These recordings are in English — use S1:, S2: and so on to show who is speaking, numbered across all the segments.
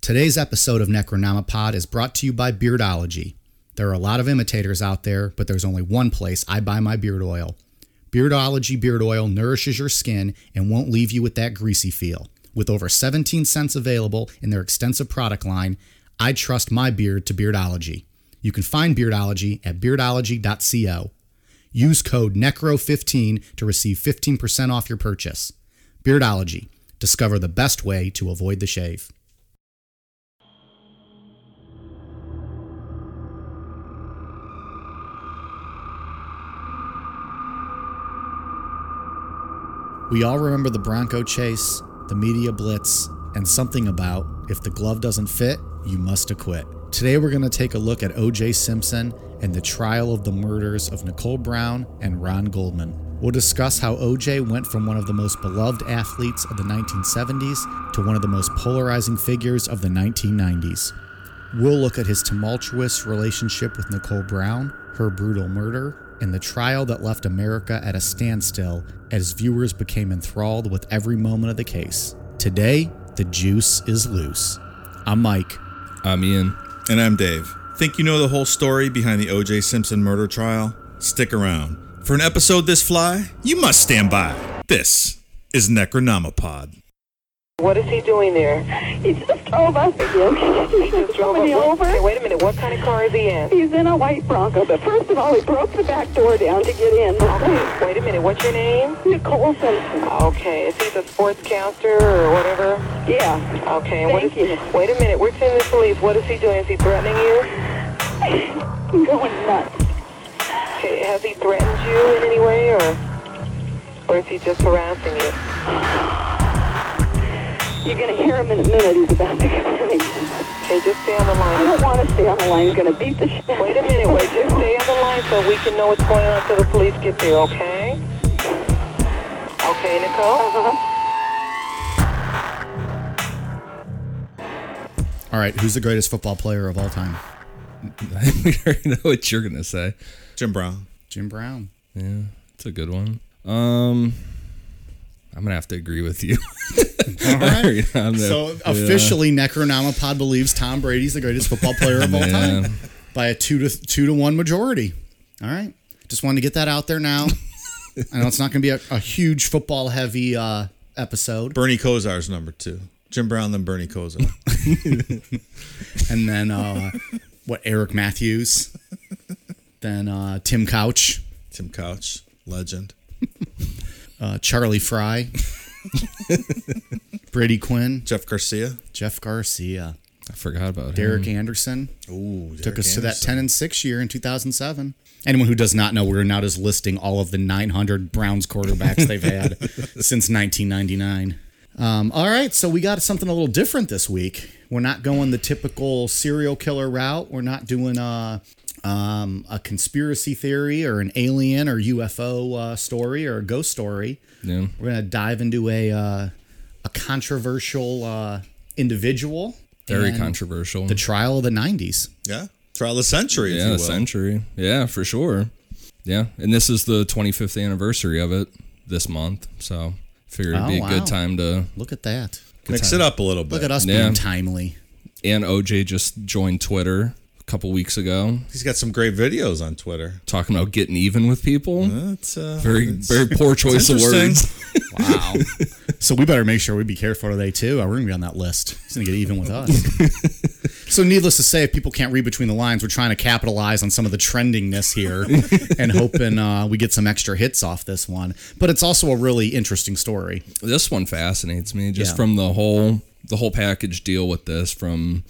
S1: Today's episode of Necronomipod is brought to you by Beardology. There are a lot of imitators out there, but there's only one place I buy my beard oil. Beardology beard oil nourishes your skin and won't leave you with that greasy feel. With over 17 cents available in their extensive product line, I trust my beard to Beardology. You can find Beardology at beardology.co. Use code NECRO15 to receive 15% off your purchase. Beardology. Discover the best way to avoid the shave. We all remember the Bronco chase, the media blitz, and something about if the glove doesn't fit, you must acquit. Today, we're going to take a look at OJ Simpson and the trial of the murders of Nicole Brown and Ron Goldman. We'll discuss how OJ went from one of the most beloved athletes of the 1970s to one of the most polarizing figures of the 1990s. We'll look at his tumultuous relationship with Nicole Brown, her brutal murder, and the trial that left America at a standstill as viewers became enthralled with every moment of the case. Today, the juice is loose. I'm Mike.
S2: I'm Ian.
S3: And I'm Dave. Think you know the whole story behind the O.J. Simpson murder trial? Stick around. For an episode this fly, you must stand by. This is Necronomipod.
S4: What is he doing there?
S5: He just drove us. He
S4: He
S5: just
S4: drove
S5: drove me
S4: a- what- Hey,
S5: over.
S4: wait a minute. What kind of car is he in?
S5: He's in a white Bronco, but first of all, he broke the back door down to get in.
S4: Okay. Wait a minute. What's your name?
S5: Nicole Simpson.
S4: Okay. Is he the sportscaster or whatever?
S5: Yeah.
S4: Okay. and what is
S5: Thank you.
S4: Wait a minute. We're sending the police. What is he doing? Is he threatening you?
S5: I'm going nuts.
S4: Okay. Has he threatened you in any way, or or is he just harassing you?
S5: You're going to hear him in a minute. He's about to come in.
S4: Okay. Just stay on the
S5: I
S4: line.
S5: don't want to stay on the line. He's going to beat the shit.
S4: Wait a minute. Wait. Just stay on the line so we can know what's going on until the police get there. Okay. Okay, Nicole.
S5: Uh-huh.
S1: All right, who's the greatest football player of all time?
S2: we already know what you're gonna say.
S3: Jim Brown.
S1: Jim Brown.
S2: Yeah, it's a good one. Um, I'm gonna have to agree with you.
S1: All right.
S2: I'm the-
S1: So officially, Necronomipod believes Tom Brady's the greatest football player of all
S2: Yeah.
S1: time by a two to two to one majority. All right, just wanted to get that out there now. I know it's not going to be a, a huge football heavy uh, episode,
S3: Bernie Kosar's number two. Jim Brown, then Bernie Kosar.
S1: and then uh, what? Eric Matthews, then uh, Tim Couch,
S3: Tim Couch, legend.
S1: uh, Charlie Fry, Brady Quinn,
S3: Jeff Garcia.
S1: Jeff Garcia,
S2: I forgot about him.
S1: Derek Anderson.
S3: Ooh,
S1: took us to that 10 and 6 year in 2007 anyone who does not know we're now just listing all of the 900 browns quarterbacks they've had since 1999 um, all right so we got something a little different this week we're not going the typical serial killer route we're not doing a, um, a conspiracy theory or an alien or ufo uh, story or a ghost story
S2: Yeah.
S1: we're gonna dive into a, uh, a controversial uh, individual
S2: Very
S1: and
S2: controversial.
S1: the trial of the 90s
S3: Yeah. Trial of the century, if
S2: yeah,
S3: you
S2: the
S3: will.
S2: century. Yeah, for sure. Yeah, and this is the 25th anniversary of it this month, so figured it'd
S1: Oh,
S2: be a
S1: wow.
S2: good time to.
S1: look at that
S3: Mix it up a little bit.
S1: Look at us
S2: Yeah.
S1: being timely.
S2: And OJ just joined Twitter a couple weeks ago,
S3: He's got some great videos on Twitter.
S2: talking about getting even with people.
S3: That's uh,
S2: Very,
S3: it's-
S2: very poor choice of
S3: interesting.
S2: words.
S1: Wow. so we better make sure we be careful today too. Or we're gonna be on that list. He's gonna get even with us. so needless to say, if people can't read between the lines, we're trying to capitalize on some of the trendingness here and hoping uh, we get some extra hits off this one. But it's also a really interesting story.
S2: this one fascinates me just
S1: Yeah.
S2: from the whole the whole package deal with this from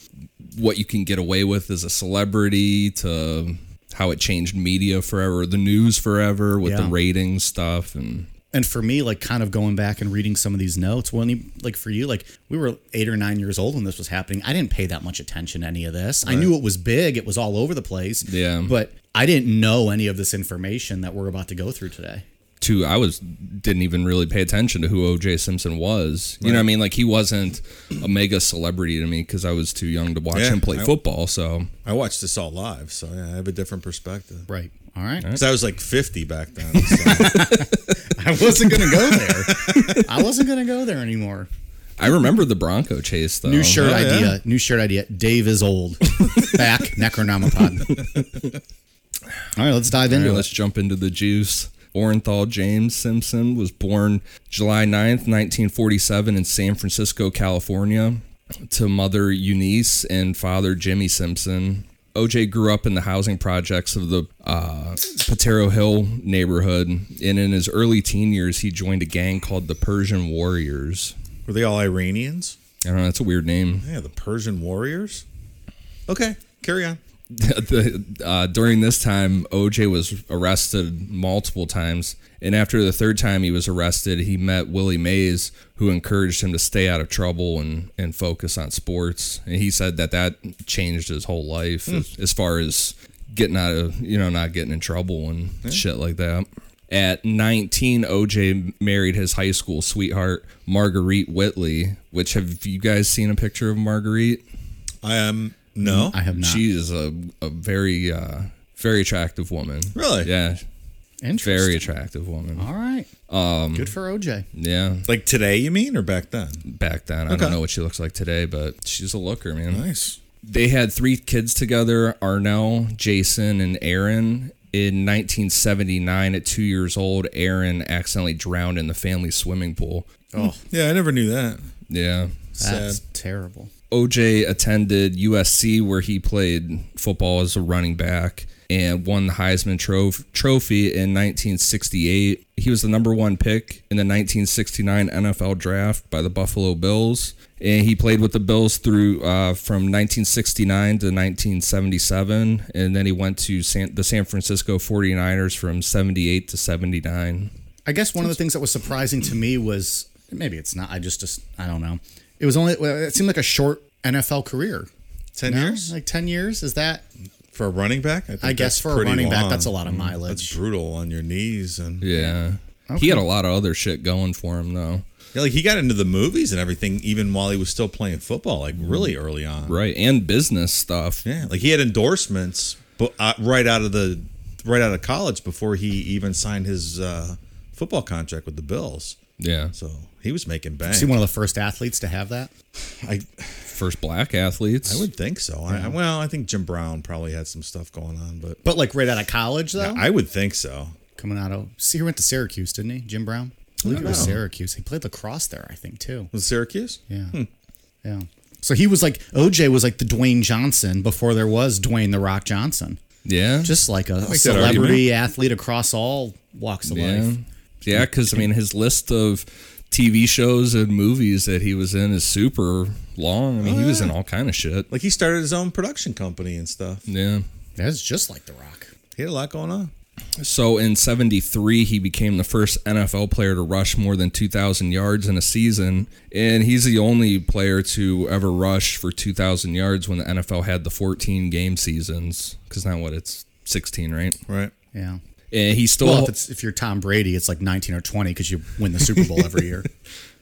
S2: what you can get away with as a celebrity to how it changed media forever the news forever with
S1: Yeah.
S2: the ratings stuff and
S1: And for me, like kind of going back and reading some of these notes, when you, like for you, like we were eight or nine years old when this was happening. I didn't pay that much attention to any of this. I knew it was big, it was all over the place.
S2: Yeah.
S1: But I didn't know any of this information that we're about to go through today.
S2: to I was didn't even really pay attention to who OJ Simpson was. You know what I mean? Like he wasn't a mega celebrity to me because I was too young to watch
S3: Yeah,
S2: him play
S3: I-
S2: football. So
S3: I watched this all live, so yeah, I have a different perspective.
S1: Right. All right.
S3: Because I was like 50 back then. So.
S1: I wasn't gonna go there. I wasn't gonna go there anymore.
S2: I remember the Bronco chase though.
S1: New shirt
S3: yeah.
S1: idea. New shirt idea. Dave is old. Back Necronomicon. All right, let's dive
S2: All
S1: into
S2: right,
S1: it.
S2: let's jump into the juice. Orenthal James Simpson was born July 9th, 1947, in San Francisco, California, to mother Eunice and father Jimmy Simpson. OJ grew up in the housing projects of the uh, Patero Hill neighborhood, and in his early teen years, he joined a gang called the Persian Warriors.
S3: Were they all Iranians?
S2: I don't know, that's a weird name.
S3: Yeah, the Persian warriors. Okay, carry on.
S2: the, uh, during this time, OJ was arrested multiple times. And after the third time he was arrested, he met Willie Mays, who encouraged him to stay out of trouble and, and focus on sports. And he said that that changed his whole life as, as far as getting out of, you know, not getting in trouble and shit like that. At 19, OJ married his high school sweetheart, Marguerite Whitley, which have you guys seen a picture of Marguerite?
S3: I am no.
S1: Mm, I have not.
S2: She is a, a very uh, very attractive woman.
S3: Really?
S2: Yeah.
S1: Interesting.
S2: Very attractive woman.
S1: All right. Good for OJ.
S2: Yeah.
S3: like today, you mean, or back then?
S2: Back then. I
S3: Okay.
S2: don't know what she looks like today, but she's a looker, man.
S3: Nice.
S2: They had three kids together, Arnell, Jason, and Aaron. In 1979, at two years old, Aaron accidentally drowned in the family swimming pool.
S3: Oh, yeah, I never knew that.
S2: Yeah.
S1: That's
S3: Sad.
S1: terrible.
S2: OJ attended USC where he played football as a running back and won the Heisman Trof- Trophy in 1968. He was the number one pick in the 1969 NFL Draft by the Buffalo Bills, and he played with the Bills through uh, from 1969 to 1977, and then he went to San- the San Francisco 49ers from 78 to 79.
S1: I guess one of the things that was surprising to me was maybe it's not. I just, just I don't know. It was only. well, It seemed like a short NFL career.
S3: 10
S1: No?
S3: years?
S1: Like ten years? Is that?
S3: For a running back? think
S1: I guess
S3: that's
S1: for a
S3: pretty
S1: running back,
S3: long.
S1: that's a lot of
S3: That's
S1: mileage.
S3: brutal on your knees. And
S2: Yeah. He had a lot of other shit going for him, though.
S3: yeah, like he got into the movies and everything even while he was still playing football, like really early on.
S2: Right. And business stuff.
S3: Yeah, like he had endorsements, but uh, right out of the right out of college before he even signed his uh, football contract with the Bills.
S2: Yeah.
S3: So he was making bank.
S1: Is he one of the first athletes to have that?
S3: I
S2: first black athletes.
S3: I would think so. I, well, I think Jim Brown probably had some stuff going on, but
S1: But like right out of college though,
S3: I would think so.
S1: coming out of. See, he went to Syracuse, didn't he? Jim Brown. I believe he was Syracuse. He played lacrosse there, I think, too.
S3: Was it Syracuse?
S1: Yeah. Yeah. So he was like OJ was like the Dwayne Johnson before there was Dwayne the Rock Johnson.
S2: Yeah.
S1: Just like a,
S3: that
S1: celebrity athlete across all walks of
S2: yeah.
S1: life.
S2: Yeah, cuz I mean his list of TV shows and movies that he was in is super long. I mean, he was in all kind of shit.
S3: Like he started his own production company and stuff.
S2: Yeah.
S1: That's just like the Rock.
S3: He had a lot going on.
S2: So in 73 he became the first NFL player to rush more than 2000 yards in a season and he's the only player to ever rush for 2000 yards when the NFL had the 14 game seasons cuz now what it's 16, right?
S3: Right.
S1: Yeah.
S2: And he still
S1: Well, if it's if you're Tom Brady, it's like 19 or 20 because you win the Super Bowl every year.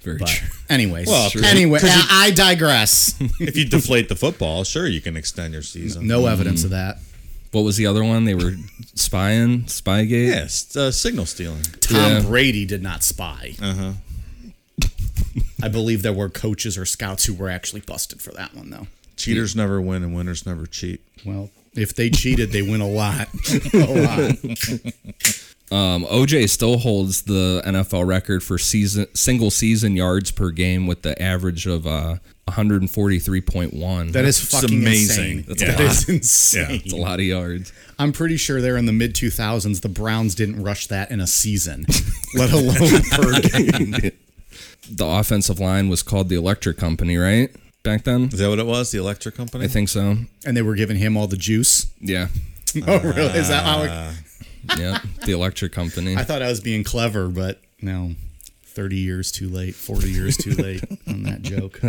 S2: very
S1: But
S2: true.
S1: anyways,
S3: Well,
S1: anyway, I I digress.
S3: if you deflate the football, sure you can extend your season.
S1: No evidence of that.
S2: What was the other one? They were spying, Spygate.
S3: Yes, uh, signal stealing.
S1: Tom
S2: Yeah.
S1: Brady did not spy. Uh-huh. I believe there were coaches or scouts who were actually busted for that one, though.
S3: Cheaters never win and winners never cheat.
S1: Well, if they cheated, they win a lot. a lot.
S2: Um, OJ still holds the NFL record for season single season yards per game with the average of uh, 143.1.
S1: That is
S3: That's
S1: fucking
S3: amazing.
S1: insane.
S3: That's
S1: That
S3: a lot.
S1: is insane.
S2: That's a lot of yards.
S1: I'm pretty sure there in the mid 2000s, the Browns didn't rush that in a season, let alone per game.
S2: The offensive line was called the Electric Company, right? Back then,
S3: Is that what it was? The electric company?
S2: I think so.
S1: And they were giving him all the juice.
S2: Yeah,
S1: oh, really? Is that how?
S2: Uh.
S1: It,
S2: yeah, the Electric Company.
S1: I thought I was being clever, but no. 30 years too late, 40 years too late on that joke.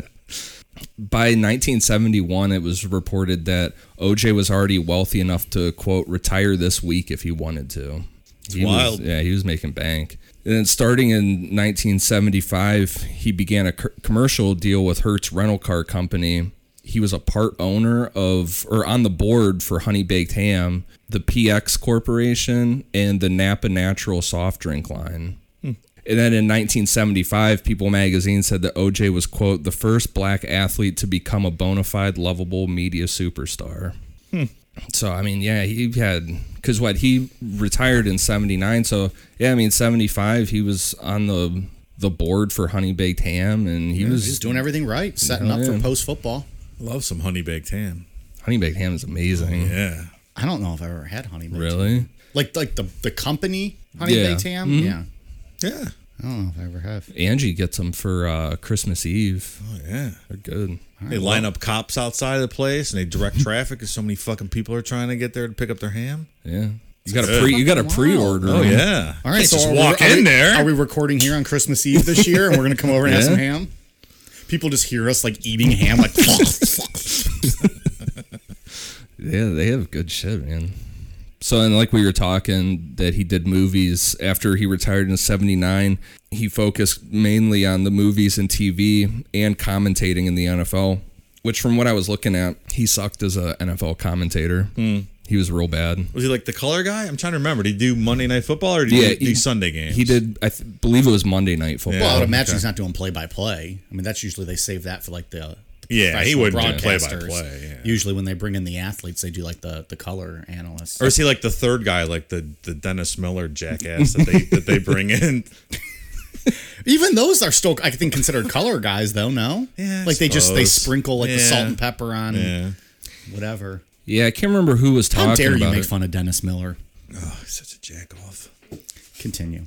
S2: By 1971, it was reported that OJ was already wealthy enough to quote retire this week if he wanted to. He
S3: wild.
S2: Was, yeah, he was making bank. And then starting in 1975, he began a co- commercial deal with Hertz Rental Car Company. He was a part owner of or on the board for Honey Baked Ham, the PX Corporation, and the Napa Natural soft drink line. And then in 1975, People magazine said that OJ was, quote, the first black athlete to become a bona fide, lovable media superstar.
S3: Hmm.
S2: So, I mean, yeah, he had, because what, he retired in 79. So, yeah, I mean, 75, he was on the the board for Honey Baked Ham, and he was
S1: He's doing everything right, setting
S2: Hell
S1: up for
S2: Oh, yeah.
S1: post football.
S3: Love some honey baked ham.
S2: Honey Baked Ham is amazing.
S3: Yeah.
S1: I don't know if I've ever had honey baked.
S2: Really?
S1: Like like the the company honey
S2: Yeah. Mm-hmm.
S1: baked ham. Yeah.
S3: Yeah.
S1: I don't know if I ever have.
S2: Angie gets them for uh, Christmas Eve.
S3: Oh, yeah.
S2: They're good.
S3: They line up cops outside of the place and they direct
S1: Mm-hmm.
S3: traffic because so many fucking people are trying to get there to pick up their ham.
S2: Yeah. You got a pre you got a
S1: Wow.
S2: pre order.
S3: Oh, yeah.
S1: All right,
S3: Let's
S1: so
S3: just
S1: are we-
S3: walk
S1: are we-
S3: in there.
S1: Are we recording here on Christmas Eve this year, and we're gonna come over and have
S2: Yeah.
S1: some ham? People just hear us like eating ham, like
S2: Yeah, they have good shit, man. So and like we were talking that he did movies after he retired in 79, he focused mainly on the movies and TV and commentating in the NFL, which from what I was looking at, he sucked as a NFL commentator.
S1: Hmm.
S2: He was real bad.
S3: was he like the color guy? I'm trying to remember. Did he do Monday Night Football or did he do Sunday games?
S2: He did I th- believe it was Monday night football.
S3: Oh,
S1: Well, I would imagine he's not doing play by play. I mean, that's usually they save that for like the, the
S3: Yeah, he
S1: professional
S3: wouldn't do
S1: broadcasters.
S3: play-by-play, yeah.
S1: Usually, when they bring in the athletes, they do like the the color analysts.
S3: Or is he like the third guy, like the, the Dennis Miller jackass that they that they bring in?
S1: Even those are still, I think, considered color guys, though. No,
S3: Yeah, I
S1: like they just they
S3: suppose.
S1: sprinkle like the
S3: Yeah.
S1: salt and pepper on
S3: Yeah.
S1: whatever.
S2: Yeah, I can't remember who was talking
S1: How dare
S2: about
S1: you make
S2: it.
S1: fun of Dennis Miller?
S3: Oh, he's such a jack off.
S1: Continue.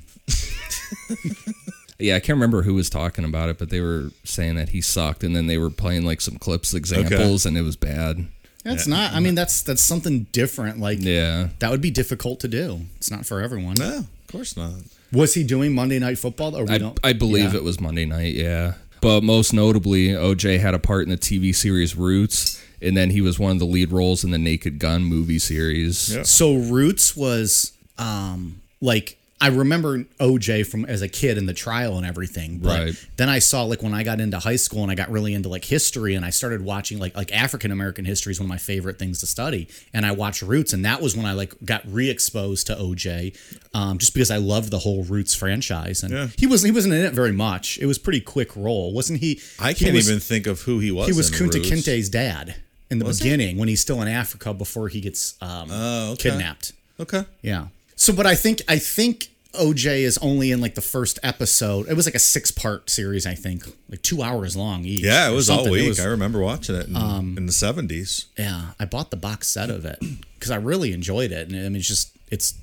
S2: Yeah, I can't remember who was talking about it, but they were saying that he sucked, and then they were playing like some clips examples, and it was bad.
S1: That's not. I mean, that's that's something different. Like
S2: Yeah,
S1: that would be difficult to do. It's not for everyone.
S3: No, of course not.
S1: Was he doing Monday Night Football? Or we
S2: I,
S1: don't.
S2: I believe
S1: yeah.
S2: it was Monday night. Yeah, but most notably, OJ had a part in the TV series Roots, and then he was one of the lead roles in the Naked Gun movie series.
S3: Yeah.
S1: So Roots was um like I remember OJ from as a kid in the trial and everything. But
S2: Right.
S1: then I saw like when I got into high school and I got really into like history and I started watching like like African American history is one of my favorite things to study. And I watched Roots and that was when I like got re-exposed to OJ. Um just because I loved the whole Roots franchise. And
S3: Yeah.
S1: he wasn't he wasn't in it very much. It was pretty quick role. Wasn't he
S3: I
S1: he
S3: can't
S1: was-
S3: even think of who he was.
S1: he was
S3: in
S1: Kunta
S3: Roots.
S1: Kinte's dad in the beginning when he's still in Africa before he gets um,
S3: Oh, okay.
S1: kidnapped.
S3: Okay.
S1: Yeah. So, but I think I think OJ is only in like the first episode. It was like a six part series, I think, like two hours long each.
S3: Yeah, it
S1: or
S3: was all
S1: something. It
S3: week.
S1: was- um,
S3: I remember watching it in, in the seventies.
S1: yeah, I bought the box set of it because I really enjoyed it, and I mean, it's just it's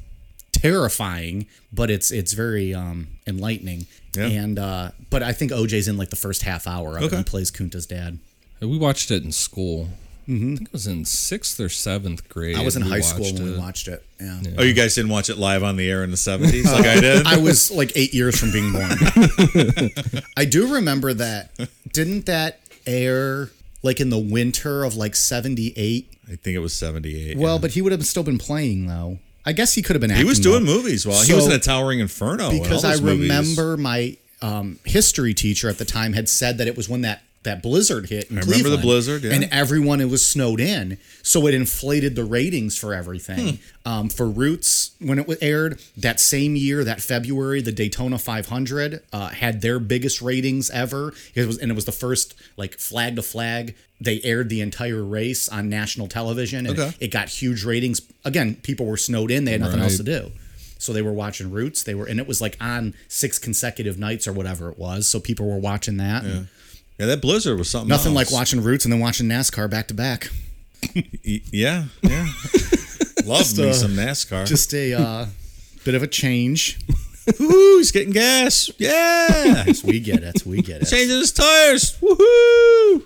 S1: terrifying, but it's it's very um enlightening.
S3: Yeah.
S1: And uh but I think OJ's in like the first half hour of it
S3: Okay.
S1: and plays Kunta's dad.
S2: we watched it in school. I think it was in sixth or seventh grade.
S1: Mm-hmm. I was in
S2: we
S1: high school
S2: watched
S1: when we
S2: it.
S1: watched it. Yeah.
S3: Oh, you guys didn't watch it live on the air in the seventies like I did.
S1: I was like eight years from being born. I do remember that. Didn't that air like in the winter of like 78?
S3: I think it was seventy eight.
S1: Well, but he would have still been playing though. I guess he could have been
S3: he was
S1: acting,
S3: doing
S1: though.
S3: movies while he
S1: So-
S3: was in a Towering Inferno. and all
S1: Because I
S3: those movies.
S1: remember my um, history teacher at the time had said that it was when that. That blizzard hit. In I
S3: remember the blizzard, yeah.
S1: and everyone it was snowed in, so it inflated the ratings for everything.
S3: Hmm.
S1: Um, for Roots, when it wa- aired that same year, that February, the Daytona 500 uh, had their biggest ratings ever. It was, and it was the first like flag to flag. They aired the entire race on national television, and
S3: Okay.
S1: it got huge ratings. Again, people were snowed in; they had nothing else to
S2: Right.
S1: do. So they were watching Roots. They were, and it was like on six consecutive nights or whatever it was. So people were watching that. and
S3: Yeah, that blizzard was something.
S1: Nothing like
S3: else.
S1: watching Roots and then watching NASCAR back to back.
S3: Y- Yeah, yeah. Love me some NASCAR.
S1: uh, Just a uh, bit of a change.
S3: Woohoo, he's getting gas. Yeah. He's
S1: We get it. We get it.
S3: changing his tires. Woohoo.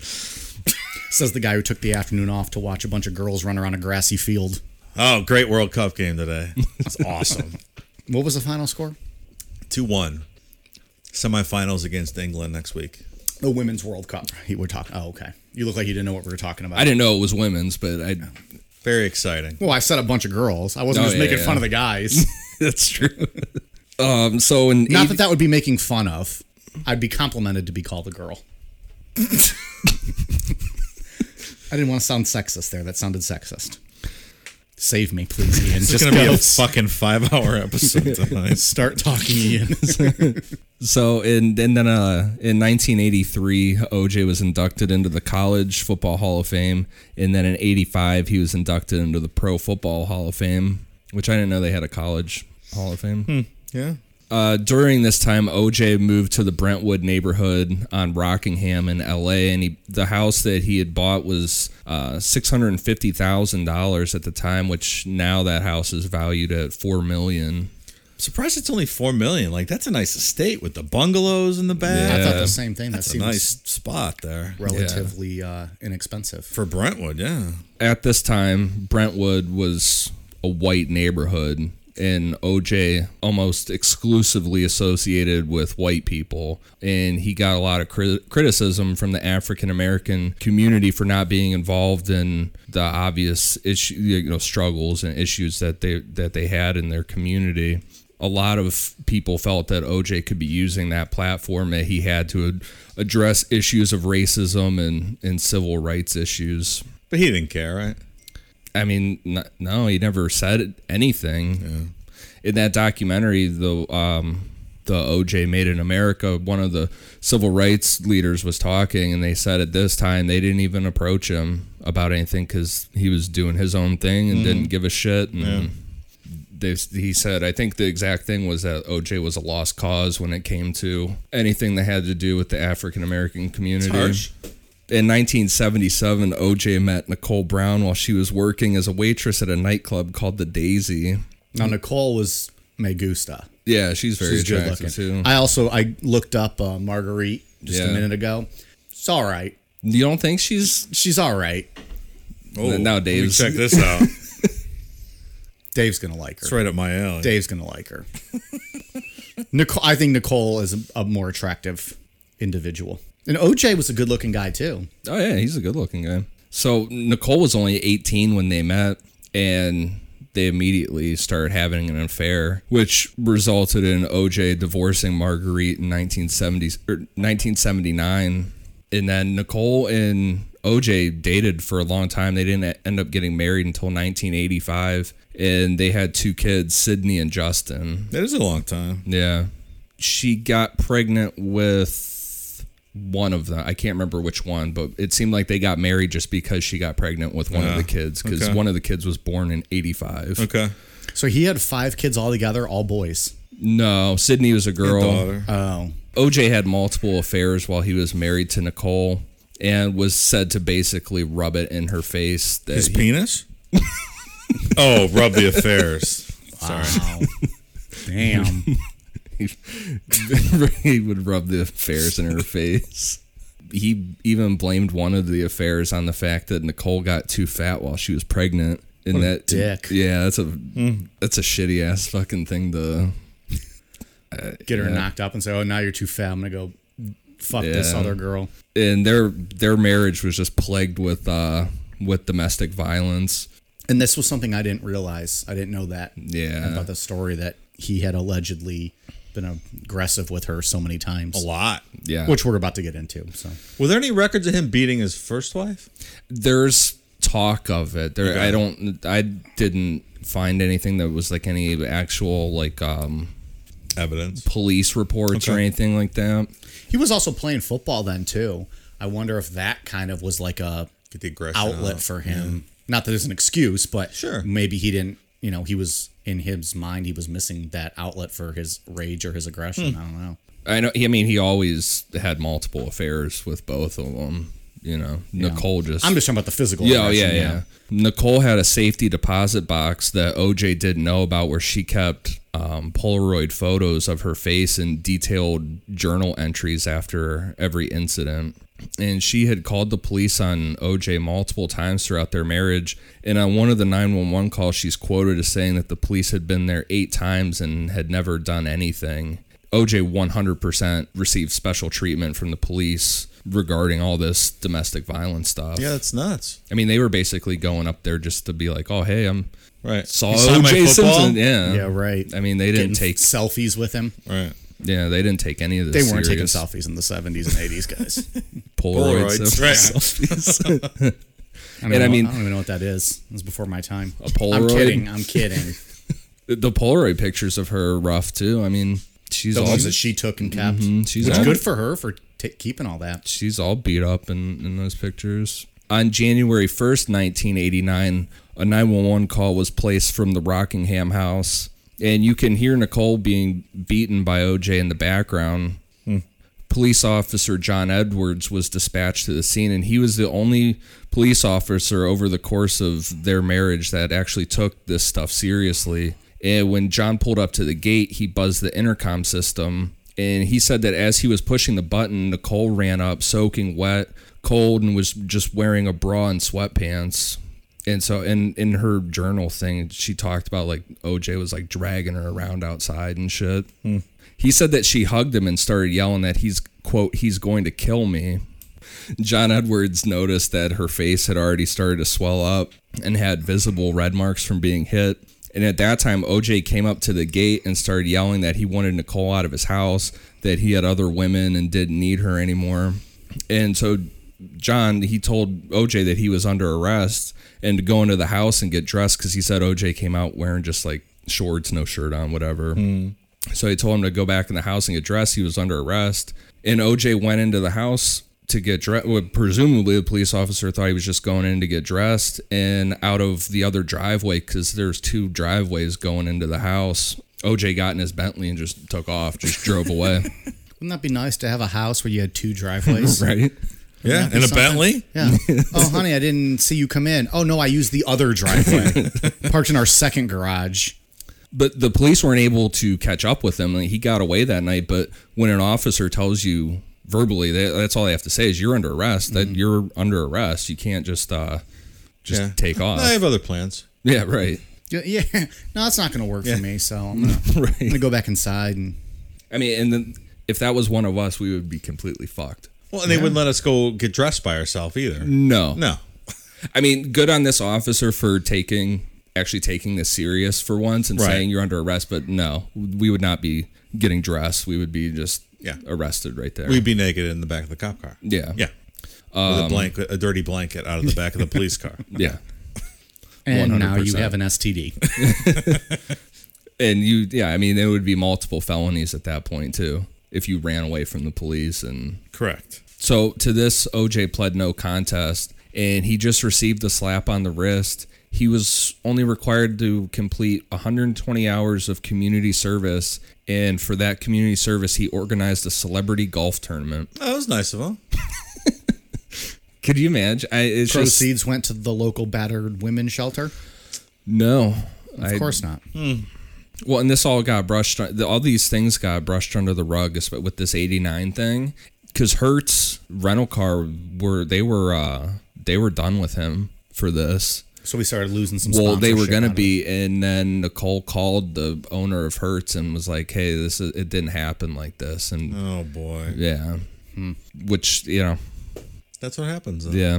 S1: Says the guy who took the afternoon off to watch a bunch of girls run around a grassy field.
S3: Oh, great World Cup game today. It's awesome.
S1: What was the final score?
S3: 2 1. Semifinals against England next week.
S1: The Women's World Cup. He would talk. Oh, okay. You look like you didn't know what we were talking about.
S2: I didn't know it was women's, but I.
S3: Very exciting.
S1: Well, I said a bunch of girls. I wasn't
S2: Oh,
S1: just
S2: yeah,
S1: making fun
S2: yeah.
S1: of the guys.
S2: That's true. um. So in
S1: Not that that would be making fun of. I'd be complimented to be called a girl. I didn't want to sound sexist there. That sounded sexist. Save me, please, Ian.
S3: It's
S1: Just
S3: gonna be
S1: go
S3: a fucking five-hour episode tonight.
S1: start talking, Ian.
S2: So in and then uh, in 1983, OJ was inducted into the College Football Hall of Fame, and then in '85 he was inducted into the Pro Football Hall of Fame, which I didn't know they had a college Hall of Fame.
S3: Yeah.
S2: Uh, during this time, OJ moved to the Brentwood neighborhood on Rockingham in LA, and he, the house that he had bought was uh, six hundred and fifty thousand dollars at the time, which now that house is valued at four million.
S3: Surprised it's only four million. Like that's a nice estate with the bungalows in the
S1: I
S3: back.
S1: thought the same thing. That
S3: That's a
S1: seems
S3: nice spot there
S1: relatively uh, inexpensive.
S3: for Brentwood. Yeah.
S2: At this time, Brentwood was a white neighborhood, and OJ almost exclusively associated with white people, and he got a lot of crit- criticism from the African American community for not being involved in the obvious issue, you know, struggles and issues that they that they had in their community. A lot of people felt that OJ could be using that platform that he had to ad- address issues of racism and, and civil rights issues.
S3: But he didn't care, right?
S2: I mean, n- no, he never said anything. In that documentary, the um, the OJ Made in America, one of the civil rights leaders was talking, and they said at this time they didn't even approach him about anything because he was doing his own thing and didn't give a shit. And they, he said, I think the exact thing was that OJ was a lost cause when it came to anything that had to do with the African American community.
S3: harsh.
S2: In 1977, OJ met Nicole Brown while she was working as a waitress at a nightclub called the Daisy.
S1: Now Nicole was Megusta.
S2: Yeah, she's very
S1: She's good
S2: attractive
S1: looking.
S2: too.
S1: I also I looked up uh, Marguerite just a
S2: Yeah.
S1: minute ago. It's all right.
S2: you don't think she's?
S1: She's all right.
S3: Oh,
S2: now Dave's-
S3: Let me check this out.
S1: Dave's gonna like her.
S3: It's right up my alley.
S1: Dave's gonna like her. Nicole, I think Nicole is a, a more attractive individual, and OJ was a good-looking guy too.
S2: Oh yeah, he's a good-looking guy. So Nicole was only 18 when they met, and they immediately started having an affair, which resulted in OJ divorcing Marguerite in 1970 or 1979. And then Nicole and OJ dated for a long time. They didn't e-, end up getting married until 1985, and they had two kids, Sydney and Justin.
S3: That is a long time.
S2: Yeah. She got pregnant with one of them. I can't remember which one, but it seemed like they got married just because she got pregnant with one
S3: Yeah,
S2: of the kids because
S3: okay.
S2: one of the kids was born in 85.
S3: Okay.
S1: So he had five kids all together, all boys.
S2: No, Sydney was a girl. uh,
S3: Daughter.
S1: Oh,
S2: OJ had multiple affairs while he was married to Nicole and was said to basically rub it in her face that
S3: His
S2: he-
S3: penis? oh, rub the affairs.
S1: wow. Damn.
S2: he would rub the affairs in her face. He even blamed one of the affairs on the fact that Nicole got too fat while she was pregnant. And that
S1: dick. Hmm.
S2: Yeah, that's a that's a shitty ass fucking thing to
S1: Get her knocked up and say, "Oh, now you're too fat. I'm gonna go fuck this
S2: Yeah.
S1: other girl."
S2: and their their marriage was just plagued with uh with domestic violence.
S1: And this was something I didn't realize. I didn't know that.
S2: Yeah.
S1: About the story that he had allegedly been aggressive with her so many times.
S3: A lot.
S2: Yeah.
S1: Which we're about to get into. So
S3: Were there any records of him beating his first wife?
S2: there's talk of it. There I don't I didn't find anything that was like any actual like um
S3: Evidence.
S2: police reports or
S3: Okay.
S2: anything like that.
S1: he was also playing football then too. I wonder if that kind of was like a
S3: Get the aggression
S1: outlet
S3: out.
S1: for him. Not that it's an excuse, but
S3: Sure.
S1: maybe he didn't. You know, he was in his mind. He was missing that outlet for his rage or his aggression.
S2: Hmm.
S1: I don't know.
S2: I know. I mean, he always had multiple affairs with both of them. You know, Nicole just.
S1: I'm just talking about the physical.
S2: yeah, oh, yeah,
S1: aggression,
S2: yeah, Nicole had a safety deposit box that OJ didn't know about, where she kept um, Polaroid photos of her face and detailed journal entries after every incident. And she had called the police on OJ multiple times throughout their marriage. And on one of the 911 calls, she's quoted as saying that the police had been there eight times and had never done anything. OJ 100% received special treatment from the police regarding all this domestic violence stuff.
S3: Yeah, that's nuts.
S2: I mean, they were basically going up there just to be like, "Oh, hey, I'm
S3: Right.
S2: saw
S3: He signed my
S2: OJ
S3: football?
S2: Simpson." Yeah,
S1: Yeah, right.
S2: I mean, they
S1: Getting
S2: didn't take.
S1: selfies with him.
S3: Right.
S2: Yeah, they didn't take any of
S1: They
S2: this.
S1: weren't taking selfies
S2: serious.
S1: in the 70s and 80s, guys.
S2: Polaroids.
S3: Polaroids,
S2: self-
S3: right.
S2: selfies.
S1: I mean,
S2: and I mean,
S1: I don't even know what that is. It was before my time. A I'm
S2: Polaroid?
S1: kidding. I'm kidding.
S2: the Polaroid pictures of her are rough too. I mean, she's
S1: the
S2: all
S1: ones that she took and kept.
S2: she's
S1: Which
S2: all,
S1: good for her for ta keeping all that.
S2: she's all beat up in, in those pictures. On January 1st, 1989, a 911 call was placed from the Rockingham house, and you can hear Nicole being beaten by OJ in the background. Police officer John Edwards was dispatched to the scene, and he was the only police officer over the course of their marriage that actually took this stuff seriously. And when John pulled up to the gate, he buzzed the intercom system. And he said that as he was pushing the button, Nicole ran up, soaking wet, cold, and was just wearing a bra and sweatpants. And so, in in her journal thing, she talked about like OJ was like dragging her around outside and shit. He said that she hugged him and started yelling that he's quote he's going to kill me. John Edwards noticed that her face had already started to swell up and had visible red marks from being hit. And at that time, OJ came up to the gate and started yelling that he wanted Nicole out of his house, that he had other women and didn't need her anymore. And so, John, he told OJ that he was under arrest and to go into the house and get dressed because he said OJ came out wearing just like shorts, no shirt on, whatever. So he told him to go back in the house and get dressed. He was under arrest. And OJ went into the house to get dressed. Well, presumably, the police officer thought he was just going in to get dressed. And out of the other driveway, because there's two driveways going into the house, OJ got in his Bentley and just took off, just drove away.
S1: Wouldn't that be nice to have a house where you had two driveways?
S2: right?
S3: Yeah, in a
S1: something?
S3: Bentley.
S1: Yeah. Oh, honey, I didn't see you come in. Oh no, I used the other driveway, parked in our second garage.
S2: But the police weren't able to catch up with him. Like, he got away that night. But when an officer tells you verbally, that, that's all they have to say is you're under arrest. That you're under arrest. You can't just uh, just
S3: Yeah.
S2: take off.
S3: I have other plans.
S2: Yeah, right.
S1: Yeah, Yeah, no, that's not going to work
S3: Yeah.
S1: for me. So I'm gonna, I'm gonna go back inside and
S2: I mean, and then if that was one of us, we would be completely fucked.
S3: Well, and they wouldn't let us go get dressed by ourselves either.
S2: No.
S3: No.
S2: I mean, good on this officer for taking actually taking this serious for once and
S3: Right.
S2: saying you're under arrest, but no, we would not be getting dressed. We would be just
S3: Yeah.
S2: arrested right there.
S3: We'd be naked in the back of the cop car.
S2: yeah. Um,
S3: Yeah. With a blanket, a dirty blanket out of the back of the police car.
S2: Yeah.
S1: and now you
S2: 100%.
S1: have an STD.
S2: And you yeah, I mean, there would be multiple felonies at that point too if you ran away from the police and
S3: Correct.
S2: So to this, OJ pled no contest, and he just received a slap on the wrist. He was only required to complete 120 hours of community service, and for that community service, he organized a celebrity golf tournament.
S3: That Oh, was nice of him.
S2: Could you imagine? I, it's just
S1: Proceeds went to the local battered women shelter.
S2: no.
S1: Of course not.
S2: Well, and this all got brushed. the- All these things got brushed under the rug, espe- with this '89 thing, because Hertz rental car were they were uh, they were done with him for this.
S1: So we started losing some.
S2: Well, they were
S1: sponsorship
S2: gonna
S1: out of it.
S2: be, and then Nicole called the owner of Hertz and was like, "Hey, this is, it didn't happen like this," and
S3: Oh boy,
S2: yeah, hmm, which you know,
S3: that's what happens. Though.
S2: yeah,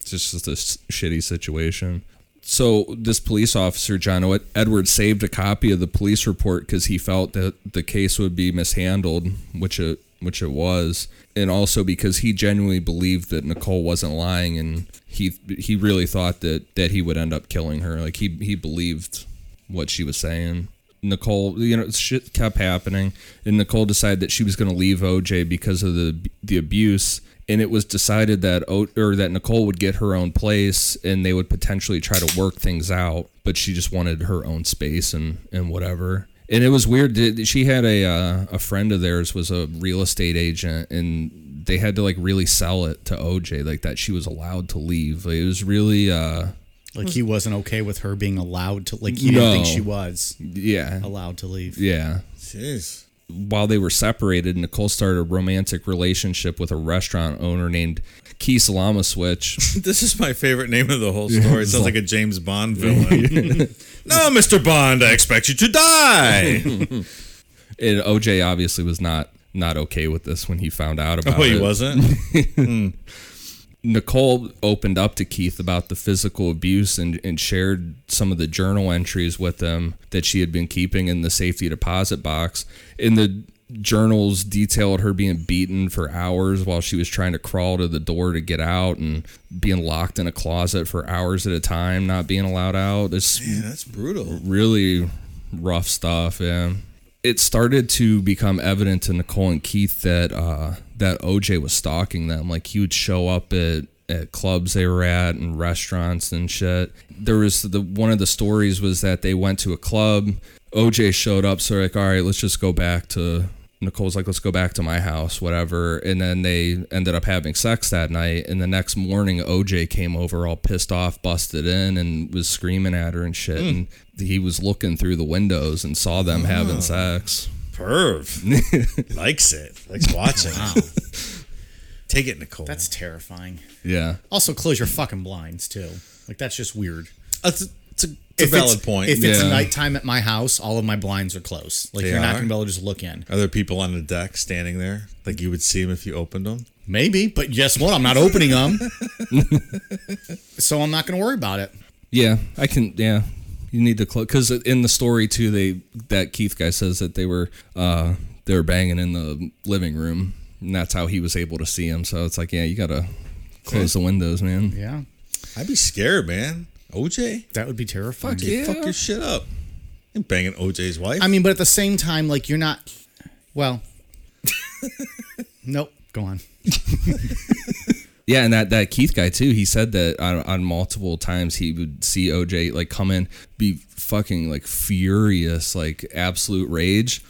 S2: it's just a s- shitty situation. So this police officer, John Ed- Edwards, saved a copy of the police report because he felt that the case would be mishandled, which it which it was, and also because he genuinely believed that Nicole wasn't lying, and he he really thought that that he would end up killing her. Like he he believed what she was saying. Nicole, you know, shit kept happening, and Nicole decided that she was going to leave OJ because of the the abuse, and it was decided that o, or that Nicole would get her own place, and they would potentially try to work things out, but she just wanted her own space and and whatever. And it was weird. that She had a uh, a friend of theirs was a real estate agent, and they had to like really sell it to OJ, like that she was allowed to leave. Like, it was really, uh,
S1: like he wasn't okay with her being allowed to. Like he didn't think
S2: No.
S1: she was
S2: yeah,
S1: allowed to leave.
S2: yeah.
S3: Jeez.
S2: while they were separated, Nicole started a romantic relationship with a restaurant owner named Key Salama Switch.
S3: This is my favorite name of the whole story. It sounds like a James Bond villain. no, Mr. Bond, I expect you to die.
S2: and OJ obviously was not not okay with this when he found out about
S3: oh,
S2: it.
S3: he wasn't.
S2: Nicole opened up to Keith about the physical abuse and, and shared some of the journal entries with him that she had been keeping in the safety deposit box. And the journals detailed her being beaten for hours while she was trying to crawl to the door to get out and being locked in a closet for hours at a time, not being allowed out. It's
S3: Yeah, that's brutal.
S2: really rough stuff. Yeah, it started to become evident to Nicole and Keith that uh, that OJ was stalking them. Like he would show up at at clubs they were at and restaurants and shit. There was the one of the stories was that they went to a club. OJ showed up, so they're like, all right, let's just go back to. Nicole's like, let's go back to my house, whatever. And then they ended up having sex that night. And the next morning, OJ came over all pissed off, busted in, and was screaming at her and shit. And he was looking through the windows and saw them having sex.
S3: Perv likes it. Likes watching. Take it, Nicole.
S1: That's terrifying.
S2: Yeah.
S1: Also, close your fucking blinds too. Like that's just weird.
S3: that's it's a, it's a
S1: If it's-
S3: valid point.
S1: If it's
S2: Yeah.
S1: nighttime at my house, all of my blinds are closed. Like
S3: They
S1: you're not
S3: are?
S1: gonna be able to just look in.
S3: Are there people on the deck standing there? Like you would see them if you opened them?
S1: Maybe, but guess what? I'm not opening them, so I'm not gonna worry about it.
S2: Yeah. I can, yeah. You need to close. Because in the story, too, they, that Keith guy says that they were, uh, they were banging in the living room. And that's how he was able to see him. So it's like, yeah, you got to close the windows, man.
S1: Yeah,
S3: I'd be scared, man. OJ?
S1: that would be terrifying.
S3: You fuck your shit up. You're banging OJ's wife.
S1: I mean, but at the same time, like you're not. Well, nope. Go on.
S2: Yeah, and that, that Keith guy too. He said that on, on multiple times he would see OJ like come in, be fucking like furious, like absolute rage,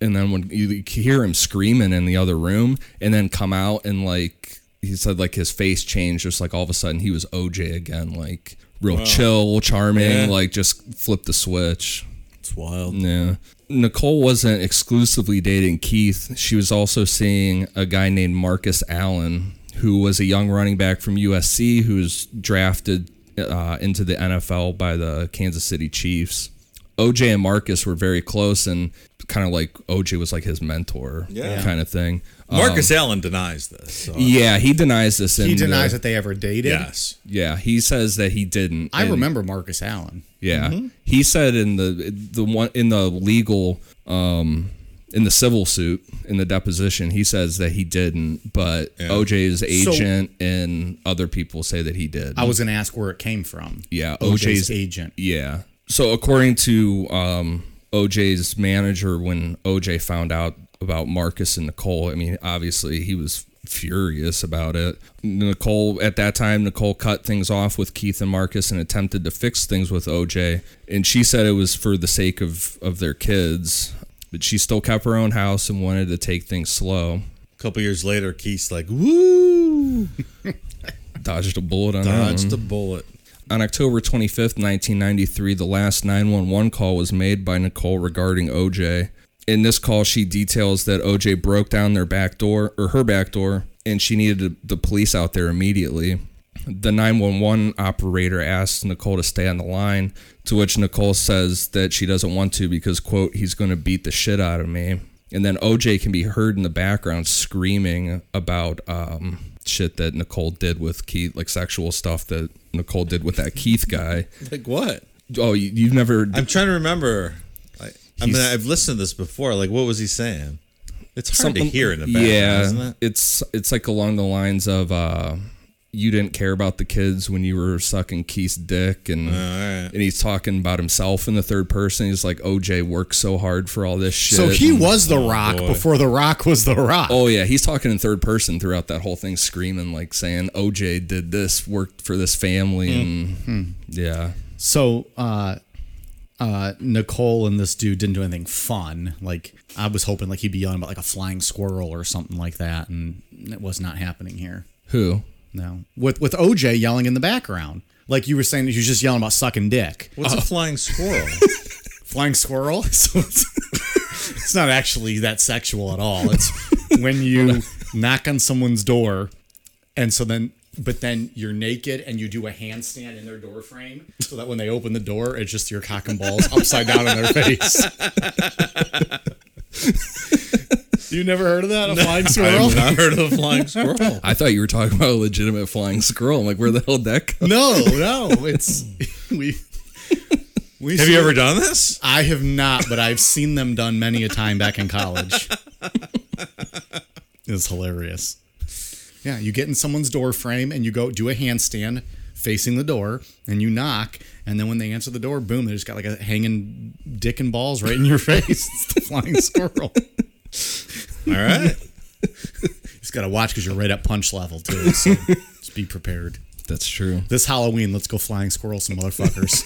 S2: and then when you hear him screaming in the other room, and then come out and like he said, like his face changed, just like all of a sudden he was OJ again, like real chill, charming,
S3: Yeah.
S2: like just flip the switch.
S3: it's wild.
S2: Yeah. Nicole wasn't exclusively dating Keith. She was also seeing a guy named Marcus Allen, who was a young running back from USC who was drafted uh, into the NFL by the Kansas City Chiefs. OJ and Marcus were very close and kind of like OJ was like his mentor
S3: Yeah.
S2: kind of thing. Uh,
S3: Marcus Allen denies this. so-
S2: yeah, he denies this. In
S1: He denies
S2: the,
S1: that they ever dated.
S3: Yes.
S2: Yeah, he says that he didn't.
S1: I
S2: and-
S1: remember Marcus Allen.
S2: yeah, he said in the the one in the legal um in the civil suit in the deposition he says that he didn't, but
S3: Yeah.
S2: OJ's agent and other people say that he did.
S1: I was gonna ask where it came from.
S2: Yeah,
S1: OJ's,
S2: OJ's
S1: agent.
S2: yeah. So according to um OJ's manager, when OJ found out about Marcus and Nicole, I mean obviously he was furious about it. Nicole at that time Nicole cut things off with Keith and Marcus and attempted to fix things with OJ and she said it was for the sake of of their kids but she still kept her own house and wanted to take things slow
S3: A couple years later, Keith's like, woo!
S2: dodged a bullet on that one.
S3: Dodged a bullet.
S2: On October 25th, 1993, the last 911 call was made by Nicole regarding OJ. In this call, she details that OJ broke down their back door or her back door and she needed the police out there immediately. The 911 operator asks Nicole to stay on the line, to which Nicole says that she doesn't want to because, quote, he's going to beat the shit out of me. And then OJ can be heard in the background screaming about um, shit that Nicole did with Keith, like sexual stuff that Nicole did with that Keith guy.
S3: Like, what?
S2: Oh, you, you've never.
S3: I'm trying to remember. I, I mean,
S2: He's-
S3: I've listened to this before. Like, what was he saying? It's hard
S2: something
S3: to hear in the background,
S2: yeah,
S3: isn't it?
S2: It's it's like along the lines of uh, you didn't care about the kids when you were sucking Keith's dick, and
S3: Oh, right.
S2: and he's talking about himself in the third person. He's like, OJ worked so hard for all this shit.
S1: So he
S2: and-
S1: was the Rock before the Rock was the Rock.
S2: Oh yeah, he's talking in third person throughout that whole thing, screaming like saying OJ did this, worked for this family, and yeah,
S1: So uh, uh, Nicole and this dude didn't do anything fun. Like I was hoping, like he'd be yelling about like a flying squirrel or something like that, and it was not happening here.
S2: who?
S1: No, with with OJ yelling in the background, like you were saying, that you was just yelling about sucking dick.
S3: What's a
S2: Uh,
S3: flying squirrel?
S1: flying squirrel. So it's, it's not actually that sexual at all. It's when you knock on someone's door, and so then, but then you're naked and you do a handstand in their door frame, so that when they open the door, it's just your cock and balls upside down in their face. you never heard of that? A flying squirrel?
S3: I've not heard of a flying squirrel.
S2: I thought you were talking about a legitimate flying squirrel. I'm like, where the hell did that come?
S1: No, no. It's we. we
S3: Have you ever done this?
S1: I have not, but I've seen them done many a time back in college. It's hilarious. Yeah, you get in someone's door frame and you go do a handstand facing the door and you knock. And then when they answer the door, boom, they just got like a hanging dick and balls right in your face. It's the flying squirrel.
S3: All right.
S1: You just got to watch because you're right at punch level, too. So just be prepared.
S2: That's true.
S1: This Halloween, let's go flying squirrel some motherfuckers.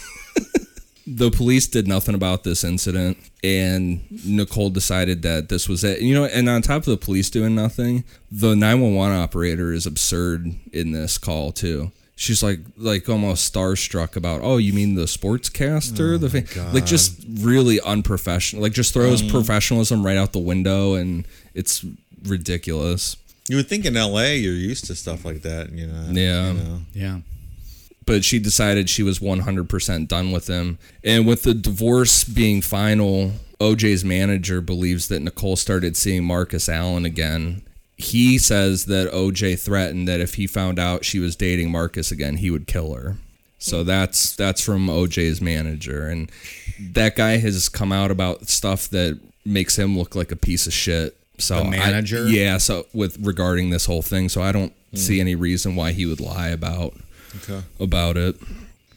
S2: The police did nothing about this incident, and Nicole decided that this was it. You know, and on top of the police doing nothing, the 911 operator is absurd in this call too. She's like, like almost starstruck about, oh, you mean the sportscaster, the fa-? like, just really unprofessional. Like, just throws professionalism right out the window, and it's ridiculous.
S3: You would think in LA you're used to stuff like that, you know.
S2: Yeah.
S3: You know.
S1: Yeah.
S2: but she decided she was 100% done with him. And with the divorce being final, OJ's manager believes that Nicole started seeing Marcus Allen again. He says that OJ threatened that if he found out she was dating Marcus again, he would kill her. So that's that's from OJ's manager and that guy has come out about stuff that makes him look like a piece of shit. So
S1: The
S2: I-
S1: manager? Hmm.
S2: yeah, so with regarding this whole thing, so I don't see any reason why he would lie about
S3: Okay.
S2: about it.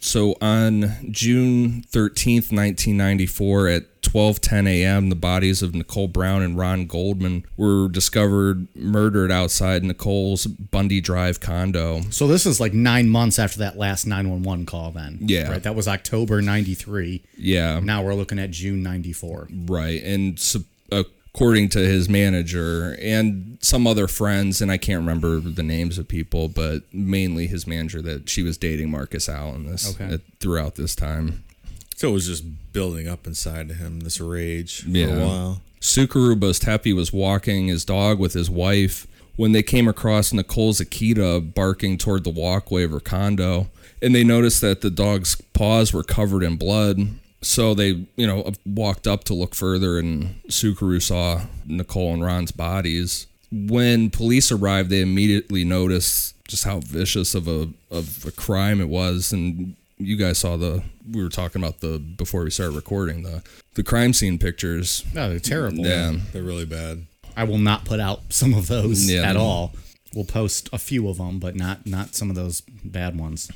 S2: So on June 13th, 1994, at 12:10 a.m., the bodies of Nicole Brown and Ron Goldman were discovered murdered outside Nicole's Bundy Drive condo.
S1: So this is like nine months after that last 911 call, then.
S2: Yeah.
S1: Right? That was October 93.
S2: Yeah,
S1: Now we're looking at June 94.
S2: right. And su- according to his manager and some other friends, and I can't remember the names of people, but mainly his manager that she was dating Marcus Allen this
S1: Okay.
S2: at- throughout this time.
S3: So it was just building up inside him this rage for
S2: Yeah.
S3: a while.
S2: Sukaru Bostepi was walking his dog with his wife when they came across Nicole's Akita barking toward the walkway of her condo, and they noticed that the dog's paws were covered in blood. So they, you know, walked up to look further, and Sukaru saw Nicole and Ron's bodies. When police arrived, they immediately noticed just how vicious of a of a crime it was, and you guys saw the we were talking about the before we started recording the the crime scene pictures
S1: No, they're terrible.
S2: Oh, yeah.
S3: They're really bad.
S1: I will not put out some of those
S2: Yeah.
S1: at all. We'll post a few of them, but not not some of those bad ones.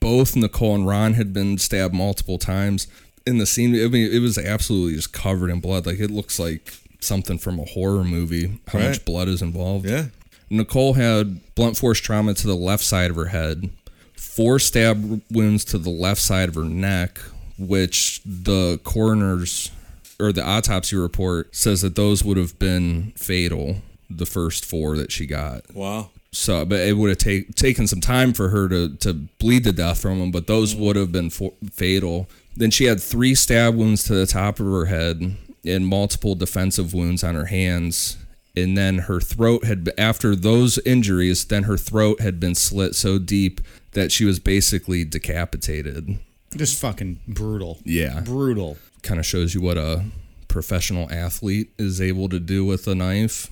S2: Both Nicole and Ron had been stabbed multiple times in the scene. I mean, it was absolutely just covered in blood. Like it looks like something from a horror movie. How much
S3: Right.
S2: blood is involved?
S3: Yeah.
S2: Nicole had blunt force trauma to the left side of her head, four stab wounds to the left side of her neck, which the coroner's or the autopsy report says that those would have been fatal. The first four that she got.
S3: Wow.
S2: So, but it would have take, taken some time for her to, to bleed to death from them, but those
S1: Mm-hmm.
S2: would have been fo- fatal. Then she had three stab wounds to the top of her head and multiple defensive wounds on her hands. And then her throat had, after those injuries, then her throat had been slit so deep that she was basically decapitated.
S1: Just fucking brutal.
S2: Yeah.
S1: Brutal.
S2: Kind of shows you what a professional athlete is able to do with a knife.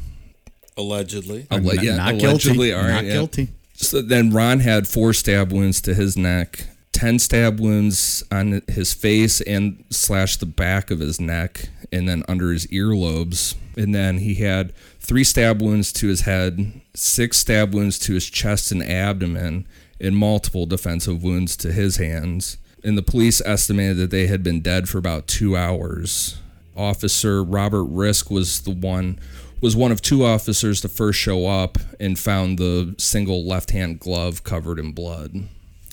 S3: Allegedly.
S2: Alle-
S1: Not-
S2: yeah,
S1: not
S2: allegedly,
S1: guilty.
S2: all right,
S1: not
S2: yeah.
S1: guilty.
S2: So then Ron had four stab wounds to his neck, ten stab wounds on his face and slash the back of his neck, and then under his earlobes. And then he had three stab wounds to his head, six stab wounds to his chest and abdomen, and multiple defensive wounds to his hands. And the police estimated that they had been dead for about two hours. Officer Robert Risk was the one was one of two officers to first show up and found the single left hand glove covered in blood.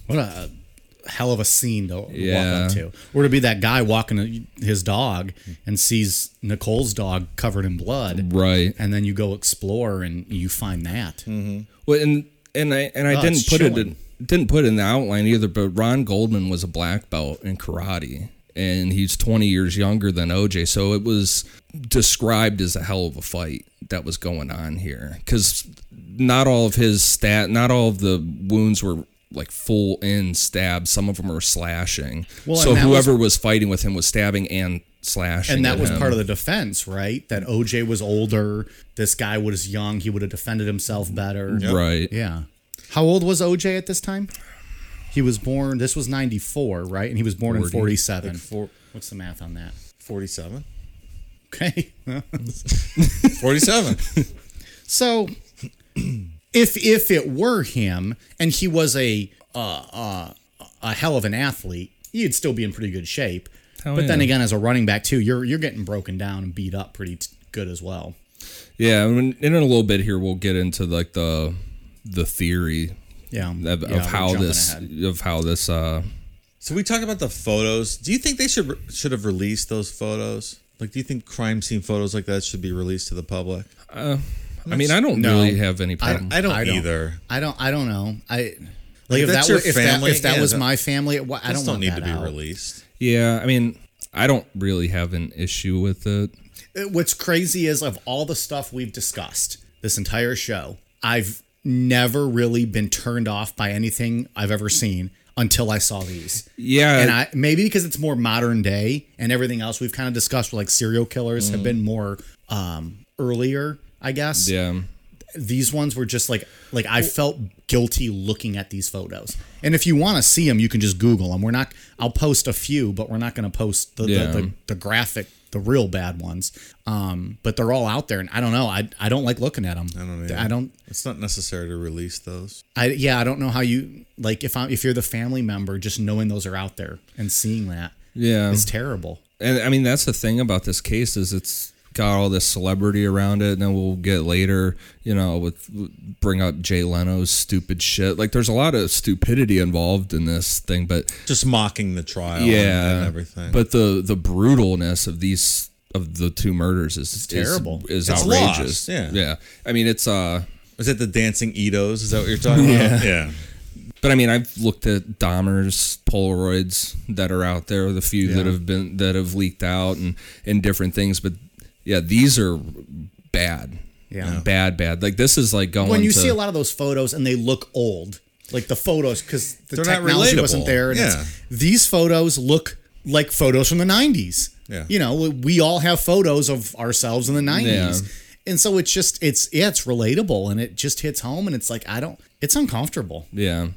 S1: What a hell of a scene to
S2: Yeah.
S1: walk up to. Or to be that guy walking his dog and sees Nicole's dog covered in blood.
S2: Right.
S1: And then you go explore and you find that.
S2: Well, and and I and I
S1: Oh,
S2: didn't
S1: it's
S2: put it
S1: chilling.
S2: in, didn't put it in the outline either. But Ron Goldman was a black belt in karate, and he's 20 years younger than OJ. So it was described as a hell of a fight that was going on here because not all of his stat, not all of the wounds were like full in stabs. Some of them were slashing.
S1: Well,
S2: so
S1: and that was-
S2: whoever was, fighting with him was stabbing and slashing.
S1: And that
S2: at
S1: was
S2: him.
S1: part of the defense, right? That OJ was older. This guy was young. He would have defended himself better.
S2: right.
S1: Yeah. How old was OJ at this time? He was born, this was 94, right? And he was born in 47. What's the math on that?
S3: 47?
S1: Okay.
S3: 47.
S1: So if if it were him and he was a uh, uh, a hell of an athlete, he'd still be in pretty good shape.
S2: Hell
S1: but then
S2: yeah.
S1: again, as a running back too, you're you're getting broken down and beat up pretty t- good as well.
S2: Yeah, I mean, in a little bit here, we'll get into like the the theory
S1: Yeah,
S2: of,
S1: yeah, we're
S2: of how
S1: jumping
S2: this
S1: ahead.
S2: of how this uh
S3: So we talk about the photos. Do you think they should should have released those photos? Like, do you think crime scene photos like that should be released to the public?
S2: I mean, I don't
S1: No.
S2: really have any problem.
S3: I don't either.
S1: I don't. I don't know. I like if, that
S3: that's your
S1: was if that,
S3: family,
S1: if that
S3: yeah,
S1: was
S3: that-
S1: my family. It, wa- I
S3: Those
S1: don't,
S3: don't
S1: want
S3: need
S1: that
S3: to be
S1: out.
S3: released.
S2: yeah, I mean, I don't really have an issue with it.
S1: Uh, What's crazy is of all the stuff we've discussed this entire show, I've never really been turned off by anything I've ever seen until I saw these.
S2: Yeah,
S1: and I maybe because it's more modern day and everything else we've kind of discussed, like serial killers have been more um, earlier, I guess.
S2: yeah.
S1: These ones were just like like I felt guilty looking at these photos. And if you want to see them, you can just Google them. We're not. I'll post a few, but we're not going to post the,
S2: Yeah.
S1: the, the the graphic, the real bad ones. Um, but they're all out there, and I don't know. I I don't like looking at them. I
S3: don't either.
S1: I don't.
S3: It's not necessary to release those.
S1: I yeah. I don't know how you like if I am if you're the family member, just knowing those are out there and seeing that
S2: Yeah.
S1: is terrible.
S2: and I mean that's the thing about this case is it's got all this celebrity around it, and then we'll get later, you know, with bring up Jay Leno's stupid shit. Like there's a lot of stupidity involved in this thing, but
S3: Just mocking the trial. Oh, and-
S2: yeah,
S3: and everything.
S2: But the the brutalness of these of the two murders is is-
S1: terrible.
S2: Is,
S3: It's
S2: outrageous.
S3: lost, yeah.
S2: yeah. I mean it's uh,
S3: is it the dancing Edos? Is that what you're talking about? Yeah.
S2: but I mean I've looked at Dahmer's Polaroids that are out there, the few that have been that have leaked out and and different things, but yeah, these are bad.
S1: Yeah.
S2: bad, bad. Like this is like going.
S1: when you
S2: to,
S1: see a lot of those photos and they look old, like the photos, because the
S3: They're not
S1: technology
S3: relatable.
S1: wasn't there. And it's-
S3: Yeah.
S1: these photos look like photos from the 90s.
S3: Yeah.
S1: You know, we all have photos of ourselves in the 90s.
S2: Yeah.
S1: And so it's just, it's, yeah, it's relatable and it just hits home and it's like, I don't, it's uncomfortable.
S2: yeah,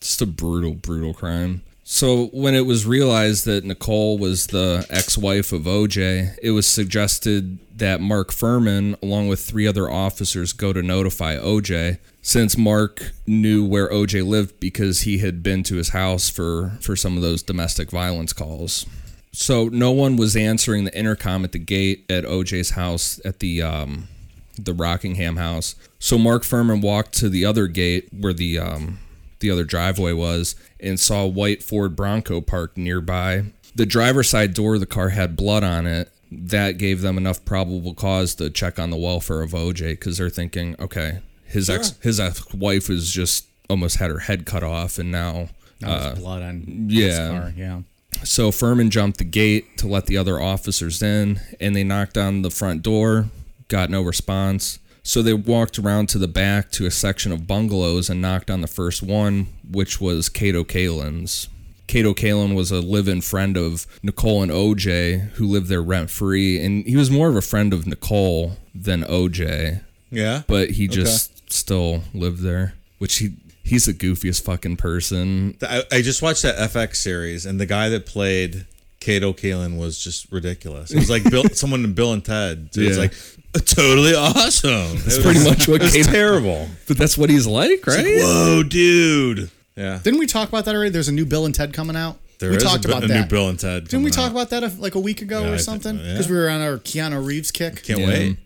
S2: just a brutal, brutal crime. So when it was realized that Nicole was the ex-wife of OJ, it was suggested that Mark Furman, along with three other officers, go to notify OJ. Since Mark knew where OJ lived because he had been to his house for for some of those domestic violence calls. So no one was answering the intercom at the gate at OJ's house at the um, the Rockingham house. So Mark Furman walked to the other gate where the um, the other driveway was and saw a white Ford Bronco parked nearby. The driver's side door of the car had blood on it. That gave them enough probable cause to check on the welfare of OJ because they're thinking, okay, his ex his ex wife is just almost had her head cut off and now
S1: There's
S3: Uh,
S1: blood on his
S2: yeah.
S1: car, Yeah.
S2: so Furman jumped the gate to let the other officers in, and they knocked on the front door, got no response. So they walked around to the back to a section of bungalows and knocked on the first one, which was Cato Kalin's. Cato Kalin was a live in friend of Nicole and OJ who lived there rent free, and he was more of a friend of Nicole than OJ,
S3: Yeah.
S2: but he just still lived there, which he. He's the goofiest fucking person.
S3: I, I just watched that FX series, and the guy that played Kato Kalin was just ridiculous. It was like Bill, someone in Bill and Ted. Dude, It's
S2: Yeah.
S3: like totally awesome. That's
S2: Pretty much what
S3: It's
S2: Cato,
S3: terrible.
S2: but that's what he's like, right?
S3: Whoa, dude. Yeah.
S1: Didn't we talk about that already? There's a new Bill and Ted coming out.
S3: There
S1: we
S3: is
S1: talked
S3: a, bi-
S1: about
S3: a
S1: that.
S3: new Bill and Ted.
S1: Didn't we
S3: coming
S1: talk
S3: out.
S1: about that a- like a week ago
S3: I
S1: or
S3: think-
S1: something?
S3: yeah.
S1: Because we were on our Keanu Reeves kick.
S3: Can't wait.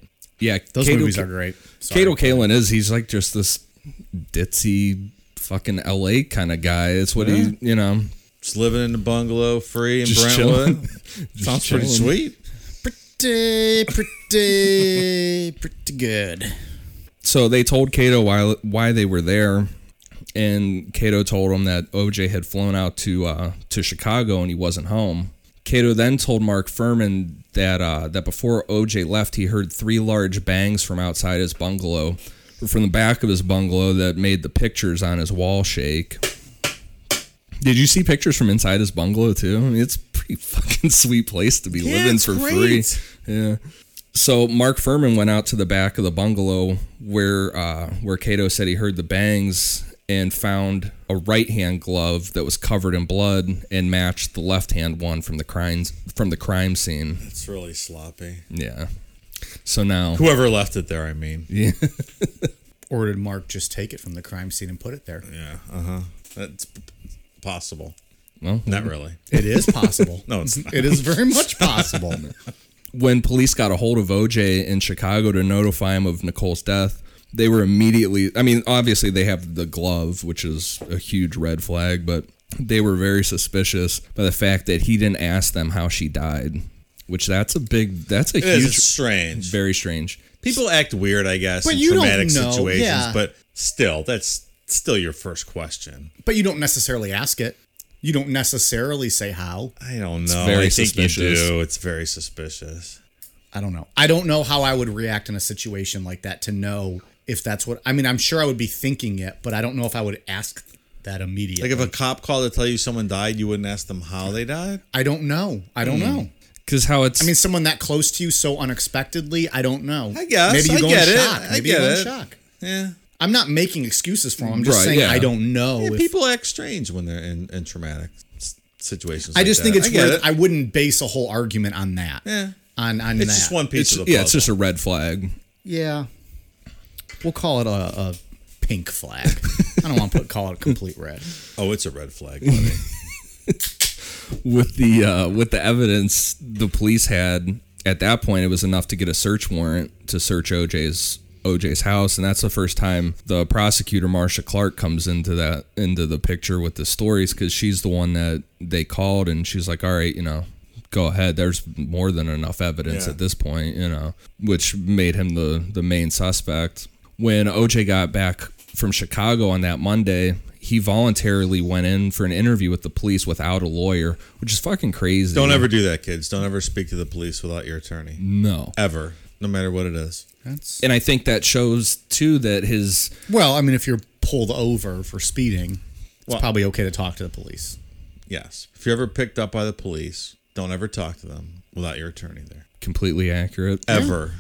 S2: Yeah,
S1: Those
S2: Kato-
S1: movies are great. Sorry.
S2: Kato Kalin is he's like just this ditzy fucking LA kind of guy. It's what he you know
S3: Just living in the bungalow, free in
S2: Just
S3: Brentwood. Sounds
S2: chilling.
S3: pretty sweet.
S1: pretty, pretty, pretty good.
S2: so they told Cato why why they were there, and Cato told him that OJ had flown out to uh, to Chicago and he wasn't home. Cato then told Mark Furman that uh, that before OJ left, he heard three large bangs from outside his bungalow, from the back of his bungalow that made the pictures on his wall shake. Did you see pictures from inside his bungalow too? I mean, it's a pretty fucking sweet place to be living
S3: it's
S2: for
S3: great.
S2: free. Yeah. So Mark Furman went out to the back of the bungalow where uh, where Cato said he heard the bangs and found a right hand glove that was covered in blood and matched the left hand one from the crimes from the crime scene.
S3: It's really sloppy.
S2: Yeah. So now,
S3: Whoever left it there, I mean. Yeah.
S1: Or did Mark just take it from the crime scene and put it there?
S3: Uh huh. That's p- possible.
S2: well,
S3: Not really.
S1: It is possible.
S3: No, it's not.
S1: It is very much possible.
S2: when police got a hold of OJ in Chicago to notify him of Nicole's death, they were immediately, I mean, obviously they have the glove, which is a huge red flag, but they were very suspicious by the fact that he didn't ask them how she died, which that's a big, that's a
S3: It is
S2: huge,
S3: strange.
S2: very strange.
S3: People act weird, I guess,
S1: But
S3: in
S1: you don't
S3: traumatic
S1: know,
S3: situations,
S1: yeah.
S3: but still, that's still your first question.
S1: but you don't necessarily ask it. You don't necessarily say how.
S3: I don't know.
S2: very
S3: I think
S2: suspicious.
S3: you do. It's very suspicious.
S1: I don't know. I don't know how I would react in a situation like that to know if that's what I mean. I'm sure I would be thinking it, but I don't know if I would ask that immediately.
S3: Like if a cop called to tell you someone died, you wouldn't ask them how they died?
S1: I don't know. I
S3: Hmm.
S1: don't know.
S2: Because how it's,
S1: I mean, someone that close to you so unexpectedly. I don't know.
S3: I guess.
S1: maybe you
S3: I
S1: go
S3: get
S1: in
S3: it.
S1: shock.
S3: I
S1: Maybe you
S3: get
S1: go in
S3: it.
S1: shock.
S3: Yeah.
S1: I'm not making excuses for him. I'm just
S2: Right,
S1: saying
S2: yeah.
S1: I don't know.
S3: Yeah,
S1: if-
S3: people act strange when they're in, in traumatic s- situations.
S1: I
S3: like
S1: just think
S3: that.
S1: it's
S3: I get
S1: weird.
S3: it.
S1: I wouldn't base a whole argument on that.
S3: Yeah.
S1: On on
S3: it's
S1: that.
S3: just one piece
S2: it's,
S3: of the
S2: yeah, it's
S3: puzzle.
S2: just a red flag.
S1: Yeah. We'll call it a, a pink flag. I don't want to put call it a complete red.
S3: oh, it's a red flag, buddy.
S2: with the uh, with the evidence the police had at that point, it was enough to get a search warrant to search OJ's OJ's house, and that's the first time the prosecutor Marsha Clark comes into that into the picture with the stories because she's the one that they called, and she's like, "All right, you know." Go ahead. There's more than enough evidence
S3: Yeah.
S2: at this point, you know, which made him the the main suspect. When OJ got back from Chicago on that Monday, he voluntarily went in for an interview with the police without a lawyer, which is fucking crazy.
S3: Don't ever do that, kids. Don't ever speak to the police without your
S1: Mm.
S3: attorney.
S2: no.
S3: Ever. No matter what it is.
S1: That's
S2: And I think that shows too that his
S1: well. I mean, if you're pulled over for speeding, it's
S3: Well-
S1: probably okay to talk to the police.
S3: Yes. If you're ever picked up by the police, don't ever talk to them without your attorney there.
S2: completely accurate.
S3: Ever.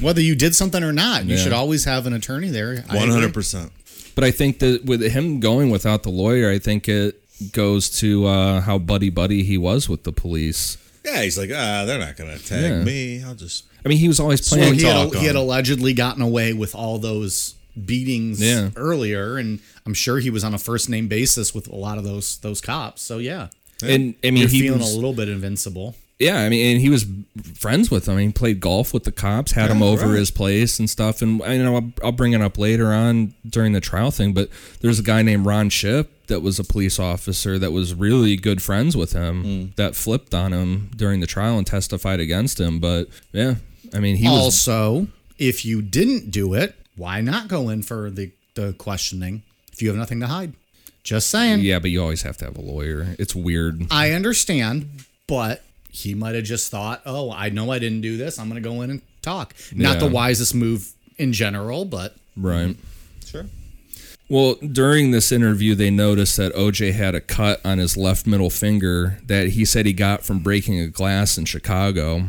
S1: Whether you did something or not, you
S2: Yeah.
S1: should always have an attorney there. I agree.
S3: One hundred percent.
S2: But I think that with him going without the lawyer, I think it goes to uh, how buddy buddy he was with the police.
S3: Yeah, he's like, ah, they're not gonna tag
S2: Yeah.
S3: me. I'll just
S2: I mean, he was always
S1: Well,
S2: playing.
S1: he,
S3: talk
S1: had, he had
S3: on.
S1: allegedly gotten away with all those beatings
S2: Yeah.
S1: earlier, and I'm sure he was on a first name basis with a lot of those those cops. So yeah,
S2: and I mean,
S1: you're
S2: he
S1: feeling
S2: was,
S1: a little bit invincible.
S2: Yeah, I mean, and he was friends with them. I mean, he played golf with the cops, had them over his place and stuff. And I know I'll, I'll bring it up later on during the trial thing, but there's a guy named Ron Ship that was a police officer that was really good friends with him that flipped on him during the trial and testified against him. But yeah, I mean, he was
S1: also, if you didn't do it, why not go in for the, the questioning if you have nothing to hide? Just saying.
S2: yeah, but you always have to have a lawyer. It's weird.
S1: I understand, but he might have just thought, oh, I know I didn't do this. I'm going to go in and talk. Not the
S2: Yeah.
S1: wisest move in general, but
S2: Right.
S3: Sure.
S2: Well, during this interview, they noticed that OJ had a cut on his left middle finger that he said he got from breaking a glass in Chicago.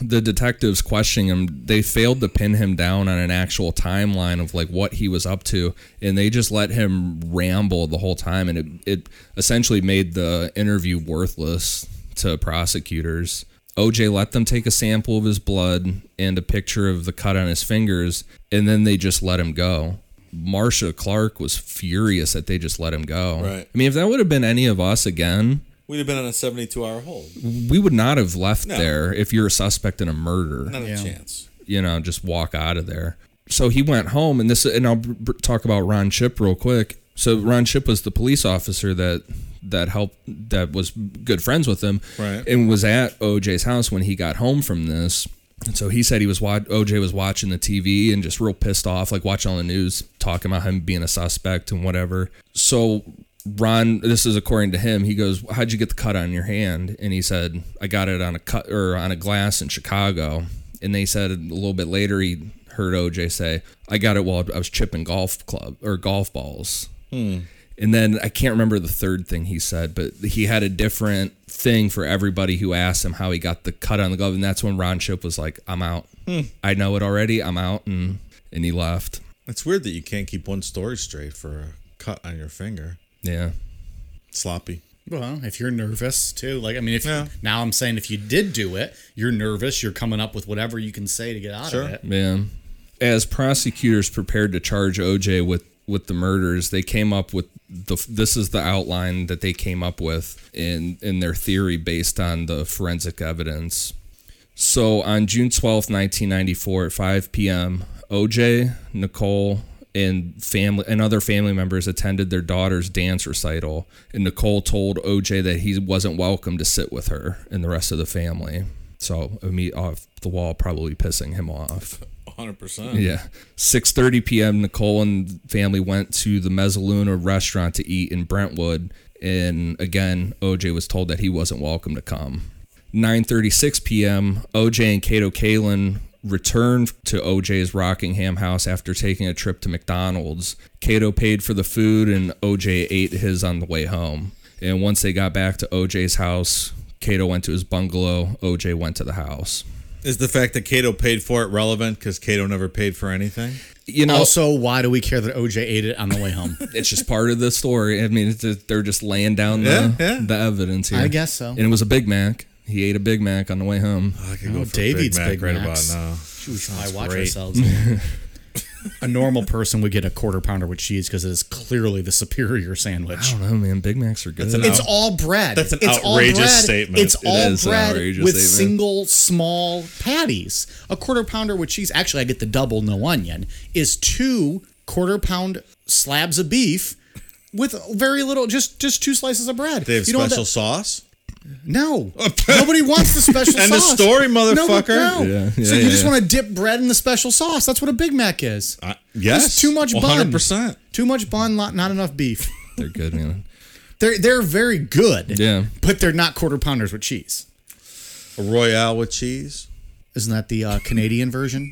S2: The detectives questioning him, they failed to pin him down on an actual timeline of like what he was up to, and they just let him ramble the whole time, and it, it essentially made the interview worthless to prosecutors. OJ let them take a sample of his blood and a picture of the cut on his fingers, and then they just let him go. Marsha Clark was furious that they just let him go.
S3: Right.
S2: I mean, if that would have been any of us again,
S3: We'd have been on a seventy-two hour hold.
S2: we would not have left
S3: No.
S2: there if you're a suspect in a murder
S3: Not a chance.
S2: you know, just walk out of there. So he went home, and this, and I'll b- b- talk about Ron Chip real quick. So Ron Chip was the police officer that that helped, that was good friends with him,
S3: Right.
S2: And was at OJ's house when he got home from this. And so he said he was wa- OJ was watching the TV and just real pissed off, like watching all the news, talking about him being a suspect and whatever. So Ron, this is according to him. He goes, "How'd you get the cut on your hand?" And he said, "I got it on a cut or on a glass in Chicago." And they said a little bit later, he heard OJ say, "I got it while I was chipping golf club or golf balls." And then I can't remember the third thing he said, but he had a different thing for everybody who asked him how he got the cut on the glove, and that's when Ron Chip was like, "I'm out. I know it already. I'm out," and and he left.
S3: It's weird that you can't keep one story straight for a cut on your finger.
S2: Yeah.
S3: Sloppy.
S1: Well, if you're nervous too, like I mean, if
S3: Yeah.
S1: now I'm saying if you did do it, you're nervous. You're coming up with whatever you can say to get out
S3: Sure.
S1: of it.
S2: Yeah. As prosecutors prepared to charge OJ with with the murders, they came up with the this is the outline that they came up with in in their theory based on the forensic evidence. So on June twelfth, 1994 at 5 p.m., OJ, Nicole, and family and other family members attended their daughter's dance recital, and Nicole told OJ that he wasn't welcome to sit with her and the rest of the family. So, me off the wall, probably pissing him off.
S3: 100%.
S2: Yeah. 6:30 p.m. Nicole and family went to the Mezzaluna restaurant to eat in Brentwood, and again, OJ was told that he wasn't welcome to come. 9:36 p.m. OJ and Kato Kalin returned to OJ's Rockingham house after taking a trip to McDonald's. Kato paid for the food and OJ ate his on the way home. And once they got back to OJ's house, Kato went to his bungalow, OJ went to the house.
S3: Is the fact that Cato paid for it relevant because Cato never paid for anything?
S2: You know,
S1: Also, why do we care that OJ ate it on the way home?
S2: it's just part of the story. I mean, it's just, they're just laying down the,
S3: Yeah, yeah.
S2: the evidence here.
S1: I guess so.
S2: And it was a Big Mac. He ate a Big Mac on the way home.
S3: I could
S1: Oh,
S3: go for
S1: Dave
S3: a Big
S1: eats
S3: Mac
S1: Big
S3: right
S1: Macs.
S3: about now.
S1: Jeez, I watch
S3: great.
S1: ourselves. a normal person would get a quarter pounder with cheese because it is clearly the superior sandwich.
S2: I don't know, man. Big Macs are good.
S3: an
S1: It's
S3: No.
S1: all bread.
S3: That's an
S1: it's
S3: outrageous
S1: all bread.
S3: statement.
S1: It's
S3: It
S1: all
S2: is an
S1: bread
S2: outrageous
S1: with
S2: statement.
S1: single small patties. A quarter pounder with cheese. Actually, I get the double no onion. Is two quarter pound slabs of beef with very little, just just two slices of bread.
S3: They have
S1: know what
S3: special sauce?
S1: that- no, nobody wants the special
S3: End of
S1: sauce.
S3: story,
S1: No,
S3: motherfucker.
S1: no.
S2: Yeah, yeah,
S1: so you
S2: yeah,
S1: just
S2: yeah.
S1: want to dip bread in the special sauce. That's what a Big Mac is.
S3: Uh, yes.
S1: Just too much bun.
S3: 100%.
S1: Too much bun, not, not enough beef.
S2: They're good, man.
S1: They're they're very good.
S2: Yeah.
S1: But they're not quarter pounders with cheese.
S3: A Royale with cheese?
S1: Isn't that the uh, Canadian version?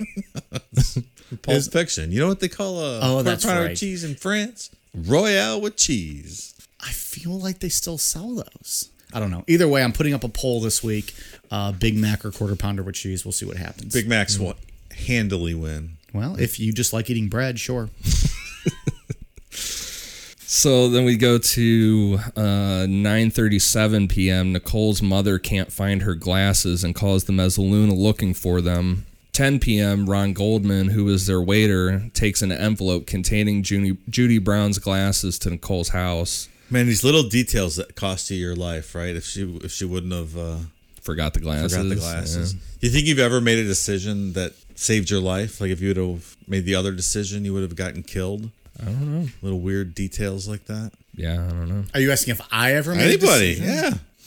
S3: Pulp Fiction. You know what they call a
S1: Oh,
S3: quarter
S1: that's
S3: pounder with
S1: right.
S3: cheese in France? Royale with cheese.
S1: I feel like they still sell those. I don't know. Either way, I'm putting up a poll this week: uh, Big Mac or quarter pounder with cheese. We'll see what happens.
S3: Big Macs will handily win.
S1: well, if you just like eating bread, sure.
S2: So then we go to uh, 9:37 p.m. Nicole's mother can't find her glasses and calls the Mezzaluna looking for them. 10 p.m. Ron Goldman, who is their waiter, takes an envelope containing Judy, Judy Brown's glasses to Nicole's house.
S3: Man, these little details that cost you your life, right? If she if she wouldn't have uh,
S2: Forgot the glasses.
S3: forgot the
S2: Yeah.
S3: glasses, do you think you've ever made a decision that saved your life? Like if you would have made the other decision, you would have gotten killed. I don't know. Little weird details like that.
S2: Yeah, I don't know.
S1: Are you asking if I ever made a
S3: Anybody?
S1: decision?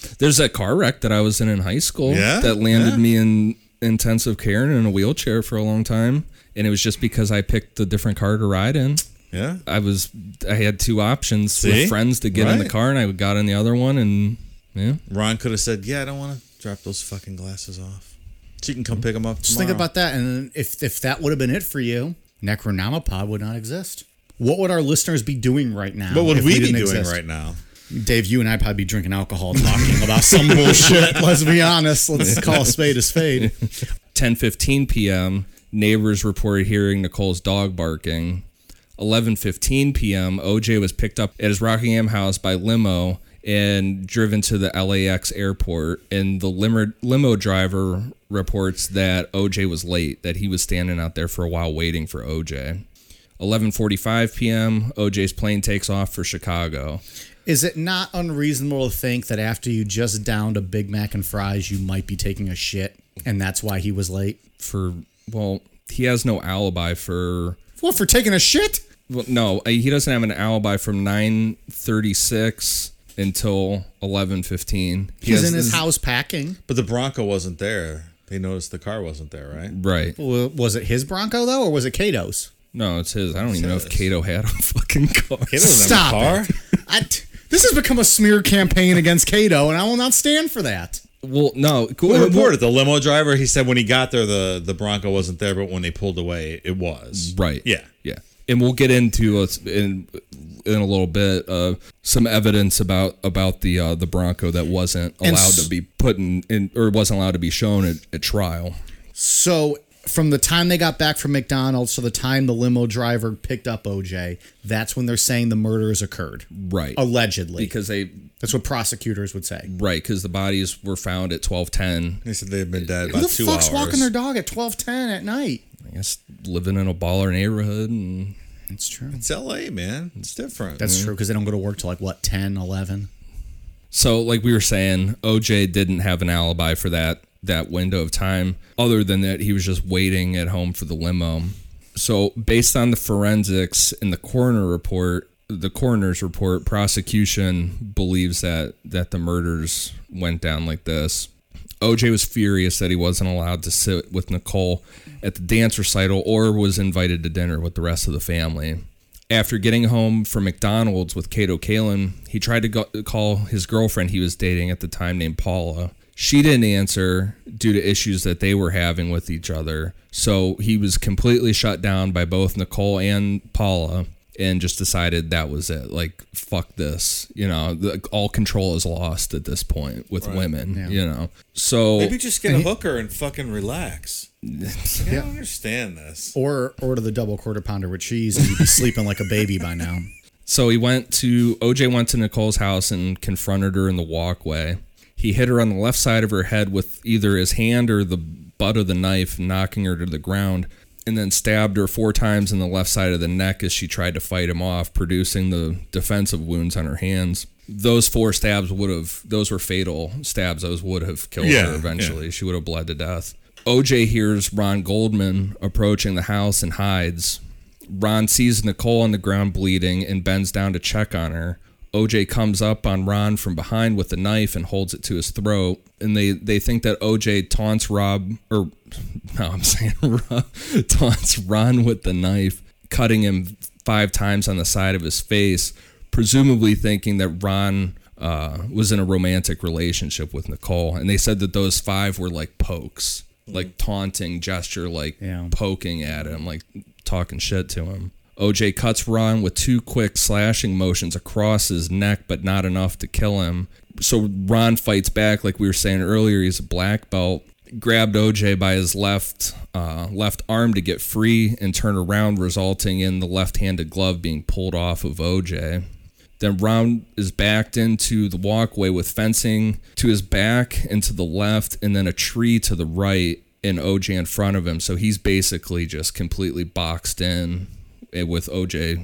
S3: Yeah.
S2: There's that car wreck that I was in in high school
S3: Yeah,
S2: that landed
S3: yeah.
S2: me in intensive care and in a wheelchair for a long time. And it was just because I picked the different car to ride in.
S3: Yeah.
S2: I was I had two options
S3: See?
S2: with friends to get in the
S3: Right.
S2: car, and I got in the other one, and yeah,
S3: Ron could have said, "Yeah, I don't want to drop those fucking glasses off. She can come pick them up."
S1: Just
S3: tomorrow.
S1: think about that, and if if that would have been it for you, Necronomipod would not exist. What would our listeners be doing right now?
S3: What would
S1: if
S3: we, be
S1: didn't
S3: doing
S1: exist?
S3: right now?
S1: Dave, you and I probably be drinking alcohol, talking about some bullshit. Let's be honest. Let's call a spade a spade.
S2: 10:15 p.m. Neighbors reported hearing Nicole's dog barking. 11:15 p.m. OJ was picked up at his Rockingham house by limo and driven to the LAX airport. And the limo, limo driver reports that OJ was late, that he was standing out there for a while waiting for OJ. 11:45 p.m. OJ's plane takes off for Chicago.
S1: Is it not unreasonable to think that after you just downed a Big Mac and fries, you might be taking a shit, and that's why he was late?
S2: for well, he has no alibi for
S1: What for taking a shit?
S2: well, no, uh, he doesn't have an alibi from 9:36 until 11:15. He
S1: He's
S2: has
S1: in his
S2: this-
S1: house packing.
S3: But the Bronco wasn't there. They noticed the car wasn't there, right?
S2: Right.
S1: Well, Was it his Bronco though, or was it Cato's?
S2: No, it's his. I don't even know if
S3: his.
S2: Cato had a fucking car.
S3: He doesn't have a
S1: Stop it. I t- this has become a smear campaign against Cato, and I will not stand for that.
S2: Well, no.
S3: Who reported the limo driver? He said when he got there, the the Bronco wasn't there, but when they pulled away, it was.
S2: Right.
S3: Yeah.
S2: Yeah. And we'll get into uh, in in a little bit uh, some evidence about about the uh, the Bronco that wasn't allowed
S1: And s-
S2: to be put in, in or wasn't allowed to be shown at, at trial.
S1: So from the time they got back from McDonald's to the time the limo driver picked up OJ, that's when they're saying the murders occurred,
S2: Right.
S1: allegedly.
S2: because they
S1: That's what prosecutors would say.
S2: Right, because the bodies were found at 1210.
S3: They said they've been dead
S1: Who
S3: about
S1: the
S3: two
S1: fuck's
S3: hours.
S1: walking their dog at twelve ten at night?
S2: I guess living in a baller neighborhood and
S1: That's true. Mm-hmm.
S3: it's L.A., man. It's different.
S1: That's true because they don't go to work till like what 10, 11?
S2: So, like we were saying, OJ didn't have an alibi for that that window of time, other than that he was just waiting at home for the limo. So, based on the forensics in the coroner report, the coroner's report, prosecution believes that that the murders went down like this. OJ was furious that he wasn't allowed to sit with Nicole at the dance recital or was invited to dinner with the rest of the family. After getting home from McDonald's with Kato Kalin, he tried to go- call his girlfriend he was dating at the time named Paula. She didn't answer due to issues that they were having with each other. So he was completely shut down by both Nicole and Paula and just decided that was it. Like, fuck this. You know, the, all control is lost at this point with women, you know. So
S3: Maybe just get a hooker and fucking relax. I
S1: Yeah.
S3: don't understand this.
S1: Or order the double quarter pounder with cheese and you'd be sleeping like a baby by now.
S2: So he went to OJ went to Nicole's house and confronted her in the walkway. He hit her on the left side of her head with either his hand or the butt of the knife, knocking her to the ground, and then stabbed her four times in the left side of the neck as she tried to fight him off, producing the defensive wounds on her hands. Those four stabs would have those were fatal stabs. Those would have killed
S3: Yeah,
S2: her
S3: yeah.
S2: eventually. She would have bled to death. OJ hears Ron Goldman approaching the house and hides. Ron sees Nicole on the ground bleeding and bends down to check on her. OJ comes up on Ron from behind with a knife and holds it to his throat. And they, they think that OJ taunts Rob, or no, I'm saying Rob, taunts Ron with the knife, cutting him five times on the side of his face, presumably thinking that Ron uh, was in a romantic relationship with Nicole. And they said that those five were like pokes, like taunting gesture, like
S1: Yeah.
S2: poking at him, like talking shit to him. OJ cuts Ron with two quick slashing motions across his neck, but not enough to kill him. So Ron fights back, like we were saying earlier. He's a black belt. Grabbed OJ by his left uh, left arm to get free and turn around, resulting in the left-handed glove being pulled off of OJ. Then Ron is backed into the walkway with fencing to his back and to the left, and then a tree to the right, and OJ in front of him. So he's basically just completely boxed in eh, with OJ,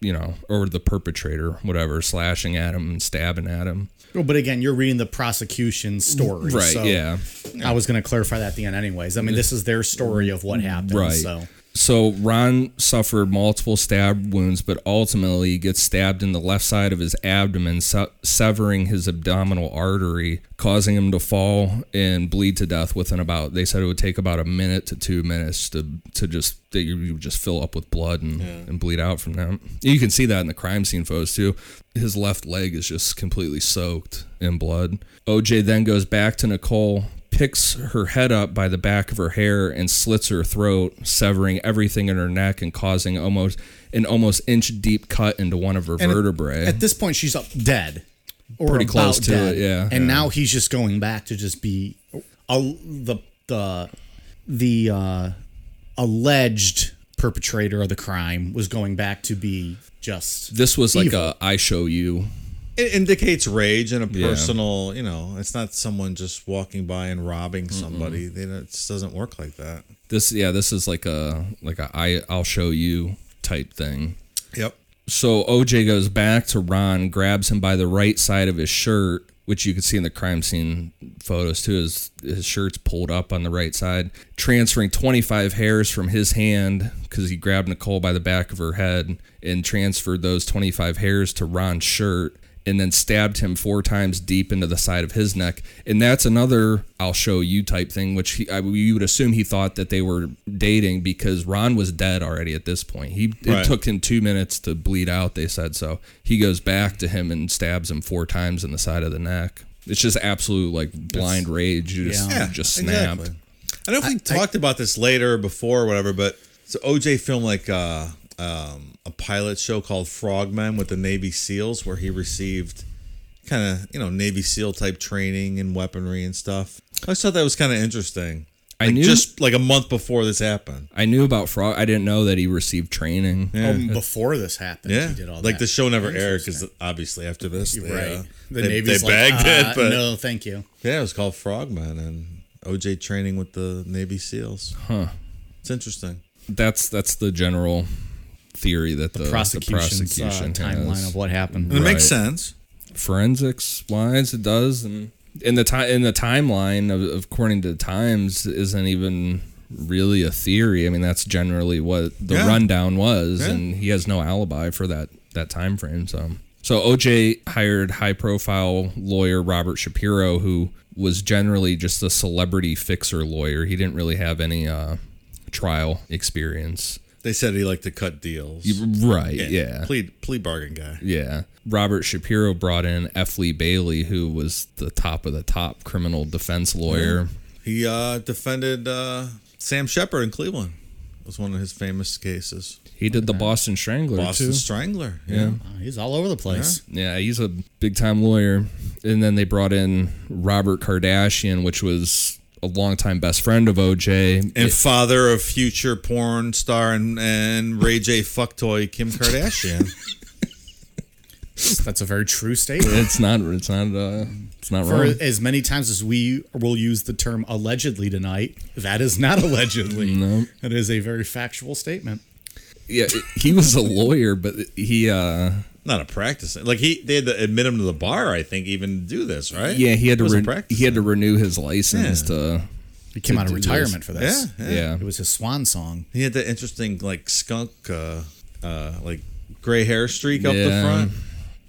S2: you know, or the perpetrator, whatever, slashing at him and stabbing at him.
S1: Well, but again, you're reading the prosecution story.
S2: Right,
S1: so
S2: yeah.
S1: I was going to clarify that at the end, anyways. I mean, this is their story of what happened.
S2: Right.
S1: So
S2: So Ron suffered multiple stab wounds, but ultimately gets stabbed in the left side of his abdomen, se- severing his abdominal artery, causing him to fall and bleed to death within about. They said it would take about a minute to two minutes to to just that you, you just fill up with blood and, and bleed out from them. You can see that in the crime scene photos too. His left leg is just completely soaked in blood. OJ then goes back to Nicole, picks her head up by the back of her hair and slits her throat, severing everything in her neck and causing almost an almost inch deep cut into one of her
S1: at-
S2: vertebrae.
S1: at this point, she's up dead. Or
S2: Pretty
S1: about
S2: close to
S1: dead.
S2: it, yeah.
S1: And now he's just going back to just be a, the the the uh, alleged perpetrator of the crime was going back to be just
S2: this was like
S1: evil.
S2: a I show you.
S3: It indicates rage and a personal. You know, it's not someone just walking by and robbing somebody. They don't- It just doesn't work like that.
S2: This yeah, this is like a like a I I'll show you type thing.
S3: Yep.
S2: So OJ goes back to Ron, grabs him by the right side of his shirt, which you can see in the crime scene photos too. His his shirt's pulled up on the right side, transferring 25 hairs from his hand because he grabbed Nicole by the back of her head and transferred those 25 hairs to Ron's shirt. And then stabbed him four times deep into the side of his neck, and that's another "I'll show you" type thing, which he, I, you would assume he thought that they were dating because Ron was dead already at this point. He it
S3: Right.
S2: took him two minutes to bleed out, they said. So he goes back to him and stabs him four times in the side of the neck. It's just absolute like blind rage. You just,
S1: Yeah.
S2: you just snapped.
S3: I don't know if we talked about this later or before or whatever, but so OJ filmed like uh, um, a pilot show called Frogmen with the Navy SEALs where he received kind of, you know, Navy SEAL type training and weaponry and stuff. I just thought that was kind of interesting.
S2: I
S3: Like,
S2: knew
S3: just like a month before this happened.
S2: I knew about Frog. I didn't know that he received training.
S3: Yeah.
S1: Um, before this happened,
S3: Yeah,
S1: he did all
S3: like
S1: that.
S3: the show never aired because obviously after this, they,
S1: right?
S3: uh,
S1: the
S3: they,
S1: Navy's
S3: they
S1: like,
S3: bagged
S1: uh,
S3: it. But
S1: no, thank you.
S3: yeah, it was called Frogman and OJ training with the Navy SEALs. Huh, it's interesting.
S2: That's that's the general theory that the, the
S1: Prosecution's
S2: prosecution
S1: uh, timeline
S2: has.
S1: of what happened.
S3: And it makes
S2: Right.
S3: sense.
S2: forensics wise it does and in the time in the timeline of, of according to the times isn't even really a theory i mean that's generally what the
S3: Yeah.
S2: rundown was
S3: Yeah.
S2: and he has no alibi for that that time frame so so oj hired high profile lawyer robert shapiro who was generally just a celebrity fixer lawyer he didn't really have any uh trial experience
S3: They said he liked to cut deals.
S2: right yeah
S3: plea plea bargain guy.
S2: yeah. Robert Shapiro brought in F. Lee Bailey, who was the top of the top criminal defense lawyer.
S3: He uh, defended uh, Sam Shepard in Cleveland. It was one of his famous cases.
S2: He did the Boston Strangler,
S3: Boston
S2: too.
S3: Strangler.
S2: Yeah.
S1: Uh, he's all over the place.
S2: yeah, he's a big time lawyer. And then they brought in Robert Kardashian, which was a longtime best friend of OJ.
S3: And father of future porn star and, and Ray J fucktoy Kim Kardashian.
S1: That's a very true statement.
S2: it's not, it's not, uh, it's not
S1: For
S2: wrong.
S1: as many times as we will use the term allegedly tonight, that is not allegedly.
S2: No.
S1: That is a very factual statement.
S2: yeah, he was a lawyer, but he, uh,
S3: Not a practice. Like he, they had to admit him to the bar. I think even to do this, right?
S2: yeah, he had to,
S3: Wasn't
S2: re-
S3: practicing.
S2: he had to renew his license
S3: Yeah.
S2: to,
S1: He came
S2: To
S1: out of
S2: do this.
S1: retirement for this.
S3: Yeah, yeah.
S2: yeah.
S1: It was his swan song.
S3: He had that interesting like skunk, uh, uh, like gray hair streak up the
S2: Yeah.
S3: front.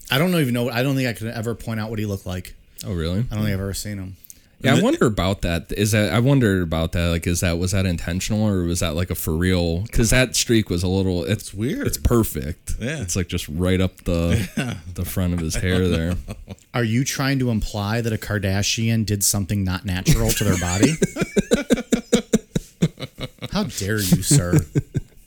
S1: I don't know even know. I don't think I could ever point out what he looked like.
S2: Oh, really?
S1: I don't think I've ever seen him.
S2: Yeah, I wonder about that. Is that I wondered about that? Like, is that was that intentional or was that like a for real? Because that streak was a little. It's
S3: weird.
S2: It's perfect.
S3: Yeah.
S2: it's like just right up the the front of his hair there.
S1: Are you trying to imply that a Kardashian did something not natural to their body? How dare you, sir?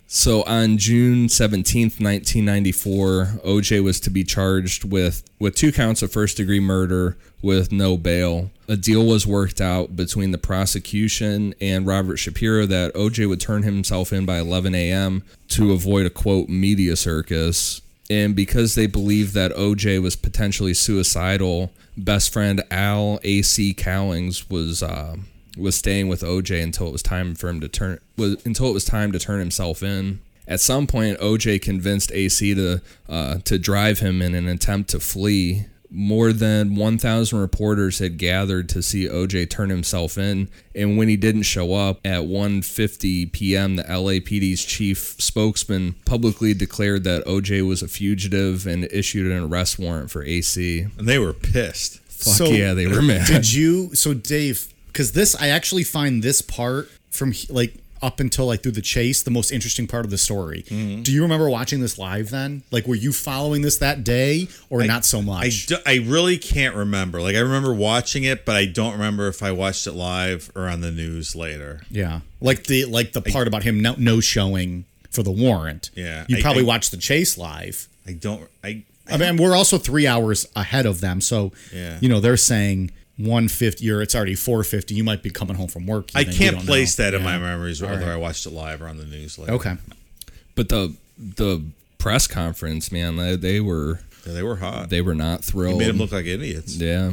S2: So on June seventeenth, nineteen ninety four, OJ was to be charged with with two counts of first degree murder with no bail. A deal was worked out between the prosecution and Robert Shapiro that OJ would turn himself in by eleven a.m. to avoid a quote media circus. And because they believed that OJ was potentially suicidal, best friend Al A.C. Cowlings was uh, was staying with OJ until it was time for him to turn was until it was time to turn himself in. At some point, OJ convinced AC to uh, to drive him in an attempt to flee. More than 1,000 reporters had gathered to see OJ turn himself in, and when he didn't show up at 1:50 p.m., the LAPD's chief spokesman publicly declared that OJ was a fugitive and issued an arrest warrant for AC.
S3: And they were pissed.
S2: Fuck yeah, they were mad.
S1: Did you? So, Dave, because this, I actually find this part from he- like up until like through the chase the most interesting part of the story.
S3: Mm-hmm.
S1: Do you remember watching this live then? Like, were you following this that day or not so
S3: I,
S1: much?
S3: do- I really can't remember. Like I remember watching it, but I don't remember if I watched it live or on the news later.
S1: yeah, like the like the part about him no, no showing for the warrant.
S3: Yeah,
S1: you
S3: I-
S1: probably
S3: I-
S1: watched the chase live.
S3: I don't. I
S1: I mean, we're also three hours ahead of them. So,
S3: Yeah.
S1: you know, they're saying 150 or it's already 450. You might be coming home from work.
S3: I
S1: even, you
S3: can't
S1: don't
S3: place
S1: know.
S3: that in
S1: Yeah.
S3: my memories whether I watched it live or on the news later.
S1: Okay.
S2: But the the press conference, man, they, they were
S3: Yeah, they were hot. They
S2: they were not thrilled.
S3: made them look like idiots.
S2: Yeah.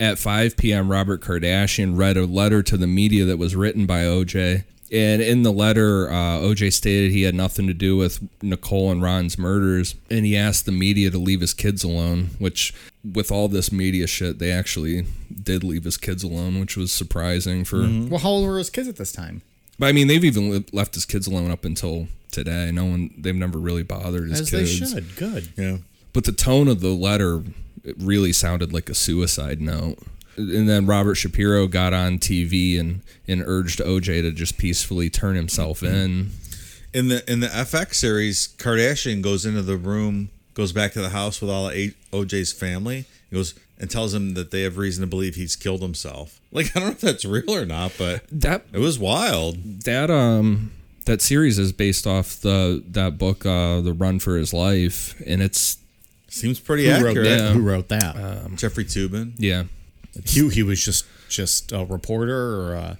S2: At 5 p.m., Robert Kardashian read a letter to the media that was written by OJ. And in the letter, uh, OJ stated he had nothing to do with Nicole and Ron's murders. And he asked the media to leave his kids alone, which, with all this media shit, they actually did leave his kids alone, which was surprising for.
S3: Mm-hmm.
S1: Well, how old were his kids at this time?
S2: But I mean, they've even li- left his kids alone up until today. No one, they've never really bothered his
S1: As they
S2: kids.
S1: should. Good.
S3: Yeah.
S2: But the tone of the letter it really sounded like a suicide note. And then Robert Shapiro got on TV and, and urged OJ to just peacefully turn himself in.
S3: In the in the FX series, Kardashian goes into the room, goes back to the house with all of A- OJ's family. He goes and tells him that they have reason to believe he's killed himself. Like I don't know if that's real or not, but
S2: That
S3: it was wild.
S2: that um that series is based off the that book uh The Run for His Life and it's
S3: Seems pretty
S1: Who wrote
S3: accurate.
S1: that? Who wrote that?
S2: Uh,
S3: Jeffrey Tubin.
S2: yeah.
S1: he, he was just just a reporter or a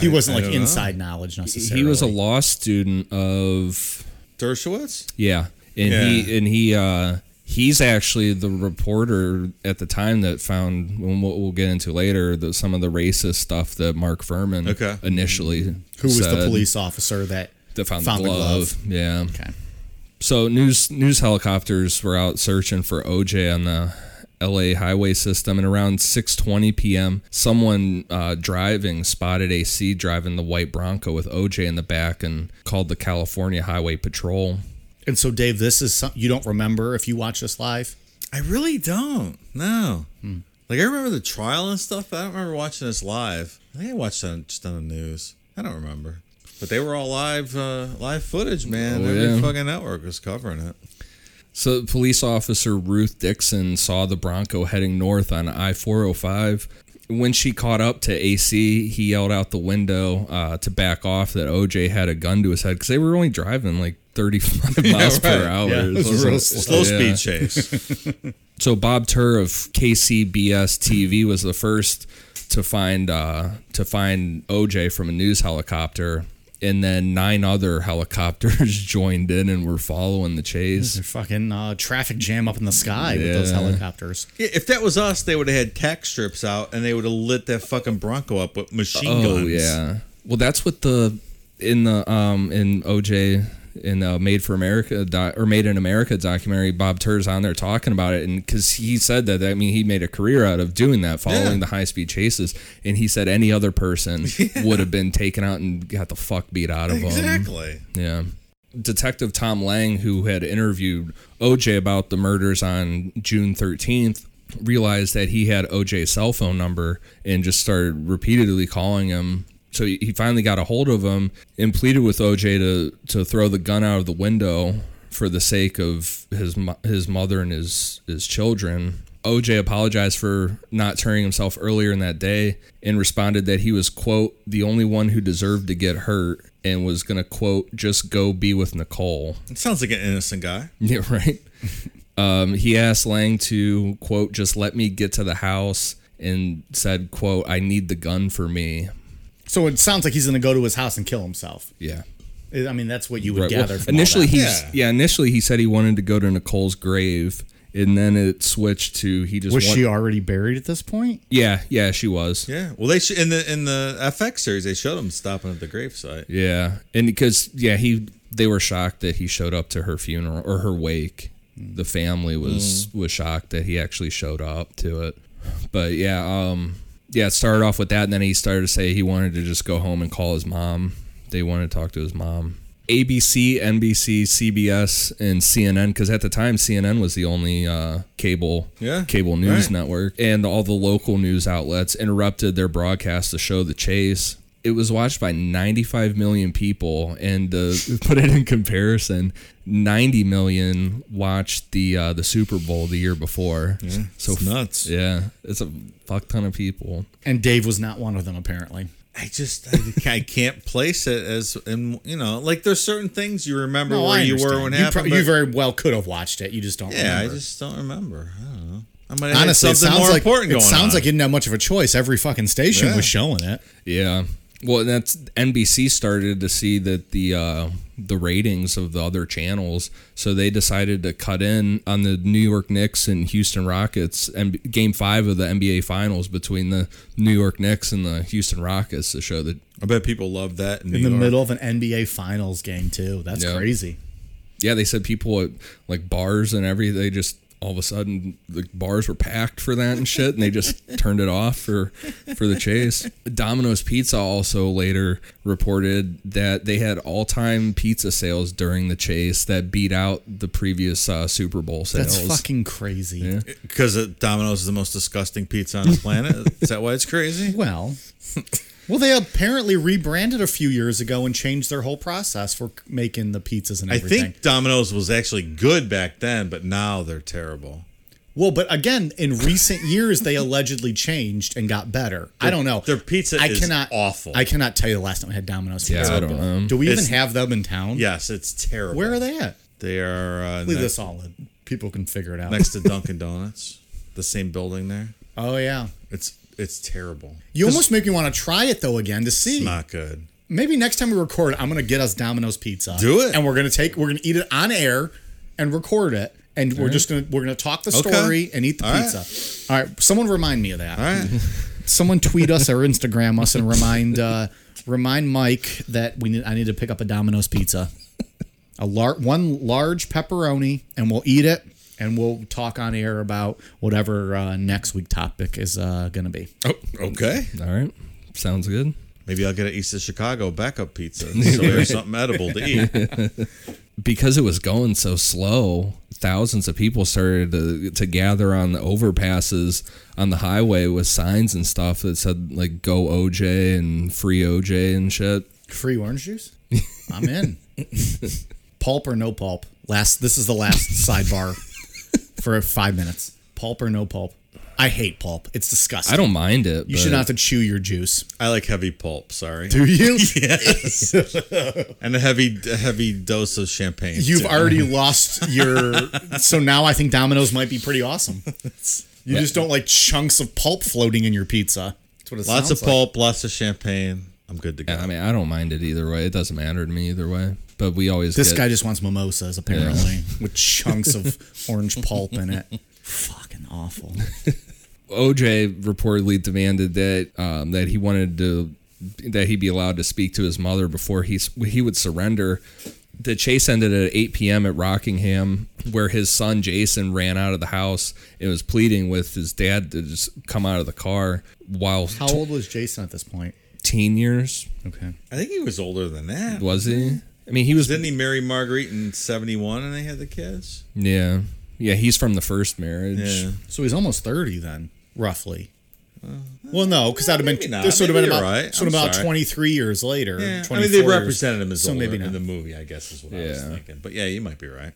S1: He wasn't
S3: I
S1: like
S3: don't know.
S1: inside knowledge necessarily.
S2: He was a law student of
S3: Dershowitz?
S2: yeah, and
S3: Yeah.
S2: he and he uh, he's actually the reporter at the time that found, and what we'll get into later, that some of the racist stuff that Mark Furman
S3: Okay.
S2: initially
S1: who was the
S2: said
S1: police officer that
S2: that found, the, glove. Yeah.
S1: Okay.
S2: So news news helicopters were out searching for OJ on the LA highway system, and around 6:20 p.m., someone uh, driving spotted AC driving the white Bronco with OJ in the back, and called the California Highway Patrol.
S1: And so, Dave, this is some, you don't remember if you watch this live.
S3: I really don't. No.
S2: Hmm.
S3: Like I remember the trial and stuff, but I don't remember watching this live. I think I watched it on, just on the news. I don't remember. But they were all live uh, live footage, man.
S2: Oh,
S3: Every
S2: yeah.
S3: fucking network was covering it.
S2: So police officer Ruth Dixon saw the Bronco heading north on I-405. When she caught up to AC, he yelled out the window uh, to back off that OJ had a gun to his head because they were only driving like 35 miles per
S3: right.
S2: hour.
S1: Yeah, it was
S2: This is
S1: real
S2: a-
S3: Slow
S2: yeah.
S3: speed chase.
S2: So Bob Turr of KCBS TV was the first to find uh, to find OJ from a news helicopter, and then nine other helicopters joined in and were following the chase.
S1: There's a fucking uh, traffic jam up in the sky with those
S2: Yeah.
S1: helicopters.
S3: Yeah, if that was us, they would have had tack strips out and they would have lit that fucking Bronco up with machine
S2: Oh
S3: guns.
S2: yeah. Well, that's what the in the um in OJ in the Made for America doc, or Made in America documentary, Bob Turr's on there talking about it, and because he said that, I mean, he made a career out of doing that, following
S3: Yeah.
S2: the high speed chases, and he said any other person would have been taken out and got the fuck beat out of them.
S3: Exactly.
S2: Yeah. Detective Tom Lang, who had interviewed OJ about the murders on June 13th, realized that he had OJ's cell phone number and just started repeatedly calling him. So he he finally got a hold of him and pleaded with OJ to, to throw the gun out of the window for the sake of his mo- his mother and his his children. OJ apologized for not turning himself earlier in that day and responded that he was quote the only one who deserved to get hurt and was going to quote just go be with Nicole.
S3: It sounds like an innocent guy.
S2: Yeah, right. um, he asked Lang to quote just let me get to the house and said quote I need the gun for me.
S1: So it sounds like he's going to go to his house and kill himself.
S2: Yeah.
S1: I I mean, that's what you would
S2: Right, well,
S1: gather. from all
S2: initially,
S1: that.
S2: he's
S3: Yeah.
S2: yeah. Initially, he said he wanted to go to Nicole's grave, and then it switched to he just
S1: was
S2: want-
S1: she already buried at this point?
S2: Yeah, yeah, she was. Yeah,
S3: Yeah. Well, they sh- in the in the FX series they showed him stopping at the gravesite.
S2: and because yeah, he they were shocked that he showed up to her funeral or her wake. The family was
S3: Mm-hmm.
S2: was shocked that he actually showed up to it. But yeah, um, yeah, it started off with that, and then he started to say he wanted to just go home and call his mom. They wanted to talk to his mom. ABC, NBC, CBS, and CNN, because at the time CNN was the only uh, cable
S3: Yeah,
S2: cable news
S3: right.
S2: network, and all the local news outlets interrupted their broadcast to show the chase. It was watched by 95 million people, and uh, put it in comparison, 90 million watched the uh, the Super Bowl the year before. so
S3: It's nuts.
S2: yeah, it's a fuck ton of people.
S1: And Dave was not one of them, apparently.
S3: I just I, I can't place it as and you know like there's certain things you remember
S1: No,
S3: where
S1: I
S3: you
S1: understand.
S3: were when
S1: you
S3: happened.
S1: pro- you
S3: but-
S1: very well could have watched it. You just don't.
S3: yeah, I
S1: remember.
S3: just don't remember. I don't know. I might have had
S1: honestly, it
S3: something
S1: sounds
S3: more
S1: like it
S3: important going
S1: sounds
S3: on.
S1: like you didn't have much of a choice. Every fucking station
S3: Yeah.
S1: was showing it.
S2: Yeah. Well, and that's NBC started to see that the uh, the ratings of the other channels, so they decided to cut in on the New York Knicks and Houston Rockets and Game Five of the NBA Finals between the New York Knicks and the Houston Rockets to show that.
S3: I bet people love that in,
S1: in
S3: New
S1: the
S3: York.
S1: middle of an NBA Finals game too. That's
S2: Yeah.
S1: crazy.
S2: Yeah, they said people at like bars and everything. They just all of a sudden the bars were packed for that and shit, and they just turned it off for for the chase. Domino's Pizza also later reported that they had all time pizza sales during the chase that beat out the previous uh, Super Bowl sales.
S1: That's fucking crazy.
S3: Because Domino's is the most disgusting pizza on the planet. is that why it's crazy?
S1: Well, well, they apparently rebranded a few years ago and changed their whole process for making the pizzas and
S3: I
S1: everything.
S3: think Domino's was actually good back then, but now they're terrible.
S1: Well, but again, in recent years, they allegedly changed and got better. I don't know.
S3: their pizza is awful.
S1: I cannot tell you the last time I had Domino's.
S2: Yeah,
S1: pizza.
S2: I don't know.
S1: Do we even
S3: It's-
S1: have them in town?
S3: Yes, it's terrible.
S1: Where are they at?
S3: They are uh,
S1: Leave
S3: next,
S1: this all in. People can figure it out.
S3: next to Dunkin' Donuts, the same building there.
S1: Oh yeah.
S3: It's it's terrible.
S1: You almost make me want to try it though again to see.
S3: It's not good.
S1: Maybe next time we record, I'm gonna get us Domino's pizza.
S3: Do it.
S1: and we're gonna take we're gonna eat it on air and record it, and we're just gonna we're gonna talk the
S3: Okay.
S1: story and eat the
S3: All right.
S1: pizza. All right, someone remind me of that.
S3: All right.
S1: Someone tweet us or Instagram us and remind uh, remind Mike that we need I need to pick up a Domino's pizza, a lar- one large pepperoni, and we'll eat it. And we'll talk on air about whatever uh, next week topic is uh, going to be.
S3: Oh, okay.
S2: All right. Sounds good.
S3: Maybe I'll get an East of Chicago backup pizza so there's something edible to eat.
S2: Because it was going so slow, thousands of people started to, to gather on the overpasses on the highway with signs and stuff that said, like, go OJ and free OJ and shit.
S1: Free orange juice? I'm in. pulp or no pulp? Last this is the last sidebar for five minutes. Pulp or no pulp? I hate pulp. It's disgusting.
S2: I don't mind it.
S1: you should not
S2: but-
S1: have to chew your juice.
S3: I like heavy pulp. Sorry,
S1: Do you?
S3: and a heavy a heavy dose of champagne.
S1: You've
S3: too.
S1: already lost your so now I think Domino's might be pretty awesome. You just don't like chunks of pulp floating in your pizza. That's what it
S3: lots
S1: sounds
S3: of
S1: like.
S3: pulp, lots of champagne. I'm good to go.
S2: I mean, I don't mind it either way. It doesn't matter to me either way. But we always
S1: This
S2: get-
S1: guy just wants mimosas apparently with chunks of orange pulp in it. Fucking awful.
S2: OJ reportedly demanded that um, that he wanted to that he be allowed to speak to his mother before he he would surrender. The chase ended at 8 p.m. at Rockingham, where his son Jason ran out of the house and was pleading with his dad to just come out of the car. While
S1: How old was Jason at this point?
S2: teen years
S1: Okay.
S3: I think he was older than that.
S2: was he? I mean, he was.
S3: Didn't he marry Marguerite in '71 and they had the kids?
S2: Yeah, yeah. He's from the first marriage.
S3: Yeah.
S1: So he's almost thirty then, roughly. well, no, because that'd have
S3: Uh, maybe
S1: been
S3: not.
S1: this would have been
S3: Maybe
S1: about
S3: you're right.
S1: sort of
S3: I'm
S1: about
S3: sorry.
S1: twenty three years later.
S3: Yeah, I
S1: 24
S3: mean, they
S1: years.
S3: represented him as
S1: so
S3: older
S1: maybe
S3: in
S1: not.
S3: the movie, I guess is what I was
S2: Yeah.
S3: thinking. But yeah, you might be right.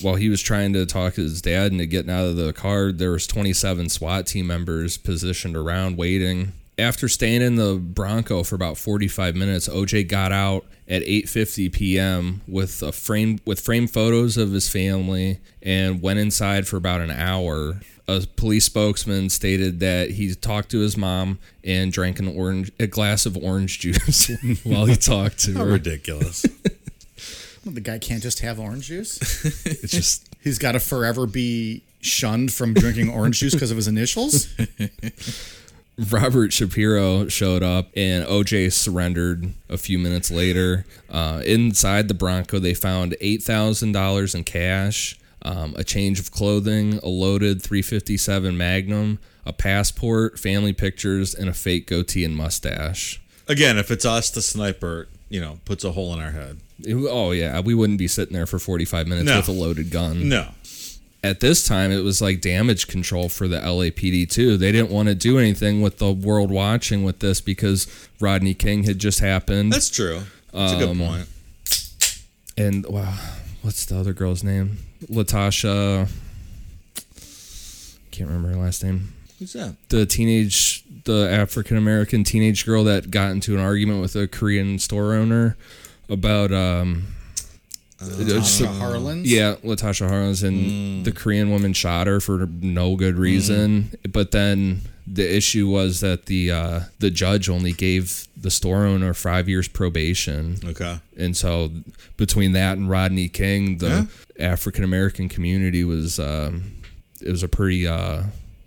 S2: while he was trying to talk to his dad into getting out of the car, there was 27 SWAT team members positioned around waiting. After staying in the Bronco for about 45 minutes, OJ got out at 8:50 p.m. with a frame with frame photos of his family and went inside for about an hour. A police spokesman stated that he talked to his mom and drank an orange a glass of orange juice while he talked to her.
S3: Ridiculous.
S1: Well, the guy can't just have orange juice.
S2: It's just
S1: he's got to forever be shunned from drinking orange juice because of his initials.
S2: Uh, Robert Shapiro showed up and OJ surrendered a few minutes later. Uh, inside the Bronco, they found $8,000 in cash, um, a change of clothing, a loaded 357 Magnum, a passport, family pictures, and a fake goatee and mustache.
S3: Again, if it's us, the sniper, you know, puts a hole in our head.
S2: It- oh, yeah, we wouldn't be sitting there for 45 minutes
S3: No.
S2: with a loaded gun.
S3: No.
S2: at this time it was like damage control for the LAPD too. They didn't want to do anything with the world watching with this because Rodney King had just happened.
S3: That's true. That's
S1: Um,
S3: a good point.
S2: and wow, what's the other girl's name? Latasha can't remember her last name.
S3: Who's that?
S2: The teenage the African American teenage girl that got into an argument with a Korean store owner about um just-
S1: Tasha Harlan.
S2: Yeah, Latasha Harlins and the Korean woman shot her for no good reason. But then the issue was that the uh, the judge only gave the store owner five years probation,
S3: Okay.
S2: and so between that and Rodney King, the African American community was um, it was a pretty uh,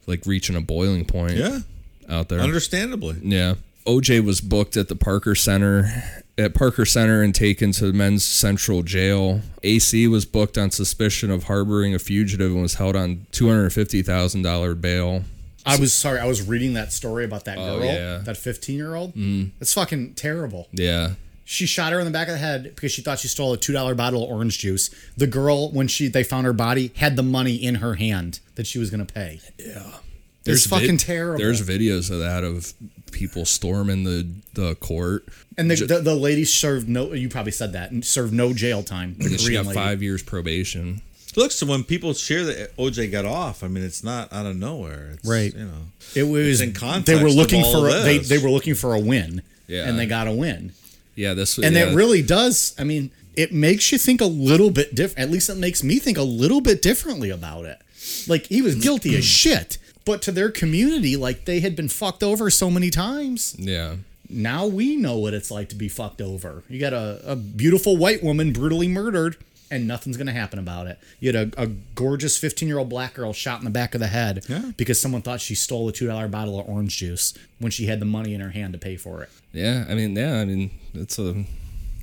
S2: like reaching a boiling point.
S3: Yeah.
S2: out there.
S3: Understandably.
S2: Yeah. OJ was booked at the Parker Center at Parker Center and taken to the men's central jail. AC was booked on suspicion of harboring a fugitive and was held on two hundred and fifty thousand dollar bail.
S1: I was sorry. I was reading that story about that girl,
S2: Oh, yeah. Mm.
S1: that fifteen year old. That's fucking terrible.
S2: Yeah.
S1: She shot her in the back of the head because she thought she stole a two dollar bottle of orange juice. The girl, when she they found her body, had the money in her hand that she was gonna pay. Yeah, it's
S2: vi-
S1: fucking terrible.
S2: There's videos of that of people storming the, the court.
S1: and the, the the lady served no. You probably said that and served no jail time. The
S2: She
S1: Korean
S2: got
S1: lady.
S2: five years probation.
S3: Look, so when people share that OJ got off, I mean, it's not out of nowhere. It's,
S1: Right.
S3: You know.
S1: It was
S3: in context
S1: They were
S3: of
S1: looking
S3: all
S1: for a,
S3: of
S1: they
S3: this.
S1: they were looking for a win.
S2: Yeah.
S1: and they got a win.
S2: Yeah, this
S1: And
S2: yeah,
S1: that really does. I mean, it makes you think a little bit different. At least it makes me think a little bit differently about it. Like he was guilty as shit. But to their community, like they had been fucked over so many times.
S2: Yeah.
S1: Now we know what it's like to be fucked over. You got a, a beautiful white woman brutally murdered, and nothing's going to happen about it. You had a, a gorgeous 15 year old black girl shot in the back of the head because someone thought she stole a $2 bottle of orange juice when she had the money in her hand to pay for it.
S2: Yeah. I mean, yeah. I mean, it's a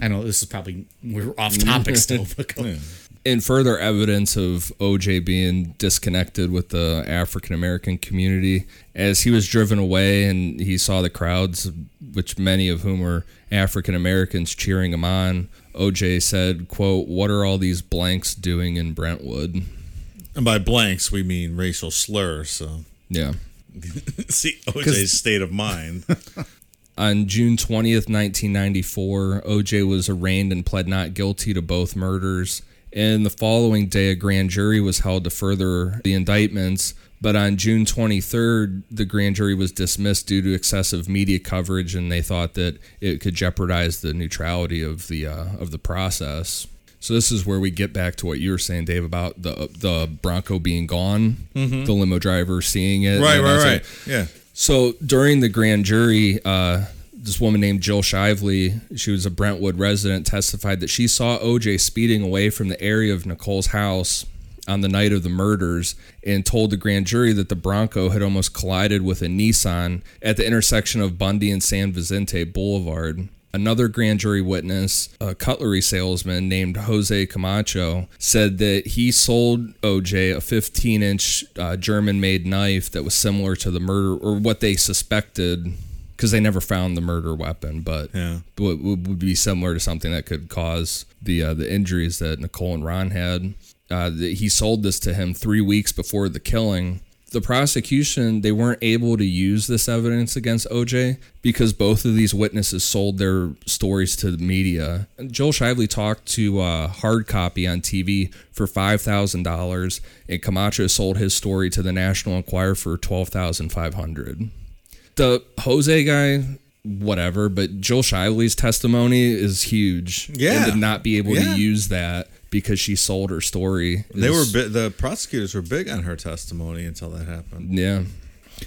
S1: I know this is probably, we're off topic still. But go-
S2: and further evidence of OJ being disconnected with the African American community as he was driven away and he saw the crowds, which many of whom were African Americans cheering him on. OJ said, "Quote: What are all these blanks doing in Brentwood?"
S3: And by blanks, we mean racial slurs. So
S2: Yeah.
S3: see OJ's state of mind.
S2: On June 20th, 1994, OJ was arraigned and pled not guilty to both murders. And the following day, a grand jury was held to further the indictments. But on June 23rd, the grand jury was dismissed due to excessive media coverage, and they thought that it could jeopardize the neutrality of the uh, of the process. So this is where we get back to what you were saying, Dave, about the the Bronco being gone, the limo driver seeing it,
S3: Mm-hmm. right,
S2: and
S3: right,
S2: that's it.
S3: right. Yeah.
S2: So during the grand jury, uh, this woman named Jill Shively, she was a Brentwood resident, testified that she saw OJ speeding away from the area of Nicole's house on the night of the murders and told the grand jury that the Bronco had almost collided with a Nissan at the intersection of Bundy and San Vicente Boulevard. Another grand jury witness, a cutlery salesman named Jose Camacho, said that he sold OJ a 15 inch uh, German made knife that was similar to the murder or what they suspected because they never found the murder weapon, but
S3: Yeah.
S2: would, would would be similar to something that could cause the uh, the injuries that Nicole and Ron had. Uh, th- he sold this to him three weeks before the killing. The prosecution they weren't able to use this evidence against OJ because both of these witnesses sold their stories to the media. Joel Shively talked to uh, Hard Copy on TV for five thousand dollars, and Camacho sold his story to the National Enquirer for twelve thousand five hundred the Jose guy, whatever, but Jill Shively's testimony is huge.
S3: Yeah.
S2: And to not be able
S3: Yeah.
S2: to use that because she sold her story.
S3: They were
S2: is-
S3: bi- the prosecutors were big on her testimony until that happened.
S2: Yeah.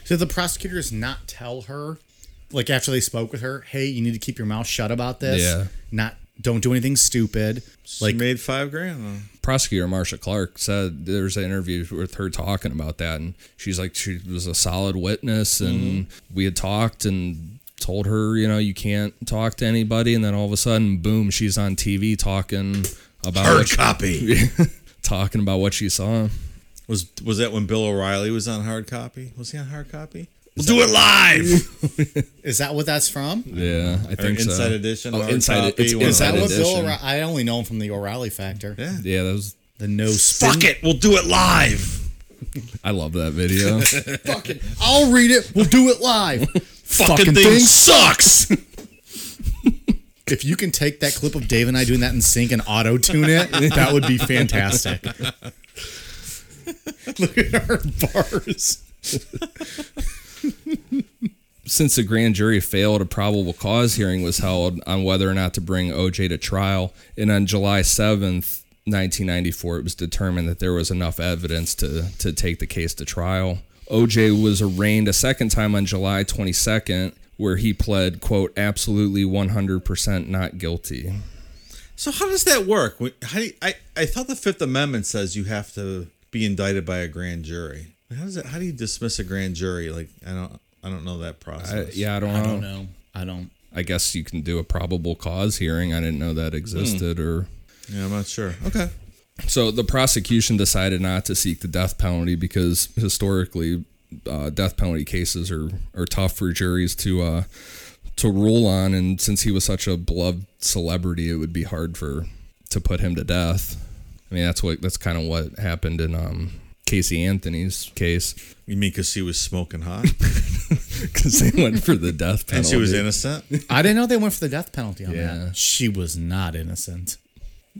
S1: Did the prosecutors not tell her, like after they spoke with her, hey, you need to keep your mouth shut about this?
S2: Yeah.
S1: Not, don't do anything stupid.
S3: she made five grand though.
S2: Prosecutor Marsha Clark said there's an interview with her talking about that. And she's like, she was a solid witness. And
S3: Mm-hmm.
S2: we had talked and told her, you know, you can't talk to anybody. And then all of a sudden, boom, she's on TV talking about, what she-
S3: copy
S2: talking about what she saw.
S3: was was that when Bill O'Reilly was on hard copy? Was he on hard copy? We'll do it live.
S1: Is that what that's from?
S2: Yeah, I think so.
S3: Inside Edition,
S2: Oh,
S3: Hard
S2: inside
S3: Copy,
S2: it's
S3: one of
S1: Is that
S2: Inside
S1: what Bill
S2: Edition.
S1: O'Reilly? I only know him from the O'Reilly Factor.
S3: Yeah.
S2: Yeah, that was.
S1: The no spin.
S3: Fuck it, we'll do it live.
S2: I love that video.
S1: Fuck it. I'll read it. We'll do it live.
S3: Fucking thing sucks.
S1: If you can take that clip of Dave and I doing that in sync and auto tune it, that would be fantastic. Look at our bars.
S2: Since the grand jury failed, a probable cause hearing was held on whether or not to bring OJ to trial. And on July 7th, 1994, it was determined that there was enough evidence to, to take the case to trial. OJ was arraigned a second time on July 22nd, where he pled, quote, absolutely 100% not guilty.
S3: So how does that work? Wh- How do you- I I thought the Fifth Amendment says you have to be indicted by a grand jury. How does it? How do you dismiss a grand jury? Like I don't I don't know that
S2: I,
S3: process.
S2: Uh, yeah, I don't,
S1: I don't
S2: know.
S1: know. Oh, I don't.
S2: I guess you can do a probable cause hearing. I didn't know that existed or
S3: yeah, I'm not sure. Okay,
S2: So the prosecution decided not to seek the death penalty because historically, uh, death penalty cases are are tough for juries to uh, to rule on, and since he was such a beloved celebrity, it would be hard for to put him to death. I mean, that's what that's kind of what happened in um, Casey Anthony's case
S3: you mean because she was smoking hot
S2: because they went for the death penalty.
S3: and she was innocent?
S1: I didn't know they went for the death penalty on
S2: Yeah.
S1: that. She was not innocent.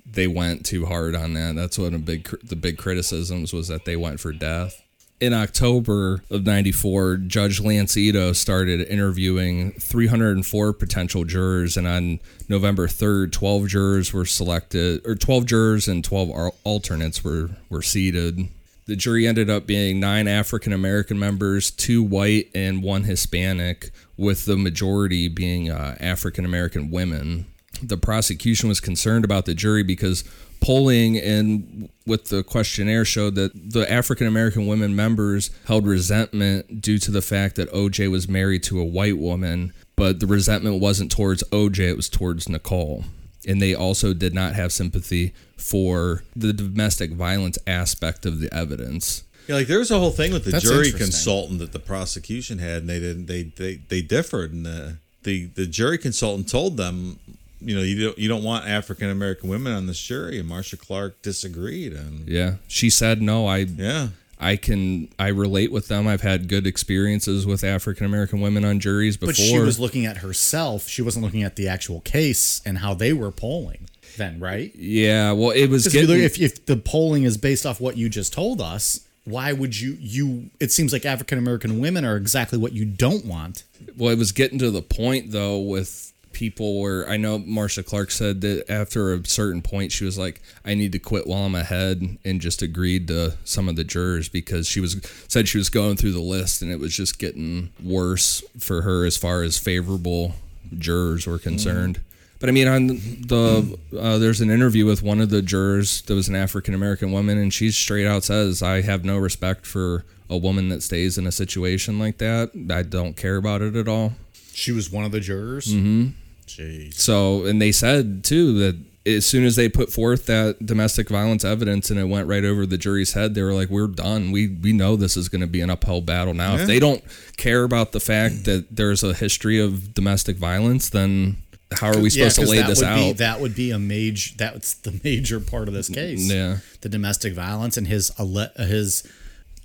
S2: they went too hard on that. That's one of big the big criticisms was that they went for death. In October of 94, Judge Lance Ito started interviewing 304 potential jurors and on November 3rd, 12 jurors were selected or 12 jurors and 12 al- alternates were were seated. The jury ended up being nine African American members, two white, and one Hispanic, with the majority being uh, African American women. The prosecution was concerned about the jury because polling and with the questionnaire showed that the African American women members held resentment due to the fact that OJ was married to a white woman, but the resentment wasn't towards OJ, it was towards Nicole. And they also did not have sympathy for the domestic violence aspect of the evidence.
S3: Yeah, like there was a whole thing with the
S1: That's
S3: jury
S1: interesting.
S3: consultant that the prosecution had, and they didn't. They they, they differed, and the, the the jury consultant told them, you know, you don't you don't want African American women on this jury, and Marsha Clark disagreed, and
S2: Yeah. She said, no, I
S3: yeah,
S2: I can I relate with them. I've had good experiences with African American women on juries before.
S1: But she was looking at herself. She wasn't looking at the actual case and how they were polling then, right?
S2: yeah, well, it was
S1: Because if, you
S2: getting
S1: look- if, if the polling is based off what you just told us, why would you you it seems like African American women are exactly what you don't want.
S2: well, it was getting to the point though with people where I know Marsha Clark said that after a certain point she was like, I need to quit while I'm ahead and just agreed to some of the jurors because she was said she was going through the list and it was just getting worse for her as far as favorable jurors were concerned. But I mean, on the uh, there's an interview with one of the jurors that was an African American woman, and she straight out says, "I have no respect for a woman that stays in a situation like that. I don't care about it at all."
S1: She was one of the jurors. Mm-hmm. Jeez.
S2: So, and they said too that as soon as they put forth that domestic violence evidence and it went right over the jury's head, they were like, "We're done. We we know this is going to be an uphill battle now. If they don't care about the fact that there's a history of domestic violence, then how are we supposed to
S1: 'cause
S2: lay
S1: that
S2: this
S1: would
S2: out?" Mm,
S1: Be, that would be a major. That's the major part of this case.
S2: Yeah.
S1: the domestic violence and his alle- his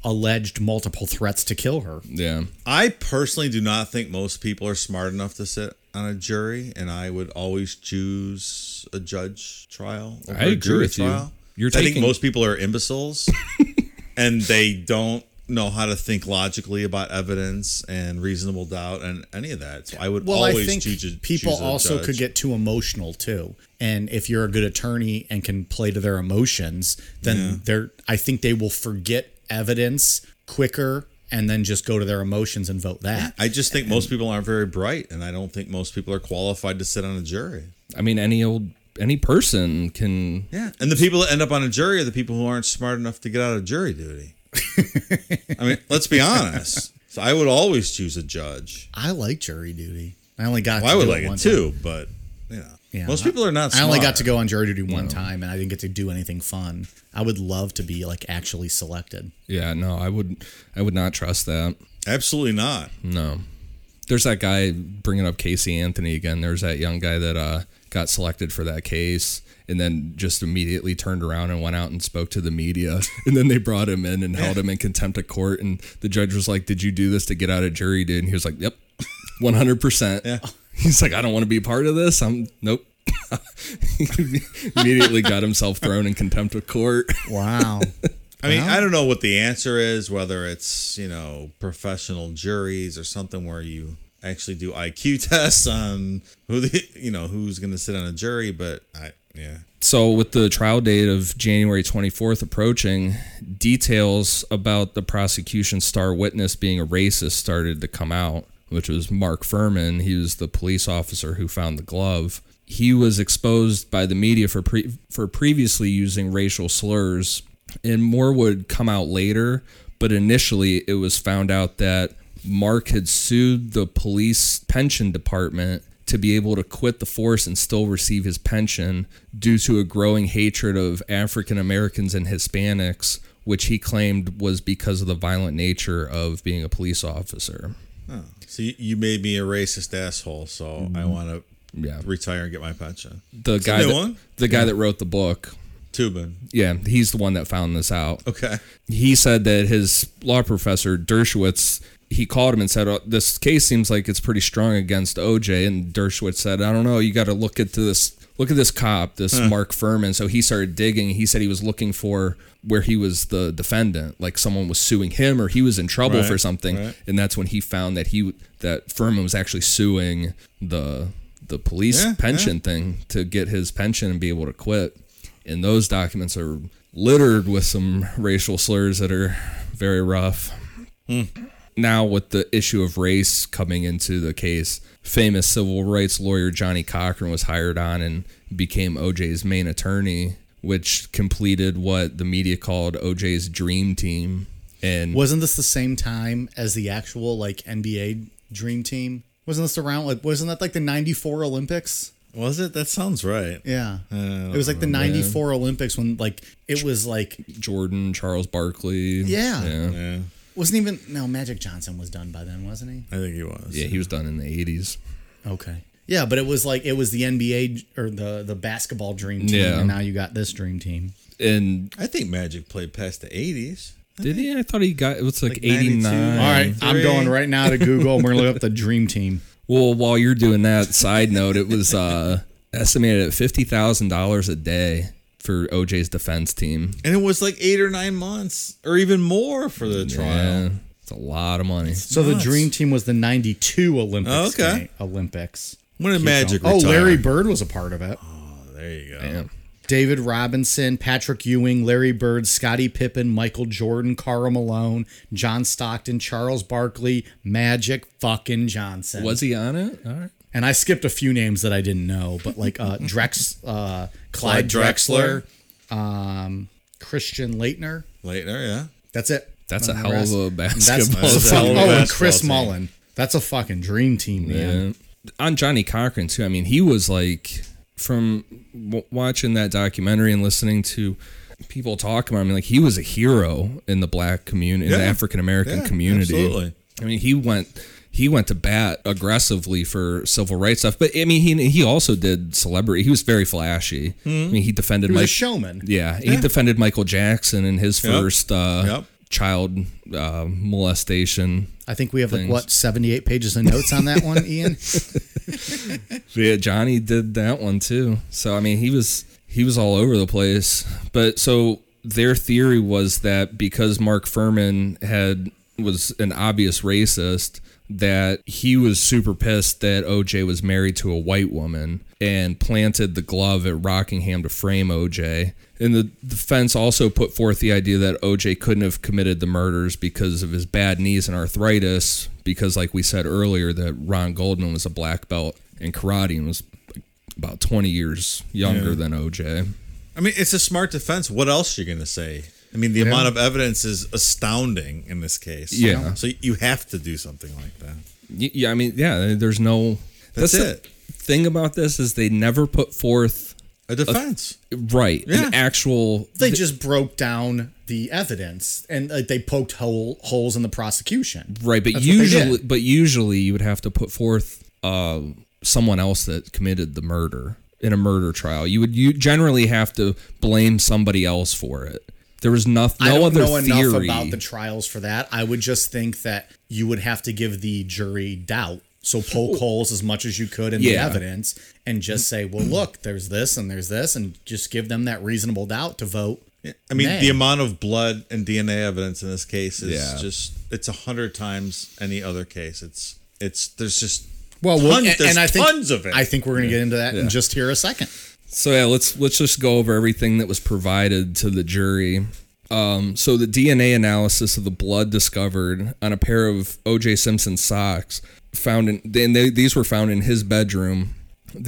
S1: alleged multiple threats to kill her.
S2: yeah.
S3: I personally do not think most people are smart enough to sit on a jury, and I would always choose a judge trial. Over
S2: I
S3: a
S2: agree
S3: jury
S2: with you.
S3: trial.
S2: You're
S3: I
S2: taking-
S3: think most people are imbeciles, and they don't know how to think logically about evidence and reasonable doubt and any of that. So I would
S1: Well,
S3: always
S1: I think
S3: choose a,
S1: people
S3: choose a
S1: also
S3: judge.
S1: could get too emotional too. And if you're a good attorney and can play to their emotions, then they're I think they will forget evidence quicker and then just go to their emotions and vote that.
S3: I just think most people aren't very bright, and I don't think most people are qualified to sit on a jury.
S2: I mean, any old any person can.
S3: Yeah. And the people that end up on a jury are the people who aren't smart enough to get out of jury duty. I mean, let's be honest. So I would always choose a judge.
S1: I like jury duty. I only got
S3: Well,
S1: to
S3: I would
S1: do
S3: like
S1: one
S3: it
S1: time.
S3: too, but you know,
S1: Yeah.
S3: most people are not.
S1: I
S3: Smart.
S1: only got to go on jury duty one time and I didn't get to do anything fun. I would love to be like actually selected.
S2: Yeah, no, I would I would not trust that.
S3: Absolutely not.
S1: Hmm.
S2: No. There's that guy bringing up Casey Anthony again. There's that young guy that uh, got selected for that case and then just immediately turned around and went out and spoke to the media. And then they brought him in and held him in contempt of court. And the judge was like, Did you do this to get out of jury, dude? And he was like, Yep, 100%.
S3: Yeah.
S2: He's like, I don't want to be part of this. I'm, nope. He immediately got himself thrown in contempt of court.
S1: Wow.
S3: I mean, I don't know what the answer is, whether it's, you know, professional juries or something where you actually do IQ tests on who the, you know, who's going to sit on a jury, but I, yeah.
S2: So, with the trial date of January 24th approaching, details about the prosecution's star witness being a racist started to come out, which was Mark Furman. He was the police officer who found the glove. He was exposed by the media for pre- for previously using racial slurs, and more would come out later. But initially, it was found out that Mark had sued the police pension department to be able to quit the force and still receive his pension due to a growing hatred of African Americans and Hispanics, which he claimed was because of the violent nature of being a police officer.
S3: So you, you made me a racist asshole, so
S1: Mm-hmm.
S3: I want to
S2: Yeah.
S3: retire and get my pension.
S2: The guy
S3: new
S2: that,
S3: one?
S2: the guy that wrote the book,
S3: Tubin.
S2: yeah, he's the one that found this out.
S3: Okay.
S2: he said that his law professor Dershowitz he called him and said "Oh, this case seems like it's pretty strong against OJ and Dershowitz said I don't know you got to look into this look at this cop this Mark Furman so he started digging he said he was looking for where he was the defendant like someone was suing him or he was in trouble
S3: Right,
S2: for something
S3: right.
S2: and that's when he found that he that Furman was actually suing the the police
S3: Yeah,
S2: pension thing to get his pension and be able to quit and those documents are littered with some racial slurs that are very rough.
S3: Hmm.
S2: Now, with the issue of race coming into the case, famous civil rights lawyer Johnny Cochran was hired on and became OJ's main attorney, which completed what the media called OJ's dream team. And
S1: Wasn't this the same time as the actual like NBA dream team? Wasn't this around like wasn't that like the 94 Olympics?
S3: Was it? That sounds right.
S1: Yeah. it was like the 94 Olympics when like it was like
S2: Jordan, Charles Barkley.
S1: Yeah.
S2: yeah.
S3: Yeah,
S1: wasn't even no Magic Johnson was done by then, wasn't he?
S3: I think he was.
S2: Yeah, he was done in the 80s.
S1: Okay. Yeah, but it was like it was the NBA or the the basketball dream team
S2: Yeah.
S1: and now you got this dream team.
S2: And
S3: I think Magic played past the eighties.
S2: did he? I thought he got it was like,
S3: Like 92.
S2: 89.
S1: All right, I'm
S3: Three.
S1: going right now to Google and we're going to look up the dream team.
S2: Well, while you're doing that, side note, it was uh, estimated at fifty thousand dollars a day for OJ's defense team.
S3: And it was like eight or nine months, or even more, for the
S2: Yeah,
S3: trial.
S2: it's a lot of money.
S1: So the
S3: Nuts.
S1: dream team was the 92 Olympics.
S3: Oh, okay.
S1: game- Olympics.
S3: When did Magic
S1: Oh,
S3: retire?
S1: Larry Bird was a part of it.
S3: There you go.
S2: Damn.
S1: David Robinson, Patrick Ewing, Larry Bird, Scottie Pippen, Michael Jordan, Carl Malone, John Stockton, Charles Barkley, Magic fucking Johnson.
S2: Was he on it? All right.
S1: and I skipped a few names that I didn't know, but like uh, Drex, uh, Clyde,
S3: Clyde Drexler.
S1: Drexler, um, Christian Leitner.
S3: Later, yeah.
S1: That's it.
S2: That's a
S1: None
S2: hell
S1: rest.
S2: of a
S1: That's,
S2: basketball.
S1: that's a
S3: team.
S1: hell of a
S3: Oh, and
S1: basketball Chris
S3: team.
S1: Mullen. That's a fucking dream team, man.
S2: Yeah. On Johnny Cochran too. I mean, he was like from w- watching that documentary and listening to people talk about him. Like he was a hero in the black community, in the
S3: Yeah.
S2: African American
S3: Yeah,
S2: community.
S3: absolutely.
S2: I mean, he went he went to bat aggressively for civil rights stuff. But I mean, he he also did celebrity. He was very flashy. I mean, he defended
S1: He was a
S2: Mike.
S1: showman.
S2: Yeah, he defended Michael Jackson in his
S3: Yep.
S2: first uh,
S3: Yep.
S2: child uh, molestation.
S1: I think we have like what seventy-eight pages of notes on that one, Ian.
S2: Yeah, Johnny did that one too. So I mean, he was he was all over the place. But so their theory was that because Mark Furman had was an obvious racist, that he was super pissed that OJ was married to a white woman and planted the glove at Rockingham to frame OJ. And the defense also put forth the idea that OJ couldn't have committed the murders because of his bad knees and arthritis, because like we said earlier, that Ron Goldman was a black belt in karate and was about 20 years younger than OJ.
S3: I mean, it's a smart defense. What else are you going to say? I mean, the amount of evidence is astounding in this case.
S2: Yeah.
S3: So you have to do something like that.
S2: Y- Yeah, I mean, yeah, there's no.
S3: That's
S2: the
S3: it.
S2: Thing about this is they never put forth
S3: A defense.
S2: right
S3: Yeah.
S2: an actual
S1: They just broke down the evidence and like they poked hole, holes in the prosecution.
S2: right, but
S1: That's what they
S2: usually,
S1: did.
S2: but usually you would have to put forth uh, someone else that committed the murder in a murder trial. You would you generally have to blame somebody else for it. There was nothing.
S1: I
S2: No
S1: don't
S2: other
S1: know
S2: theory.
S1: enough about the trials for that. I would just think that you would have to give the jury doubt. So poke holes as much as you could in the
S2: Yeah.
S1: evidence and just say, well, look, there's this and there's this, and just give them that reasonable doubt to vote.
S3: I mean,
S1: Nay.
S3: the amount of blood and DNA evidence in this case is
S2: Yeah.
S3: just, it's a hundred times any other case. It's, it's, there's just,
S1: Well,
S3: tons, Oh, there's tons of it.
S1: I think we're going to get into that in just here a second.
S2: So yeah, let's let's just go over everything that was provided to the jury. Um, so the DNA analysis of the blood discovered on a pair of O.J. Simpson's socks found in then they, these were found in his bedroom.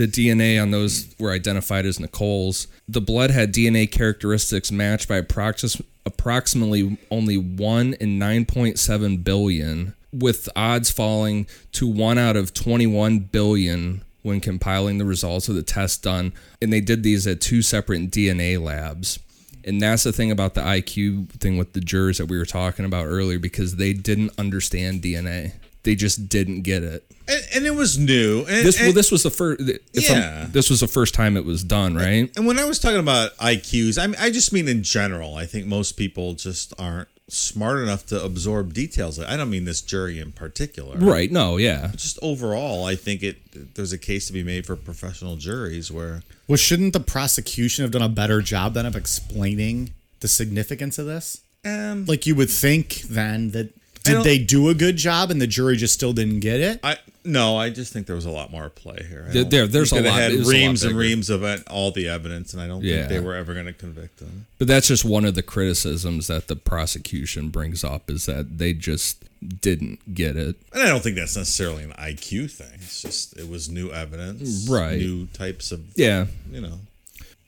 S2: The DNA on those were identified as Nicole's. The blood had DNA characteristics matched by approx- approximately only one in nine point seven billion, with odds falling to one out of twenty-one billion when compiling the results of the test done. And they did these at two separate DNA labs. And that's the thing about the IQ thing with the jurors that we were talking about earlier because they didn't understand DNA. They just didn't get it.
S3: and, and it was new. And,
S2: This well,
S3: and-
S2: this was the first.
S3: Yeah.
S2: this was the first time it was done, right?
S3: And when I was talking about IQs, I, mean, I just mean in general. I think most people just aren't smart enough to absorb details. I don't mean this jury in particular.
S2: Right. No. Yeah.
S3: Just overall, I think it there's a case to be made for professional juries where
S1: Well, shouldn't the prosecution have done a better job than of explaining the significance of this?
S3: um,
S1: Like you would think then that Did
S3: don't-
S1: they do a good job and the jury just still didn't get it?
S3: I no, I just think there was a lot more at play here. I
S2: There-
S3: don't-
S2: there- there's
S3: you could
S2: a
S3: have
S2: lot-
S3: Had
S2: it was a lot
S3: reams and
S2: bigger.
S3: reams of it, all the evidence, and I don't
S2: Yeah.
S3: think they were ever going to convict them.
S2: But that's just one of the criticisms that the prosecution brings up is that they just didn't get it.
S3: And I don't think that's necessarily an IQ thing. It's just it was new evidence,
S2: Right.
S3: New types of
S2: Yeah.
S3: you know.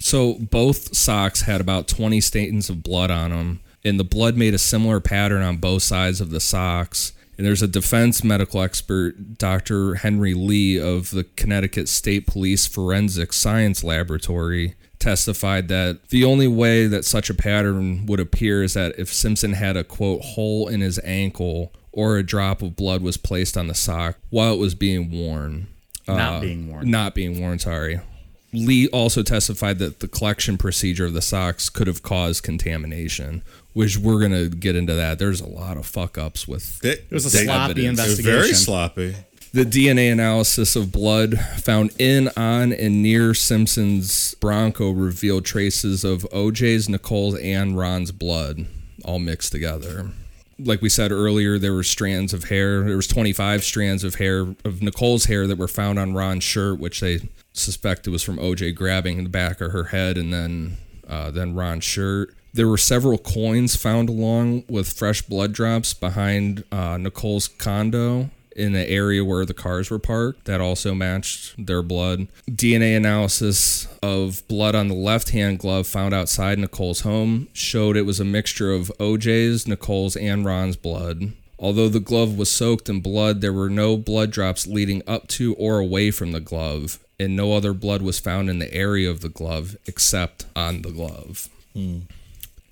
S2: So both socks had about 20 stains of blood on them, and the blood made a similar pattern on both sides of the socks. And there's a defense medical expert, Dr. Henry Lee of the Connecticut State Police Forensic Science Laboratory, testified that the only way that such a pattern would appear is that if Simpson had a quote hole in his ankle or a drop of blood was placed on the sock while it was being worn. Uh,
S1: Not being worn.
S2: Not being worn, sorry. Lee also testified that the collection procedure of the socks could have caused contamination, which we're going to get into that. There's a lot of fuck ups with
S3: They,
S1: It was a
S3: they-
S1: sloppy
S2: evidence.
S3: it was
S1: investigation.
S3: very sloppy.
S2: the DNA analysis of blood found in, on, and near Simpson's Bronco revealed traces of OJ's, Nicole's, and Ron's blood all mixed together. Like we said earlier, there were strands of hair. There was 25 strands of hair of Nicole's hair that were found on Ron's shirt, which they suspected was from OJ grabbing the back of her head and then uh, then Ron's shirt. There were several coins found along with fresh blood drops behind uh, Nicole's condo in the area where the cars were parked that also matched their blood. DNA analysis of blood on the left hand glove found outside Nicole's home showed it was a mixture of OJ's, Nicole's, and Ron's blood. Although the glove was soaked in blood, there were no blood drops leading up to or away from the glove, and no other blood was found in the area of the glove except on the glove.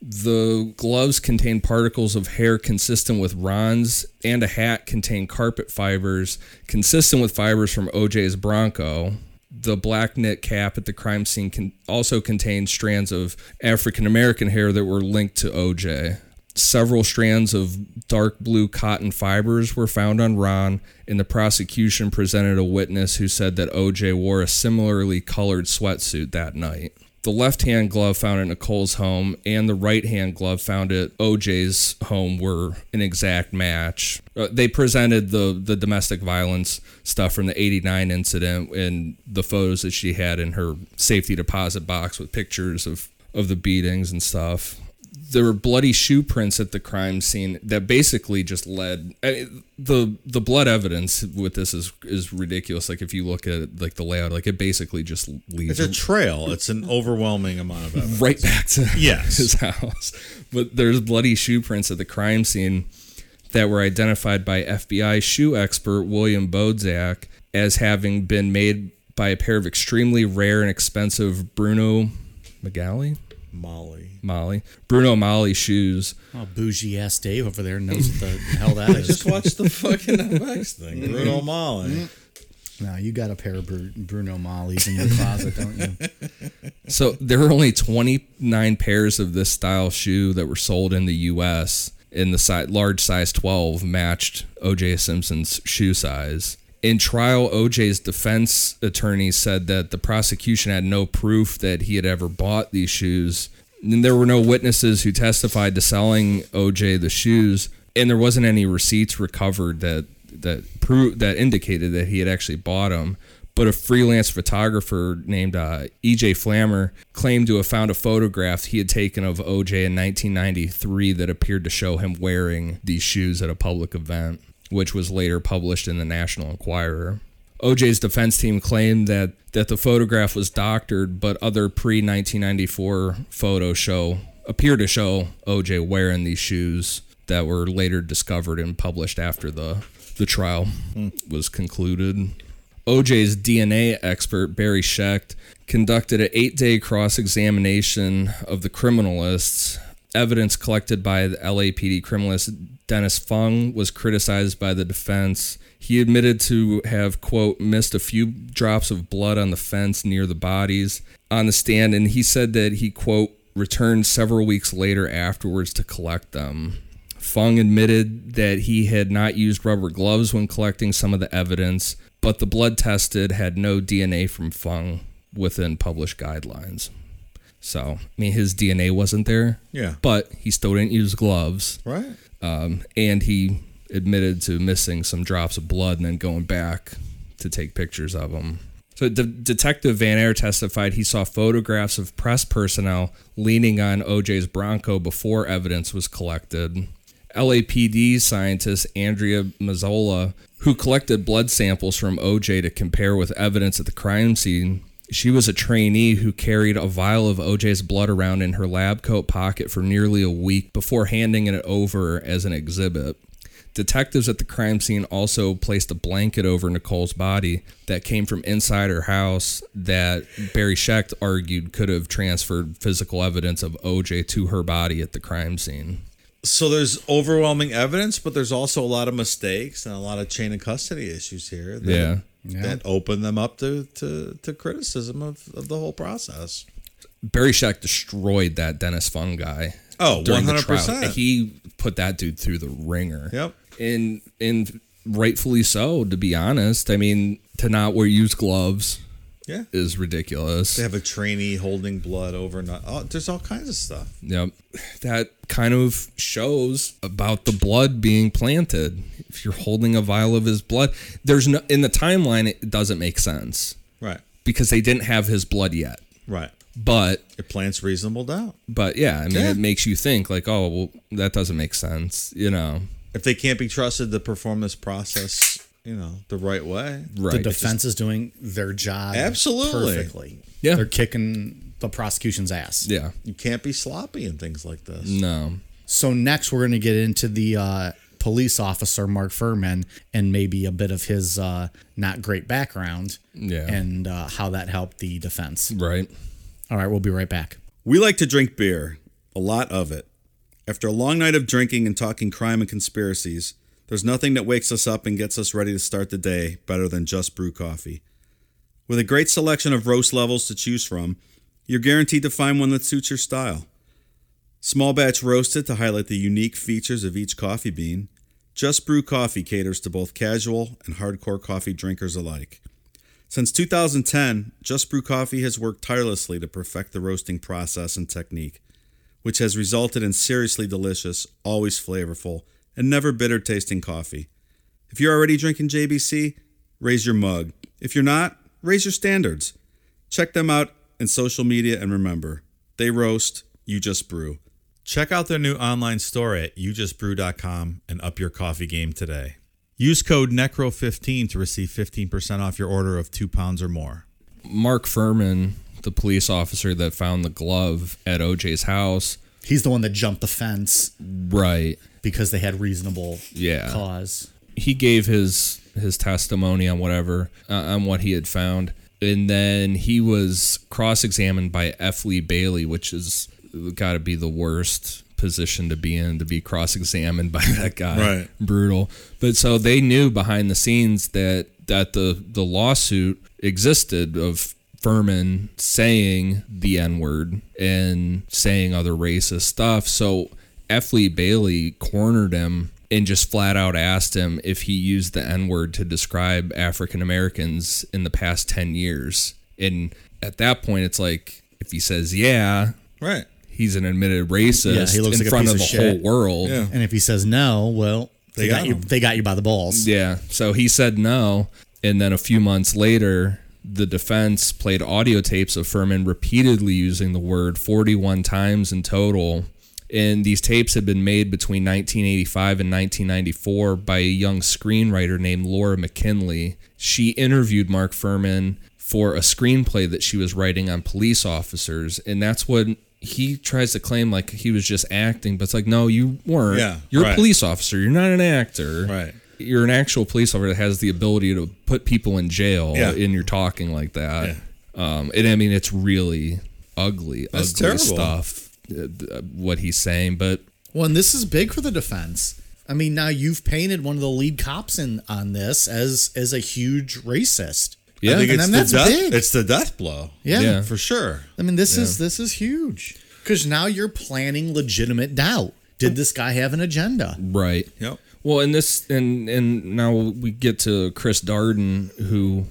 S2: The gloves contained particles of hair consistent with Ron's, and a hat contained carpet fibers consistent with fibers from OJ's Bronco. The black knit cap at the crime scene con- also contained strands of African American hair that were linked to OJ. Several strands of dark blue cotton fibers were found on Ron, and the prosecution presented a witness who said that OJ wore a similarly colored sweatsuit that night. The left hand glove found at Nicole's home and the right hand glove found at OJ's home were an exact match. Uh, they presented the, the domestic violence stuff from the 89 incident and the photos that she had in her safety deposit box with pictures of, of the beatings and stuff there were bloody shoe prints at the crime scene that basically just led I mean, the the blood evidence with this is is ridiculous like if you look at like the layout like it basically just leads
S3: It's a trail. It's an overwhelming amount of evidence.
S2: right back to
S3: Yes.
S2: his house but there's bloody shoe prints at the crime scene that were identified by FBI shoe expert William Bodzak as having been made by a pair of extremely rare and expensive Bruno Magali
S3: Molly.
S2: Molly Bruno Molly shoes
S1: Oh, bougie ass Dave over there knows what the hell that
S3: I
S1: is.
S3: just watched the fucking FX thing. Mm-hmm. Bruno Molly.
S1: No, you got a pair of Bru- Bruno Mollies in your closet, don't you?
S2: So there were only 29 pairs of this style shoe that were sold in the U.S. and the si- large size 12 matched O.J. Simpson's shoe size. In trial, O.J.'s defense attorney said that the prosecution had no proof that he had ever bought these shoes. And there were no witnesses who testified to selling O.J. the shoes, and there wasn't any receipts recovered that that proved that indicated that he had actually bought them but a freelance photographer named uh, E.J. Flammer claimed to have found a photograph he had taken of O.J. in 1993 that appeared to show him wearing these shoes at a public event, which was later published in the National Enquirer. OJ's defense team claimed that, that the photograph was doctored, but other pre 1994 photos show appear to show OJ wearing these shoes that were later discovered and published after the, the trial was concluded. OJ's DNA expert, Barry Schecht, conducted an eight day cross examination of the criminalists. Evidence collected by the LAPD criminalist Dennis Fung was criticized by the defense. He admitted to have, quote, missed a few drops of blood on the fence near the bodies on the stand, and he said that he, quote, returned several weeks later afterwards to collect them. Fung admitted that he had not used rubber gloves when collecting some of the evidence, but the blood tested had no DNA from Fung within published guidelines. So, I mean, his DNA wasn't there,
S3: Yeah.
S2: but he still didn't use gloves,
S3: Right.
S2: um, and he admitted to missing some drops of blood and then going back to take pictures of them. So De- Detective Van Ayer testified he saw photographs of press personnel leaning on OJ's Bronco before evidence was collected. LAPD scientist Andrea Mazzola, who collected blood samples from OJ to compare with evidence at the crime scene, she was a trainee who carried a vial of OJ's blood around in her lab coat pocket for nearly a week before handing it over as an exhibit. Detectives at the crime scene also placed a blanket over Nicole's body that came from inside her house that Barry Schecht argued could have transferred physical evidence of OJ to her body at the crime scene.
S3: So there's overwhelming evidence, but there's also a lot of mistakes and a lot of chain of custody issues here. That,
S2: Yeah.
S3: That open them up to, to, to criticism of, of the whole process.
S2: Barry Schecht destroyed that Dennis Fung guy.
S3: Oh,
S2: during the
S3: 100%.
S2: trial. He put that dude through the ringer.
S3: Yep.
S2: And and rightfully so, to be honest. I mean, to not wear used gloves
S3: Yeah.
S2: is ridiculous.
S3: They have a trainee holding blood overnight. Oh, there's all kinds of stuff.
S2: Yep. That kind of shows about the blood being planted. If you're holding a vial of his blood, there's no in the timeline it doesn't make sense
S3: Right.
S2: because they didn't have his blood yet.
S3: Right.
S2: But
S3: It plants reasonable doubt.
S2: but yeah, I mean
S3: Yeah.
S2: it makes you think like, oh, well that doesn't make sense, you know.
S3: If they can't be trusted to perform this process, you know, the right way.
S2: Right.
S1: the defense is doing their job
S3: Absolutely.
S1: perfectly.
S2: Yeah.
S1: They're kicking the prosecution's ass.
S2: yeah.
S3: You can't be sloppy in things like this.
S2: No.
S1: So next, we're going to get into the uh, police officer Mark Furman and maybe a bit of his uh, not great background.
S2: Yeah.
S1: And uh, how that helped the defense.
S2: Right.
S1: All right, we'll be right back.
S6: We like to drink beer, a lot of it. After a long night of drinking and talking crime and conspiracies, there's nothing that wakes us up and gets us ready to start the day better than just brew coffee. With a great selection of roast levels to choose from, you're guaranteed to find one that suits your style. Small batch roasted to highlight the unique features of each coffee bean, Just Brew Coffee caters to both casual and hardcore coffee drinkers alike. Since 2010, Just Brew Coffee has worked tirelessly to perfect the roasting process and technique, which has resulted in seriously delicious, always flavorful, and never bitter tasting coffee. If you're already drinking JBC, raise your mug. If you're not, raise your standards. Check them out in social media and remember, they roast, you just brew.
S3: Check out their new online store at youjustbrew.com and up your coffee game today. Use code NECRO15 to receive 15% off your order of two pounds or more.
S2: Mark Furman, the police officer that found the glove at OJ's house.
S1: He's the one that jumped the fence
S2: Right.
S1: because they had reasonable
S2: Yeah.
S1: cause.
S2: he gave his his testimony on whatever uh, on what he had found and then he was cross-examined by F. Lee Bailey which is got to be the worst position to be in to be cross-examined by that guy
S3: Right.
S2: brutal but so they knew behind the scenes that that the the lawsuit existed of Furman saying the n-word and saying other racist stuff so F. Lee Bailey cornered him and just flat out asked him if he used the N word to describe African Americans in the past 10 years. And at that point, it's like, if he says, yeah,
S3: Right.
S2: he's an admitted racist
S1: Yeah, he looks
S2: in
S1: like a
S2: front
S1: piece
S2: of
S1: of
S2: the
S1: shit.
S2: whole world.
S3: Yeah.
S1: And if he says no, well, they,
S3: got
S1: got, you.
S3: him.
S1: They got you by the balls.
S2: Yeah. So he said no. And then a few months later, the defense played audio tapes of Furman repeatedly using the word 41 times in total. And these tapes had been made between 1985 and 1994 by a young screenwriter named Laura McKinley. She interviewed Mark Furman for a screenplay that she was writing on police officers. And that's what he tries to claim like he was just acting, but it's like, no, you weren't.
S3: Yeah,
S2: You're a
S3: right.
S2: police officer. You're not an actor
S3: Right.
S2: you're an actual police officer that has the ability to put people in jail
S3: Yeah.
S2: and you're talking like that um and i mean it's really ugly
S3: That's
S2: ugly
S3: terrible.
S2: stuff uh, th- what he's saying but
S1: Well, and this is big for the defense. I mean, now you've painted one of the lead cops in on this as as a huge racist.
S2: yeah
S3: I think
S1: And
S3: it's
S1: then
S3: the
S1: that's
S3: death,
S1: big.
S3: It's the death blow.
S1: Yeah.
S2: Yeah.
S3: For sure.
S1: I mean, this is this is huge because now you're planning legitimate doubt. Did this guy have an agenda?
S2: right
S3: Yep.
S2: well and this and and now we get to chris darden who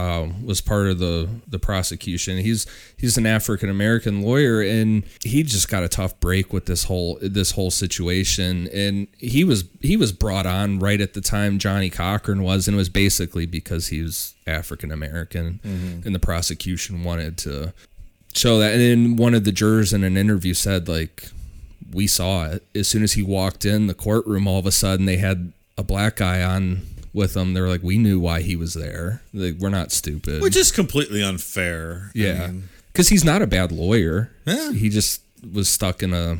S2: uh, was part of the the prosecution. He's he's an African American lawyer, and he just got a tough break with this whole this whole situation. And he was he was brought on right at the time Johnny Cochran was, and it was basically because he was African American, and the prosecution wanted to show that. And then one of the jurors in an interview said like we saw it. As soon as he walked in the courtroom, all of a sudden they had a black guy on with them. They were like, "We knew why he was there. Like, we're not stupid."
S3: Which is completely unfair. I
S2: yeah,
S3: mean,
S2: because he's not a bad lawyer.
S3: Yeah.
S2: He just was stuck in a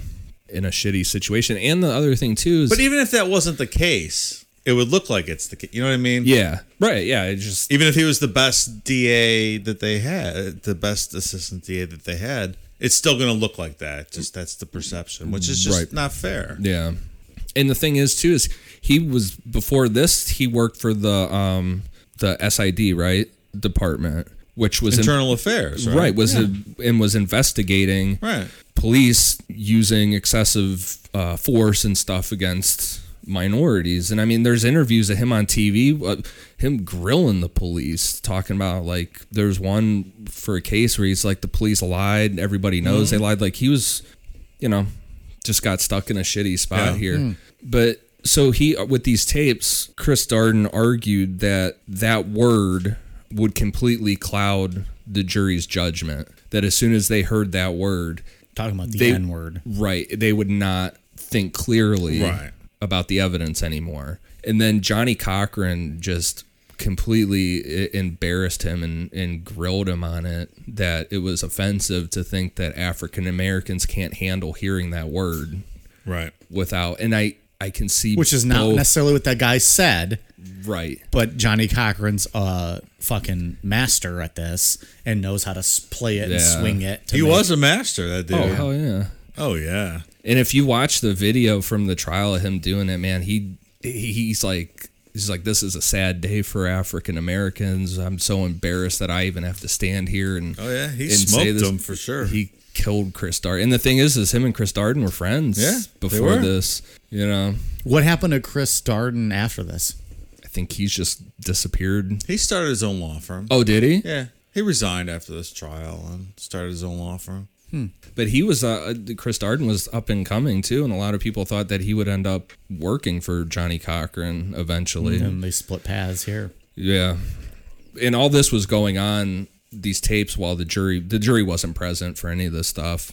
S2: in a shitty situation. And the other thing too is,
S3: but even if that wasn't the case, it would look like it's the case. You know what I mean?
S2: yeah, right, yeah, it just
S3: Even if he was the best DA that they had, the best assistant DA that they had, it's still going to look like that. Just that's the perception, which is just
S2: Right.
S3: not fair.
S2: Yeah. And the thing is too is he was before this he worked for the um the SID, right? Department, which was in-
S3: Internal affairs, right?
S2: right, was a, and was investigating
S3: Right.
S2: police using excessive uh, force and stuff against minorities and i mean there's interviews of him on tv uh, him grilling the police talking about like there's one for a case where he's like the police lied everybody knows they lied like he was you know just got stuck in a shitty spot
S3: Yeah.
S2: here but so he uh, with these tapes chris darden argued that that word would completely cloud the jury's judgment that as soon as they heard that word
S1: Talking about the
S2: They-
S1: N word.
S2: Right. They would not think clearly
S3: Right.
S2: about the evidence anymore. And then Johnny Cochran just completely e- embarrassed him and, and grilled him on it that it was offensive to think that African Americans can't handle hearing that word
S3: Right.
S2: without. And I, I can see
S1: Which is not
S2: both-
S1: necessarily what that guy said,
S2: right.
S1: but Johnny Cochran's a fucking master at this and knows how to s- play it and
S2: Yeah.
S1: swing it. To
S3: He
S1: make-
S3: was a master, that dude.
S2: Oh hell yeah!
S3: oh yeah.
S2: And if you watch the video from the trial of him doing it, man, he he- he's like he's like this is a sad day for African Americans. I'm so embarrassed that I even have to stand here and
S3: Oh yeah, he
S2: and say
S3: smoked
S2: this."
S3: them for sure.
S2: He killed Chris Darden. And the thing is, is him and Chris Darden were friends
S3: Yeah, they
S2: before
S3: were.
S2: this. You know,
S1: What happened to Chris Darden after this?
S2: I think he's just disappeared.
S3: he started his own law firm.
S2: Oh, did he?
S3: Yeah, he resigned after this trial and started his own law firm.
S2: But he was uh, uh, Chris Darden was up and coming too, and a lot of people thought that he would end up working for Johnny Cochran eventually.
S1: And they split paths here.
S2: Yeah. And all this was going on these tapes while the jury the jury wasn't present for any of this stuff.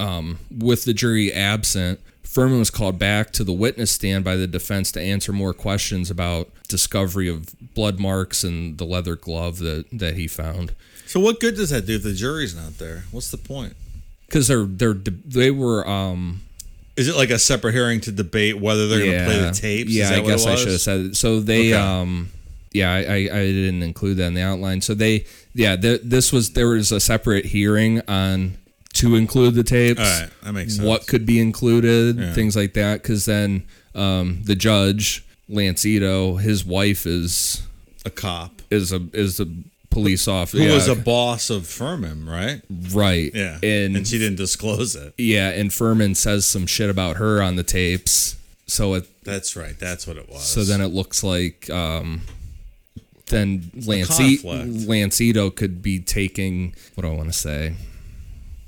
S2: Um, with the jury absent, Furman was called back to the witness stand by the defense to answer more questions about discovery of blood marks and the leather glove that that he found.
S3: So what good does that do if the jury's not there? What's the point?
S2: Because they're they're they were um
S3: Is it like a separate hearing to debate whether they're going to play the tapes? Is
S2: Yeah,
S3: that
S2: I
S3: what it
S2: guess I
S3: was?
S2: should have said it. So they,
S3: Okay.
S2: um, yeah, I, I, I didn't include that in the outline. So they, yeah, th- this was there was a separate hearing on to include the tapes.
S3: All right, that makes sense.
S2: What could be included,
S3: Yeah.
S2: things like that. Because then um, the judge, Lance Ito, his wife is
S3: A cop
S2: is a is a police officer
S3: who was a boss of Furman, right?
S2: right.
S3: Yeah,
S2: and,
S3: she didn't disclose it.
S2: yeah, and Furman says some shit about her on the tapes. So it
S3: That's right. That's what it was.
S2: So then it looks like um, then Lance
S3: conflict.
S2: Lancito could be taking what do I want to say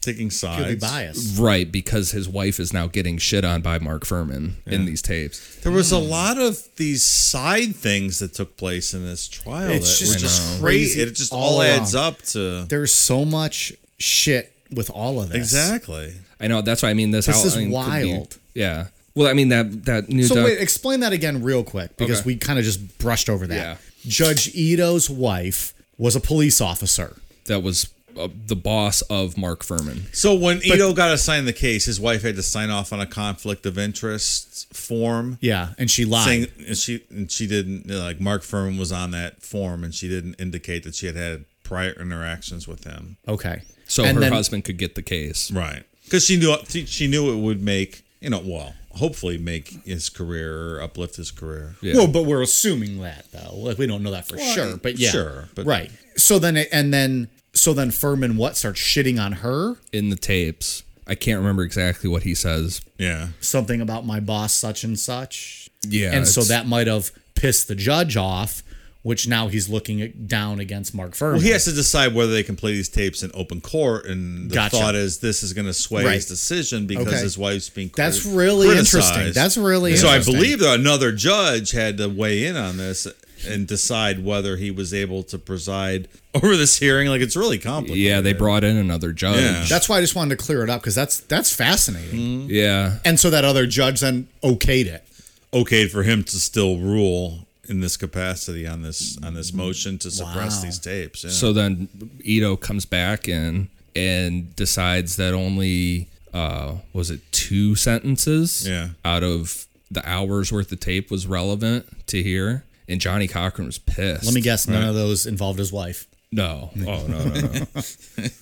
S3: taking
S1: Could be
S3: sides.
S1: biased.
S2: right because his wife is now getting shit on by Mark Furman in these tapes.
S3: There was a
S1: Hmm.
S3: lot of these side things that took place in this trial.
S1: It's
S3: that
S1: just-
S3: were
S1: I know.
S3: crazy.
S1: crazy
S3: It just all,
S1: all
S3: adds
S1: around.
S3: up to
S1: There's so much shit with all of this.
S3: exactly.
S2: I know that's why I mean this.
S1: This
S2: out-
S1: is
S2: I mean, could be-
S1: wild.
S2: yeah. Well, I mean that that new
S1: So
S2: doc-
S1: wait, explain that again real quick because
S2: Okay.
S1: we kind of just brushed over that.
S2: Yeah.
S1: Judge Ito's wife was a police officer.
S2: that was uh, the boss of Mark Furman.
S3: So when Ito got assigned the case, his wife had to sign off on a conflict of interest form.
S1: Yeah, and she lied.
S3: Saying and she and she didn't you know, like Mark Furman was on that form and she didn't indicate that she had had prior interactions with him.
S1: okay.
S2: So
S1: And
S2: her
S1: then-
S2: husband could get the case.
S3: Right. Because she knew she knew it would make you know well hopefully make his career or uplift his career.
S2: Yeah.
S1: Well, but we're assuming that though. Like we don't know that for sure, but yeah.
S3: sure, but-
S1: right. So then it, and then so then Furman what starts shitting on her?
S2: in the tapes. I can't remember exactly what he says.
S3: Yeah.
S1: Something about my boss such and such.
S2: Yeah,
S1: and so
S2: it's-
S1: that might have pissed the judge off which now he's looking at, down against Mark Furman.
S3: Well, he has to decide whether they can play these tapes in open court, and the
S1: Gotcha.
S3: thought is this is going to sway
S1: Right.
S3: his decision because
S1: Okay.
S3: his wife's being. criti-
S1: That's really
S3: criticized.
S1: interesting. That's really
S3: so. I
S1: interesting.
S3: believe that another judge had to weigh in on this and decide whether he was able to preside over this hearing. Like it's really complicated.
S2: Yeah, they brought in another judge.
S3: Yeah.
S1: That's why I just wanted to clear it up because that's that's fascinating.
S2: Yeah.
S1: And so that other judge then okayed it.
S3: okay for him to still rule in this capacity on this on this motion to suppress
S1: Wow.
S3: these tapes. Yeah.
S2: So then Ito comes back in and decides that only uh was it two sentences
S3: Yeah.
S2: out of the hours worth of tape was relevant to hear. And Johnny Cochran was pissed.
S1: Let me guess, none of those involved his wife.
S2: No. Oh no no no.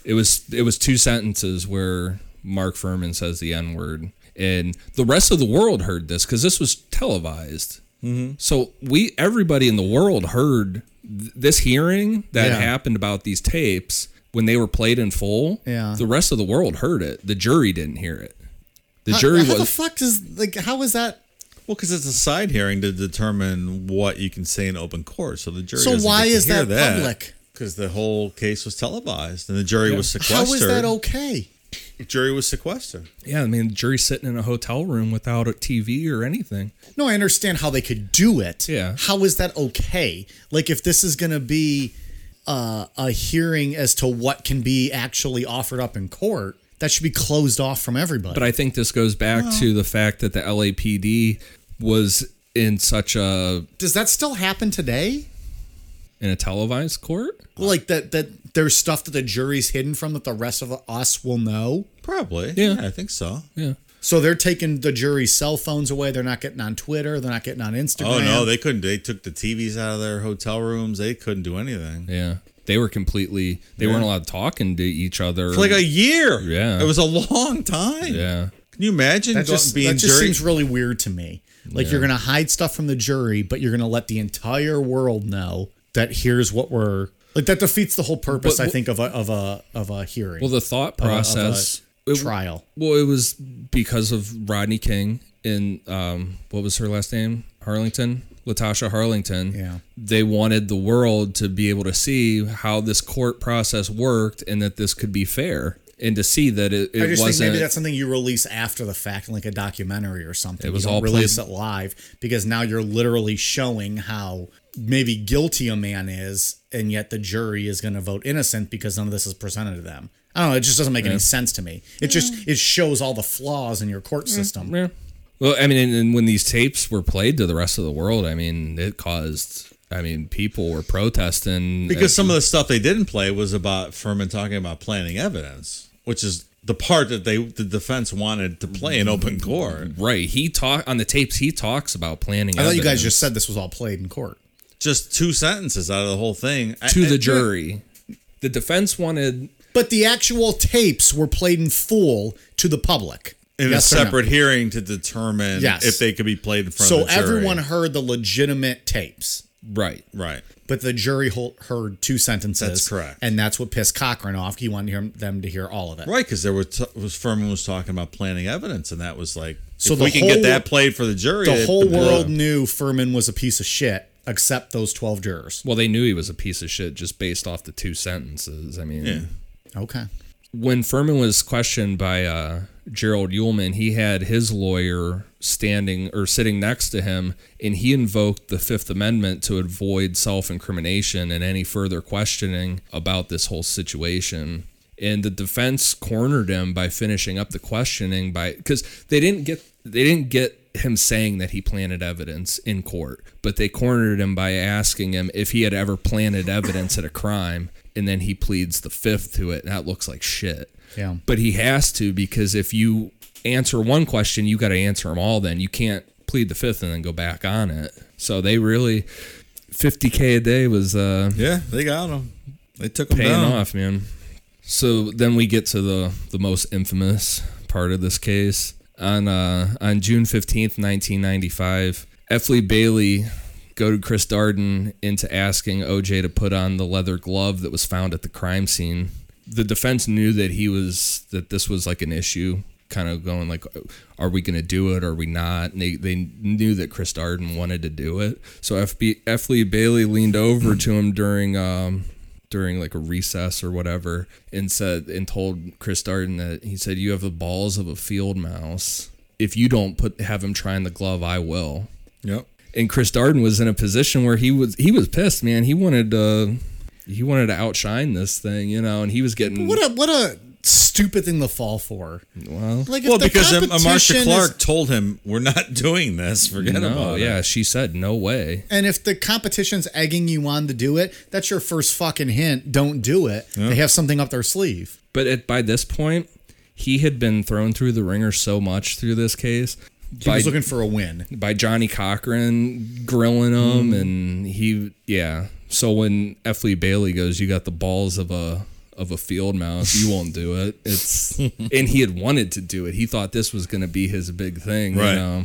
S2: it was it was two sentences where Mark Furman says the N word, and the rest of the world heard this because this was televised.
S1: Mm-hmm.
S2: So we everybody in the world heard th- this hearing that
S1: Yeah.
S2: happened about these tapes when they were played in full.
S1: Yeah.
S2: The rest of the world heard it. The jury didn't hear it. The jury
S1: how, how the
S2: was
S1: fuck does like how is that?
S3: well, because it's a side hearing to determine what you can say in open court. So the jury.
S1: So
S3: doesn't
S1: why
S3: get to
S1: is
S3: hear
S1: that public?
S3: Because the whole case was televised and the jury was
S1: How
S3: sequestered.
S1: is that okay?
S3: Jury was sequestered.
S2: yeah. I mean, the jury sitting in a hotel room without a TV or anything.
S1: No, I understand how they could do it.
S2: Yeah.
S1: How is that okay? Like if this is going to be uh, a hearing as to what can be actually offered up in court, that should be closed off from everybody.
S2: But I think this goes back to the fact that the LAPD was in such a
S1: does that still happen today?
S2: in a televised court.
S1: Like that that there's stuff that the jury's hidden from that the rest of us will know.
S3: Probably.
S2: Yeah.
S3: I think so.
S2: Yeah.
S1: So they're taking the jury's cell phones away. They're not getting on Twitter. They're not getting on Instagram.
S3: Oh no, they couldn't. They took the TVs out of their hotel rooms. They couldn't do anything
S2: Yeah. They were completely they weren't allowed talking to each other.
S3: for like a year.
S2: Yeah.
S3: it was a long time.
S2: Yeah.
S3: Can you imagine
S1: that
S3: go-
S1: just
S3: being
S1: that just
S3: jury?
S1: seems really weird to me. Like you're gonna hide stuff from the jury, but you're gonna let the entire world know that here's what we're like. That defeats the whole purpose,
S2: But-
S1: I think, of a of a of a hearing.
S2: Well, the thought
S1: of a- of a
S2: process
S1: trial.
S2: Well, it was because of Rodney King and um, what was her last name? Harlington, Latasha Harlington.
S1: Yeah.
S2: They wanted the world to be able to see how this court process worked and that this could be fair, and to see that it, it
S1: I just
S2: wasn't.
S1: think maybe that's something you release after the fact, like a documentary or something.
S2: It was
S1: you don't
S2: all
S1: release
S2: played-
S1: it live because now you're literally showing how maybe guilty a man is, and yet the jury is going to vote innocent because none of this is presented to them. I don't know. It just doesn't make any sense to me. It just it shows all the flaws in your court system.
S2: Yeah. Well, I mean, and, and when these tapes were played to the rest of the world, I mean, it caused. I mean, people were protesting
S3: Because some of the stuff they didn't play was about Furman talking about planning evidence, which is the part that they the defense wanted to play in open court.
S2: right. He talk on the tapes. He talks about planning.
S1: I thought you guys
S2: evidence
S1: just said this was all played in court.
S3: Just two sentences out of the whole thing I-
S2: to
S3: I-
S2: the jury. The defense wanted
S1: But the actual tapes were played in full to the public.
S3: in
S1: Yes
S3: a
S1: or no?
S3: separate hearing to determine
S1: Yes.
S3: if they could be played in front
S1: So
S3: of the jury.
S1: everyone heard the legitimate tapes.
S2: right.
S3: right.
S1: But the jury hol- heard two sentences.
S3: That's correct.
S1: And that's what pissed Cochran off. He wanted him- them to hear all of it.
S3: Right, because there were t- was Furman was talking about planning evidence, and that was like,
S1: So
S3: if
S1: the
S3: we can
S1: whole-
S3: get that played for the jury,
S1: The
S3: it-
S1: whole
S3: yeah.
S1: world knew Furman was a piece of shit, except those 12 jurors.
S2: Well, they knew he was a piece of shit just based off the two sentences. I mean,
S1: Okay.
S2: when Furman was questioned by uh, Gerald Ullman, he had his lawyer standing or sitting next to him, and he invoked the Fifth Amendment to avoid self incrimination and any further questioning about this whole situation. And the defense cornered him by finishing up the questioning by because they didn't get they didn't get him saying that he planted evidence in court, but they cornered him by asking him if he had ever planted evidence at a crime, and then he pleads the fifth to it, and that looks like shit.
S1: Yeah.
S2: But he has to because if you answer one question, you got to answer them all. Then you can't plead the fifth and then go back on it. So they really, 50k a day was uh,
S3: Yeah, they got them. They took them
S2: paying
S3: down.
S2: off, man. So then we get to the the most infamous part of this case on uh, on June fifteenth, nineteen ninety five. Effley Bailey goaded Chris Darden into asking OJ to put on the leather glove that was found at the crime scene. The defense knew that he was that this was like an issue kind of going like, "Are we going to do it? Are we not?" And they they knew that Chris Darden wanted to do it, so FB F. Lee Bailey leaned over to him during um during like a recess or whatever and said and told Chris Darden that he said, "You have the balls of a field mouse. If you don't put have him trying the glove, I will."
S3: Yep.
S2: and Chris Darden was in a position where he was he was pissed, man. He wanted to he wanted to outshine this thing, you know, and he was getting
S1: What a what a stupid thing to fall for. Well, like if
S3: Well,
S1: the
S3: because um,
S1: competition
S3: Marcia
S1: is-
S3: Clark told him, "We're not doing this. Forget
S2: no,
S3: about
S2: yeah,
S3: it."
S2: she said no way.
S1: and if the competition's egging you on to do it, that's your first fucking hint. Don't do it. They have something up their sleeve.
S2: But at, by this point, he had been thrown through the ringer so much through this case.
S1: He
S2: By,
S1: was looking for a win.
S2: by Johnny Cochran grilling him, and he yeah. So when F. Lee Bailey goes, "You got the balls of a of a field mouse. You won't do it." It's and he had wanted to do it. He thought this was going to be his big thing,
S3: Right.
S2: You know?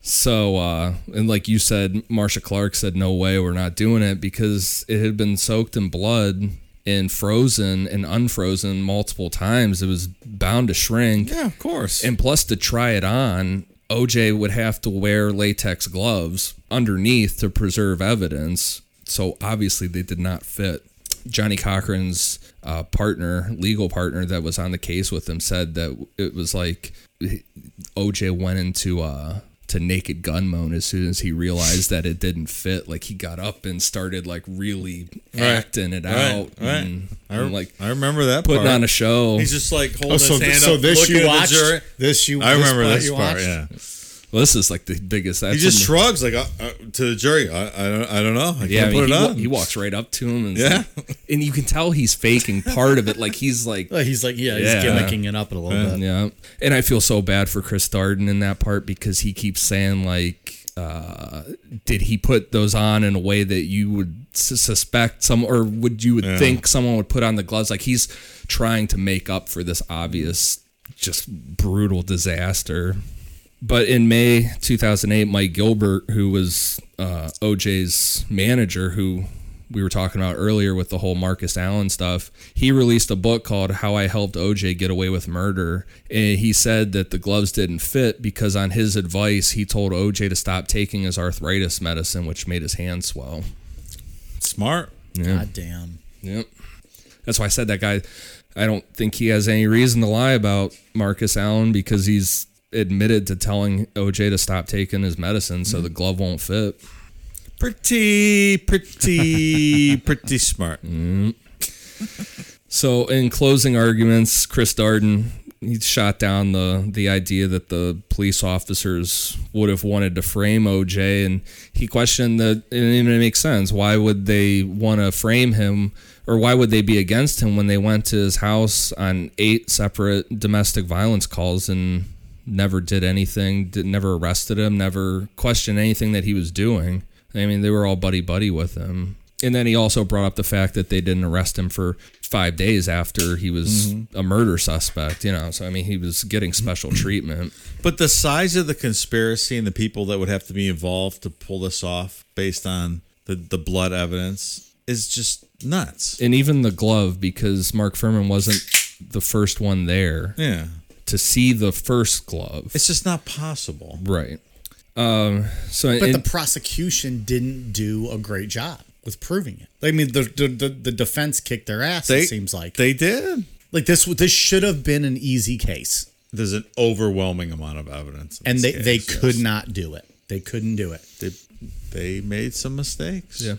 S2: So uh, and like you said, Marsha Clark said, "No way, we're not doing it," because it had been soaked in blood and frozen and unfrozen multiple times. It was bound to shrink.
S3: of course.
S2: And plus, to try it on, OJ would have to wear latex gloves underneath to preserve evidence. So obviously, they did not fit. Johnny Cochran's uh, partner, legal partner that was on the case with him, said that it was like OJ went into uh, to naked gun mode as soon as he realized that it didn't fit. Like he got up and started like really acting it out
S3: right.
S2: and,
S3: I,
S2: and, like
S3: I remember that
S2: putting
S3: part.
S2: on a show.
S3: He's just like holding
S1: Oh, so,
S3: his hand
S1: so
S3: up,
S1: this
S3: looking
S1: you
S3: at
S1: watched.
S3: the jury.
S1: This you.
S3: I remember
S1: part
S3: this,
S1: you
S3: part.
S1: watched?
S3: Yeah,
S2: well, this is like the biggest.
S3: he
S2: that's
S3: just
S2: in the-
S3: shrugs like uh, uh, to the jury. I, I don't, I don't know. I
S2: Yeah, I
S3: can't
S2: mean,
S3: put
S2: he,
S3: it
S2: wa-
S3: on.
S2: he walks right up to him, and
S3: Yeah.
S2: and you can tell he's faking part of it. Like he's like,
S1: Uh, He's like, yeah, he's
S2: Yeah.
S1: gimmicking it up a little bit.
S2: yeah. And I feel so bad for Chris Darden in that part because he keeps saying like, uh, did he put those on in a way that you would su- suspect some, or would you would think someone would put on the gloves? Like he's trying to make up for this obvious, just brutal disaster. But in May 2008, Mike Gilbert, who was uh, OJ's manager, who we were talking about earlier with the whole Marcus Allen stuff, he released a book called How I Helped OJ Get Away with Murder. And he said that the gloves didn't fit because, on his advice, he told OJ to stop taking his arthritis medicine, which made his hand swell.
S3: Smart.
S1: God damn.
S2: Yep. That's why I said that guy. I don't think he has any reason to lie about Marcus Allen because he's admitted to telling OJ to stop taking his medicine so the glove won't fit.
S3: Pretty, pretty, pretty smart.
S2: Mm. So in closing arguments, Chris Darden he shot down the the idea that the police officers would have wanted to frame OJ, and he questioned that it didn't even make sense. Why would they want to frame him, or why would they be against him when they went to his house on eight separate domestic violence calls and never did anything, did, never arrested him, never questioned anything that he was doing. I mean, they were all buddy buddy with him. And then he also brought up the fact that they didn't arrest him for five days after he was
S1: Mm-hmm.
S2: a murder suspect, you know. So, I mean, he was getting special treatment.
S3: But the size of the conspiracy and the people that would have to be involved to pull this off based on the, the blood evidence is just nuts.
S2: And even the glove, because Mark Furman wasn't the first one there
S3: yeah.
S2: to see the first glove.
S3: It's just not possible.
S2: Right. Um, so,
S1: But
S2: and-
S1: the prosecution didn't do a great job with proving it. I mean, the the, the, the defense kicked their ass.
S3: They-
S1: it seems like
S3: They did.
S1: like this this should have been an easy case,
S3: There's an overwhelming amount of evidence. in
S1: and they
S3: this
S1: they
S3: case, yes.
S1: could not do it. They couldn't do it.
S3: They, they made some mistakes.
S2: Yeah.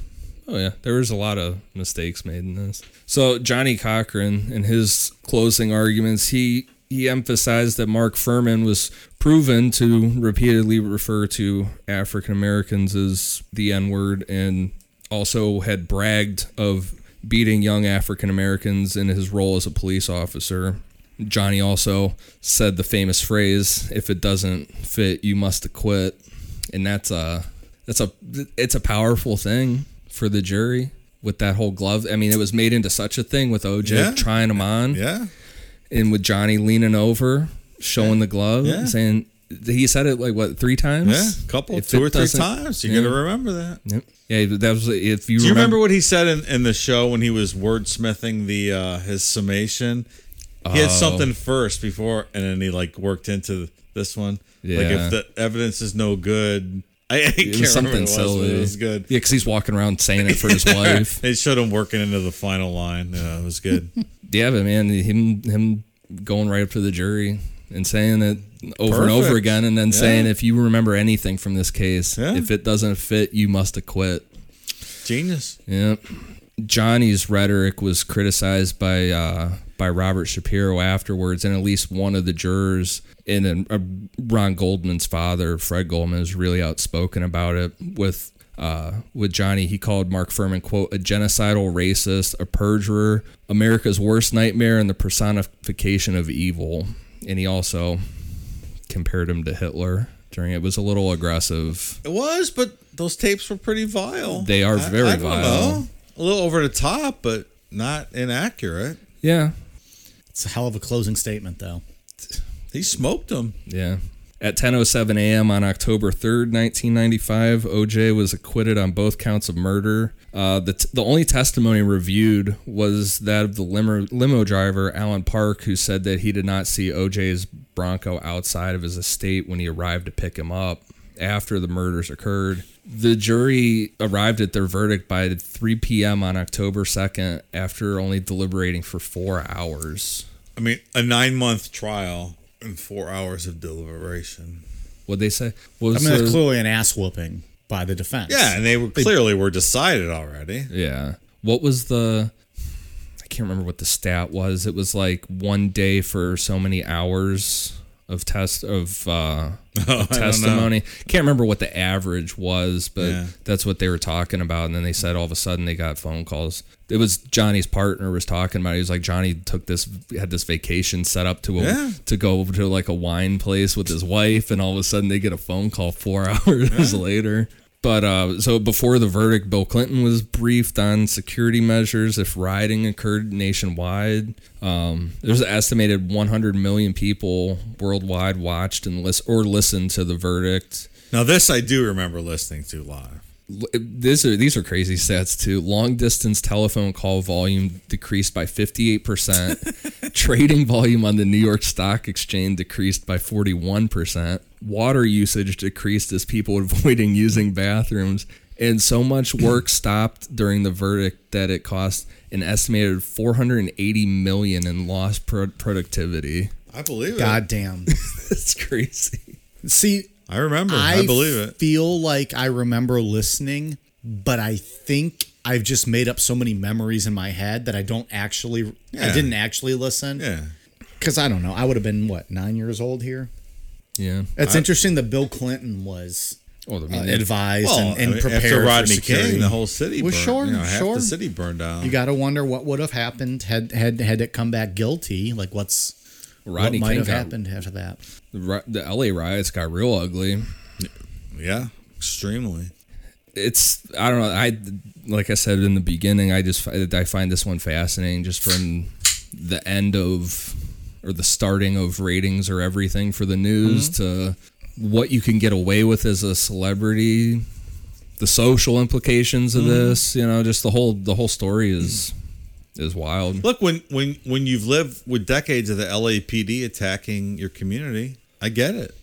S2: Oh yeah, there was a lot of mistakes made in this. So Johnny Cochran, in his closing arguments, he he emphasized that Mark Furman was proven to repeatedly refer to African Americans as the N word, and also had bragged of beating young African Americans in his role as a police officer. Johnny also said the famous phrase, "If it doesn't fit, you must quit," and that's a that's a it's a powerful thing for the jury with that whole glove. I mean, it was made into such a thing with OJ
S3: Yeah.
S2: trying them on
S3: Yeah.
S2: and with Johnny leaning over, showing the glove,
S3: Yeah.
S2: saying he said it like what three
S3: Yeah.
S2: times?
S3: A couple,
S2: If
S3: two
S2: it
S3: or three
S2: doesn't-
S3: times. You
S2: yeah.
S3: got to remember that.
S2: Yep. Yeah, that was if you,
S3: Do
S2: remember,
S3: you remember what he said in, in the show when he was wordsmithing the uh, his summation? He had
S2: Oh.
S3: something first before, and then he like worked into this one. Like
S2: Yeah.
S3: if the evidence is no good, I, I can't
S2: It was something
S3: remember what it was, but
S2: silly.
S3: It was good.
S2: Yeah, because he's walking around saying it for his wife.
S3: They showed him working into the final line. Yeah, it was good.
S2: Yeah, but man, him him going right up to the jury and saying it over and over
S3: Perfect.
S2: again, and then saying if you remember anything from this case,
S3: Yeah.
S2: if it doesn't fit, you must acquit.
S3: Genius.
S2: Yep. Johnny's rhetoric was criticized by uh, by Robert Shapiro afterwards, and at least one of the jurors, and then uh, Ron Goldman's father, Fred Goldman, was really outspoken about it. With uh, with Johnny, he called Mark Furman quote a genocidal racist, a perjurer, America's worst nightmare, and the personification of evil. And he also compared him to Hitler during it was a little aggressive.
S3: It was, but those tapes were pretty vile.
S2: They are very
S3: don't
S2: vile.
S3: know. A little over the top, but not inaccurate.
S2: Yeah,
S1: It's a hell of a closing statement, though.
S3: He smoked them.
S2: Yeah. At 10:07 a.m. on October 3rd, 1995, OJ was acquitted on both counts of murder. Uh, the, t- the only testimony reviewed was that of the limo, limo driver Alan Park, who said that he did not see OJ's Bronco outside of his estate when he arrived to pick him up after the murders occurred. The jury arrived at their verdict by 3 p.m. on October 2nd after only deliberating for four hours.
S3: I mean, a nine month trial and four hours of deliberation.
S2: What they say? What
S1: I
S2: was
S1: mean,
S2: the-
S1: that's clearly an ass whooping by the defense.
S3: Yeah, and they were clearly were decided already.
S2: Yeah. What was the I can't remember what the stat was. It was like one day for so many hours of test of uh testimony. Can't remember what the average was, but
S3: Yeah.
S2: that's what they were talking about. And then they said all of a sudden they got phone calls. It was Johnny's partner was talking about. It. He was like Johnny took this had this vacation set up to a,
S3: Yeah.
S2: to go to like a wine place with his wife, and all of a sudden they get a phone call four hours later. But uh, so before the verdict, Bill Clinton was briefed on security measures if rioting occurred nationwide. Um, there's an estimated 100 million people worldwide watched and list or listened to the verdict.
S3: Now this I do remember listening to live.
S2: These are these are crazy stats too. Long distance telephone call volume decreased by 58 percent. Trading volume on the New York Stock Exchange decreased by 41 percent. Water usage decreased as people avoiding using bathrooms. And so much work stopped during the verdict that it cost an estimated 480 million in lost pro- productivity.
S3: I believe it.
S1: Goddamn.
S2: That's crazy.
S1: See,
S3: I remember. I,
S1: I,
S3: believe it.
S1: Feel like I remember listening, but I think I've just made up so many memories in my head that I don't actually. I
S3: Yeah.
S1: didn't actually listen.
S3: Yeah.
S1: Because I don't know. I would have been what nine years old here.
S2: Yeah.
S1: It's interesting that Bill Clinton was
S2: Well, I
S1: uh,
S2: mean, it-
S1: advised
S3: Well,
S1: and, and
S3: I mean,
S1: prepared
S3: after Rodney
S1: for security.
S3: King, the whole city
S1: Well,
S3: burned.
S1: sure,
S3: you know, half
S1: sure.
S3: the city burned down.
S1: You got to wonder what would have happened had had had it come back guilty. Like what's
S2: Rodney
S1: what might
S2: King
S1: have
S2: got-
S1: happened after that?
S2: the ri- the LA riots got real ugly.
S3: yeah, extremely.
S2: it's I don't know. I like I said in the beginning, I just fi- I find this one fascinating just from the end of or the starting of ratings or everything for the news to what you can get away with as a celebrity, the social implications of this, you know, just the whole the whole story is is wild.
S3: Look, when when when you've lived with decades of the LAPD attacking your community, I get it.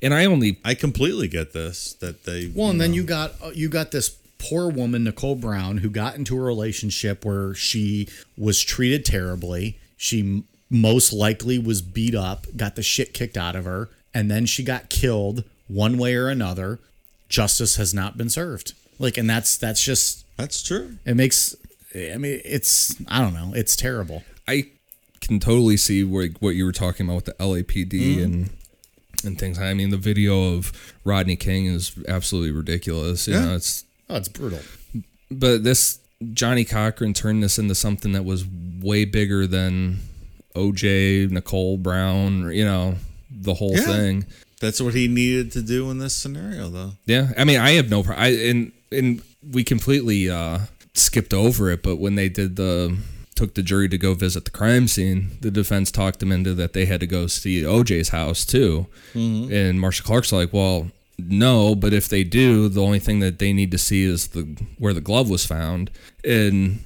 S2: And I only
S3: I completely get this. That they
S1: Well, and then you got uh, you got this poor woman Nicole Brown who got into a relationship where she was treated terribly. She m- most likely was beat up, got the shit kicked out of her, and then she got killed one way or another. Justice has not been served. Like, and that's that's just
S3: That's true.
S1: it makes. I mean, it's I don't know. It's terrible.
S2: I can totally see where, what you were talking about with the LAPD
S3: Mm-hmm.
S2: and and things. I mean, the video of Rodney King is absolutely ridiculous. You
S3: Yeah.
S2: know, it's
S1: Oh, it's brutal.
S2: but this Johnny Cochran turned this into something that was way bigger than OJ, Nicole Brown, or, you know, the whole
S3: Yeah.
S2: thing.
S3: That's what he needed to do in this scenario, though.
S2: Yeah, I mean, I have no pro- I and and we completely uh skipped over it, but when they did the took the jury to go visit the crime scene, the defense talked them into that they had to go see OJ's house too. And Marsha Clark's like, "Well, no, but if they do, the only thing that they need to see is the where the glove was found." And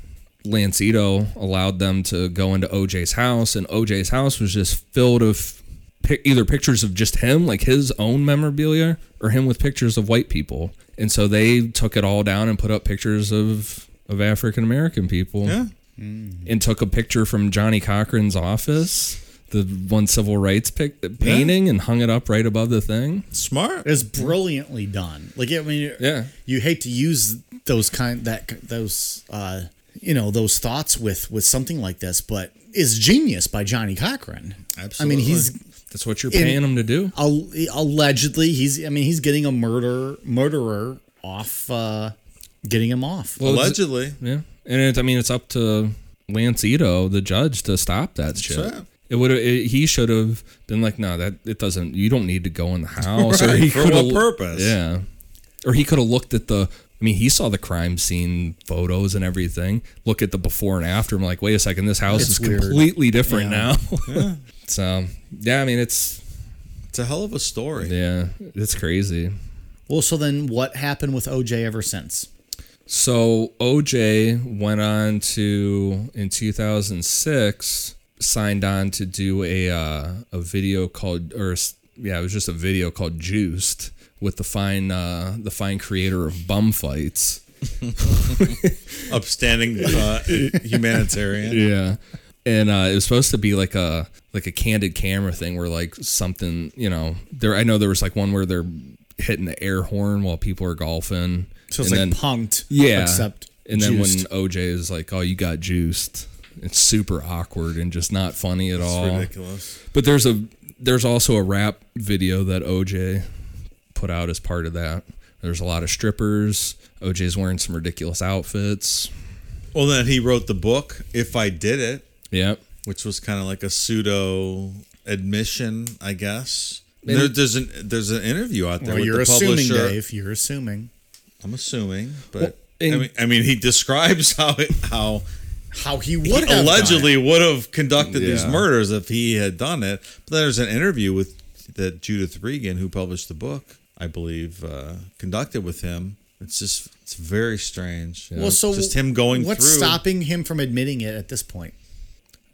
S2: Lancito allowed them to go into OJ's house, and OJ's house was just filled of pic- either pictures of just him, like his own memorabilia, or him with pictures of white people. And so they took it all down and put up pictures of of African American people.
S3: Yeah.
S2: And took a picture from Johnny Cochran's office, the one civil rights pic- painting, and hung it up right above the thing.
S3: Smart.
S1: It's brilliantly done. Like I mean,
S2: Yeah.
S1: you hate to use those kind that those uh, you know those thoughts with with something like this, but it's genius by Johnny Cochran. I mean, he's
S2: That's what you're paying them to do.
S1: al- allegedly he's I mean he's getting a murder murderer off, uh, getting him off.
S2: Well, it's-
S3: Allegedly.
S2: Yeah, and it, I mean it's up to Lance Ito, the judge, to stop that shit.
S3: Sure.
S2: It would it, he should have been like, no, that it doesn't. You don't need to go in the house. or he
S3: Right, for
S2: coulda-
S3: what purpose?
S2: Yeah, or he could have looked at the. I mean, he saw the crime scene photos and everything. Look at the before and after. I'm like, wait a second, this house
S1: It's
S2: is
S1: weird.
S2: completely different now. so yeah, I mean it's
S3: It's a hell of a story.
S2: yeah, it's crazy.
S1: Well, so then what happened with OJ ever since?
S2: So OJ went on to in 2006 signed on to do a uh, a video called or s- yeah it was just a video called Juiced with the fine uh, the fine creator of bum fights.
S3: Upstanding uh, humanitarian.
S2: Yeah. And uh, it was supposed to be like a like a candid camera thing where like something you know there I know there was like one where they're hitting the air horn while people are golfing.
S1: So it's
S2: And
S1: like
S2: then-
S1: punked,
S2: Yeah.
S1: Except
S2: and then
S1: juiced.
S2: when OJ is like, "Oh, you got juiced," it's super awkward and just not funny at all.
S3: It's ridiculous.
S2: But there's a there's also a rap video that OJ put out as part of that. There's a lot of strippers. OJ's wearing some ridiculous outfits.
S3: Well, then he wrote the book, If I Did It,
S2: Yep.
S3: which was kind of like a pseudo admission, I guess. There, there's an there's an interview out there
S1: well,
S3: with
S1: you're
S3: the
S1: assuming,
S3: publisher.
S1: Dave. You're assuming
S3: I'm assuming, but
S2: Well,
S3: I
S2: and-
S3: mean, I mean, he describes how it, how
S1: how he
S3: he
S1: would have done it.
S3: allegedly would have conducted these
S2: Yeah.
S3: murders if he had done it. But then there's an interview with that Judith Regan, who published the book, I believe, uh, conducted with him. It's just it's very strange.
S1: Well, so
S3: just him going
S1: What's
S3: through
S1: stopping him from admitting it at this point?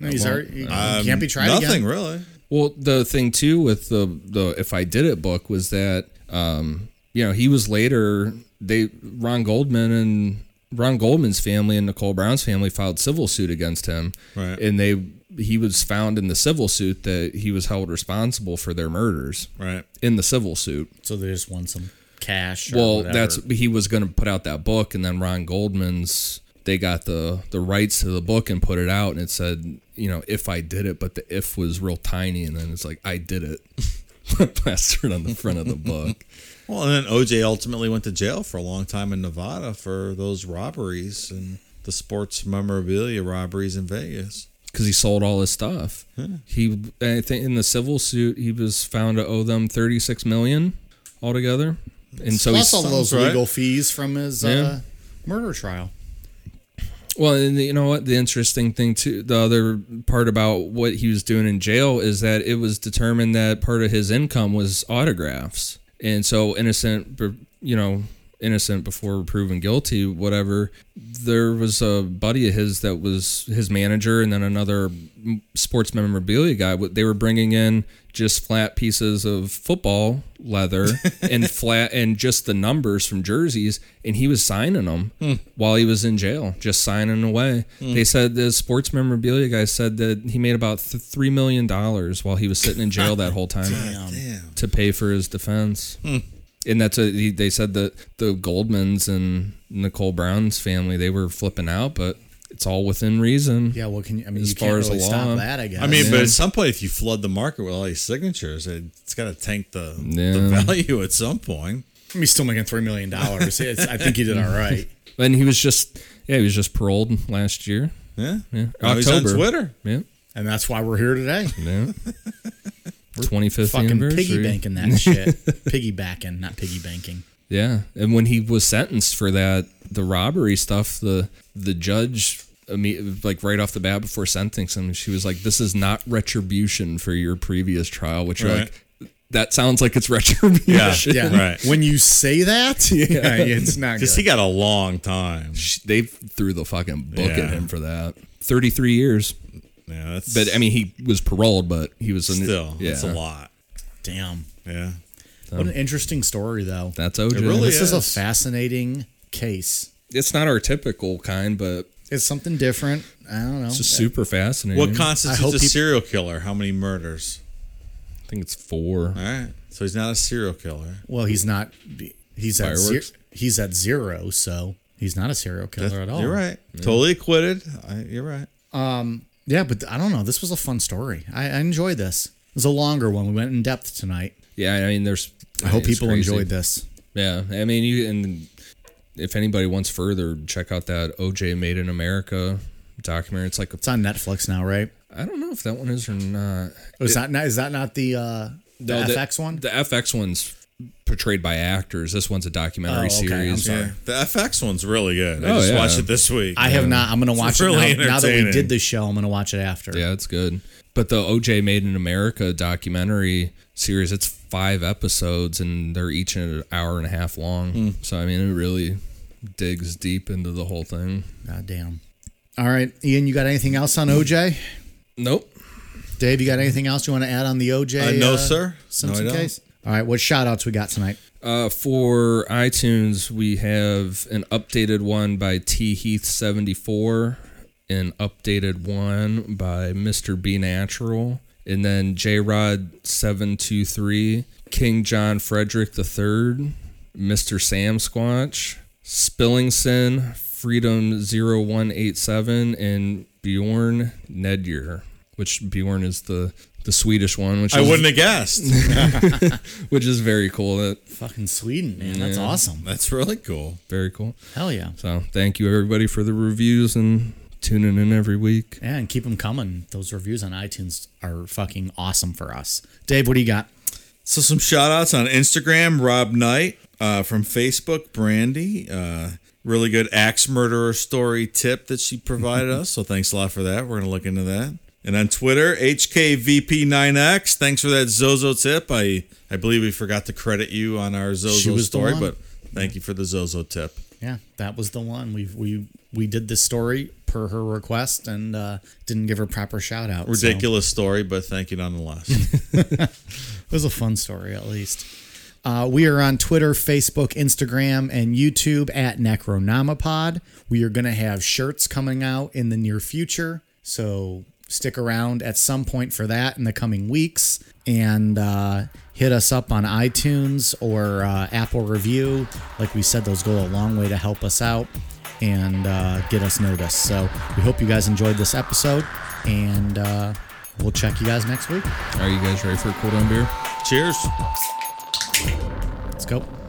S1: No, he's
S2: Well,
S1: already, he
S3: um,
S1: can't be tried
S3: Nothing
S1: again.
S3: really.
S2: Well, the thing too with the the if I did it book was that um, you know he was later they Ron Goldman and Ron Goldman's family and Nicole Brown's family filed civil suit against him,
S3: Right.
S2: and they he was found in the civil suit that he was held responsible for their murders
S3: Right.
S2: in the civil suit.
S1: So they just want some cash. Or
S2: Well,
S1: whatever.
S2: that's he was going to put out that book, and then Ron Goldman's they got the the rights to the book and put it out, and it said you know if I did it, but the if was real tiny, and then it's like I did it plastered on the front of the book.
S3: Well, and then OJ ultimately went to jail for a long time in Nevada for those robberies and the sports memorabilia robberies in Vegas.
S2: Because he sold all his stuff, he I think in the civil suit he was found to owe them thirty six million altogether, and so
S1: plus
S2: he's
S1: all those
S3: sounds right.
S1: legal fees from his uh,
S2: Yeah.
S1: murder trial.
S2: Well, and you know what? The interesting thing too, the other part about what he was doing in jail is that it was determined that part of his income was autographs, and so innocent, you know, innocent before proven guilty, whatever. There was a buddy of his that was his manager, and then another sports memorabilia guy. What They were bringing in just flat pieces of football leather and flat and just the numbers from jerseys and he was signing them while he was in jail just signing away they said the sports memorabilia guy said that he made about th- 3 million dollars while he was sitting in jail that whole time
S3: Damn.
S2: to pay for his defense
S1: Hmm.
S2: and that's a, he- they said that the goldmans and nicole brown's family they were flipping out but it's all within reason
S1: Yeah, well, can you? I mean,
S2: As
S1: you
S2: far
S1: can't
S2: as the
S1: really stop
S2: law.
S1: that. I guess.
S3: I mean, but at some point, if you flood the market with all these signatures, it, it's got to tank the, the
S2: Yeah.
S3: value at some point.
S1: he's still making three million dollars. I think he did all right.
S2: and he was just yeah he was just paroled last year
S3: Yeah.
S2: yeah
S3: Now he's on
S2: October.
S3: Twitter.
S2: yeah
S1: And that's why we're here today.
S2: Yeah. 25th
S1: Fucking
S2: anniversary.
S1: piggy banking that shit. Piggybacking, not piggy banking.
S2: Yeah, and when he was sentenced for that the robbery stuff, the the judge imme- like right off the bat before sentencing him, she was like, "This is not retribution for your previous trial," which you're
S3: Right.
S2: like, that sounds like it's retribution.
S3: Yeah.
S1: Yeah.
S3: Right.
S1: When you say that, yeah, it's not good.
S3: Because he got a long time.
S2: Sh- They threw the fucking book
S3: Yeah.
S2: at him for that. 33 years.
S3: Yeah, that's
S2: But I mean, he was paroled, but he was in-
S3: still,
S2: Yeah.
S3: that's a lot.
S1: Damn.
S3: Yeah.
S1: What an interesting story, though.
S2: That's OJ.
S3: really
S1: this is a
S3: is.
S1: fascinating case.
S2: It's not our typical kind, but
S1: It's something different. I don't know.
S2: it's just super fascinating.
S3: What
S1: I hope
S3: constitutes a
S1: people-
S3: serial killer? How many murders?
S2: I think it's four.
S3: All right. So he's not a serial killer.
S1: well, he's not. He's at zero,
S2: Fireworks?
S1: he's at zero, so he's not a serial killer at all.
S3: You're right. Totally acquitted. I, you're right.
S1: Yeah, but I don't know. This was a fun story. I, I enjoyed this. It was a longer one. We went in depth tonight.
S2: Yeah, I mean, there's.
S1: I hope people enjoyed
S2: that.
S1: this.
S2: Yeah, I mean, you and if anybody wants further, check out that OJ Made in America documentary. It's like a,
S1: It's on Netflix now, right?
S2: I don't know if that one is or not.
S1: Oh, is that not, is that not the uh, the
S2: No,
S1: FX one?
S2: The FX one's portrayed by actors. This one's a documentary
S1: Oh, okay, I'm
S2: series.
S1: sorry.
S3: Yeah. The FX one's really good. I
S2: Oh,
S3: just
S2: yeah.
S3: watched it this week.
S1: I have not. I'm gonna watch
S3: really
S1: it now, now that we
S3: entertaining.
S1: did this show. I'm gonna watch it after.
S2: Yeah, it's good. But the OJ Made in America documentary series, it's five episodes and they're each an hour and a half long. So I mean, it really digs deep into the whole thing.
S1: God damn. All right, Ian, you got anything else on OJ?
S2: Nope.
S1: Dave, you got anything else you want to add on the
S3: Uh,
S1: OJ?
S3: no,
S1: uh,
S3: sir.
S1: Simpson
S3: no, I don't.
S1: case. All right, what shout outs we got tonight?
S2: Uh, for iTunes, we have an updated one by T Heath seventy four, an updated one by Mister B Natural, and then J Rod seven two three, King John Frederick the Third, Mister Sam Squatch, Spillingson, Freedom 0187, and Bjorn Nedyer, which Bjorn is the the Swedish one, which
S3: I
S2: is,
S3: wouldn't have guessed.
S2: which is very cool. That
S1: Fucking Sweden, man. That's awesome.
S3: That's really cool.
S2: very cool.
S1: Hell yeah.
S2: So thank you everybody for the reviews and tuning in every week.
S1: Yeah, and keep them coming. Those reviews on iTunes are fucking awesome for us. Dave, what do you got?
S3: So some shout outs on Instagram, Rob Knight, uh, from Facebook, Brandy. Uh, really good axe murderer story tip that she provided us. So thanks a lot for that. We're gonna look into that. And on Twitter, HKVP9X. Thanks for that Zozo tip. I I believe we forgot to credit you on our Zozo
S1: was the
S3: story,
S1: one.
S3: but thank you for the Zozo tip.
S1: Yeah, that was the one. We we we did this story per her request and uh, didn't give her proper shout out. so
S3: Ridiculous story, but thank you nonetheless.
S1: it was a fun story at least. Uh, we are on Twitter, Facebook, Instagram, and YouTube at Necronomipod. We are going to have shirts coming out in the near future, so stick around at some point for that in the coming weeks. And uh, hit us up on iTunes or uh, Apple Review. Like we said, those go a long way to help us out and uh, get us noticed. So we hope you guys enjoyed this episode, and uh, we'll check you guys next week.
S2: Are you guys ready for a cool down beer?
S3: Cheers.
S1: Let's go.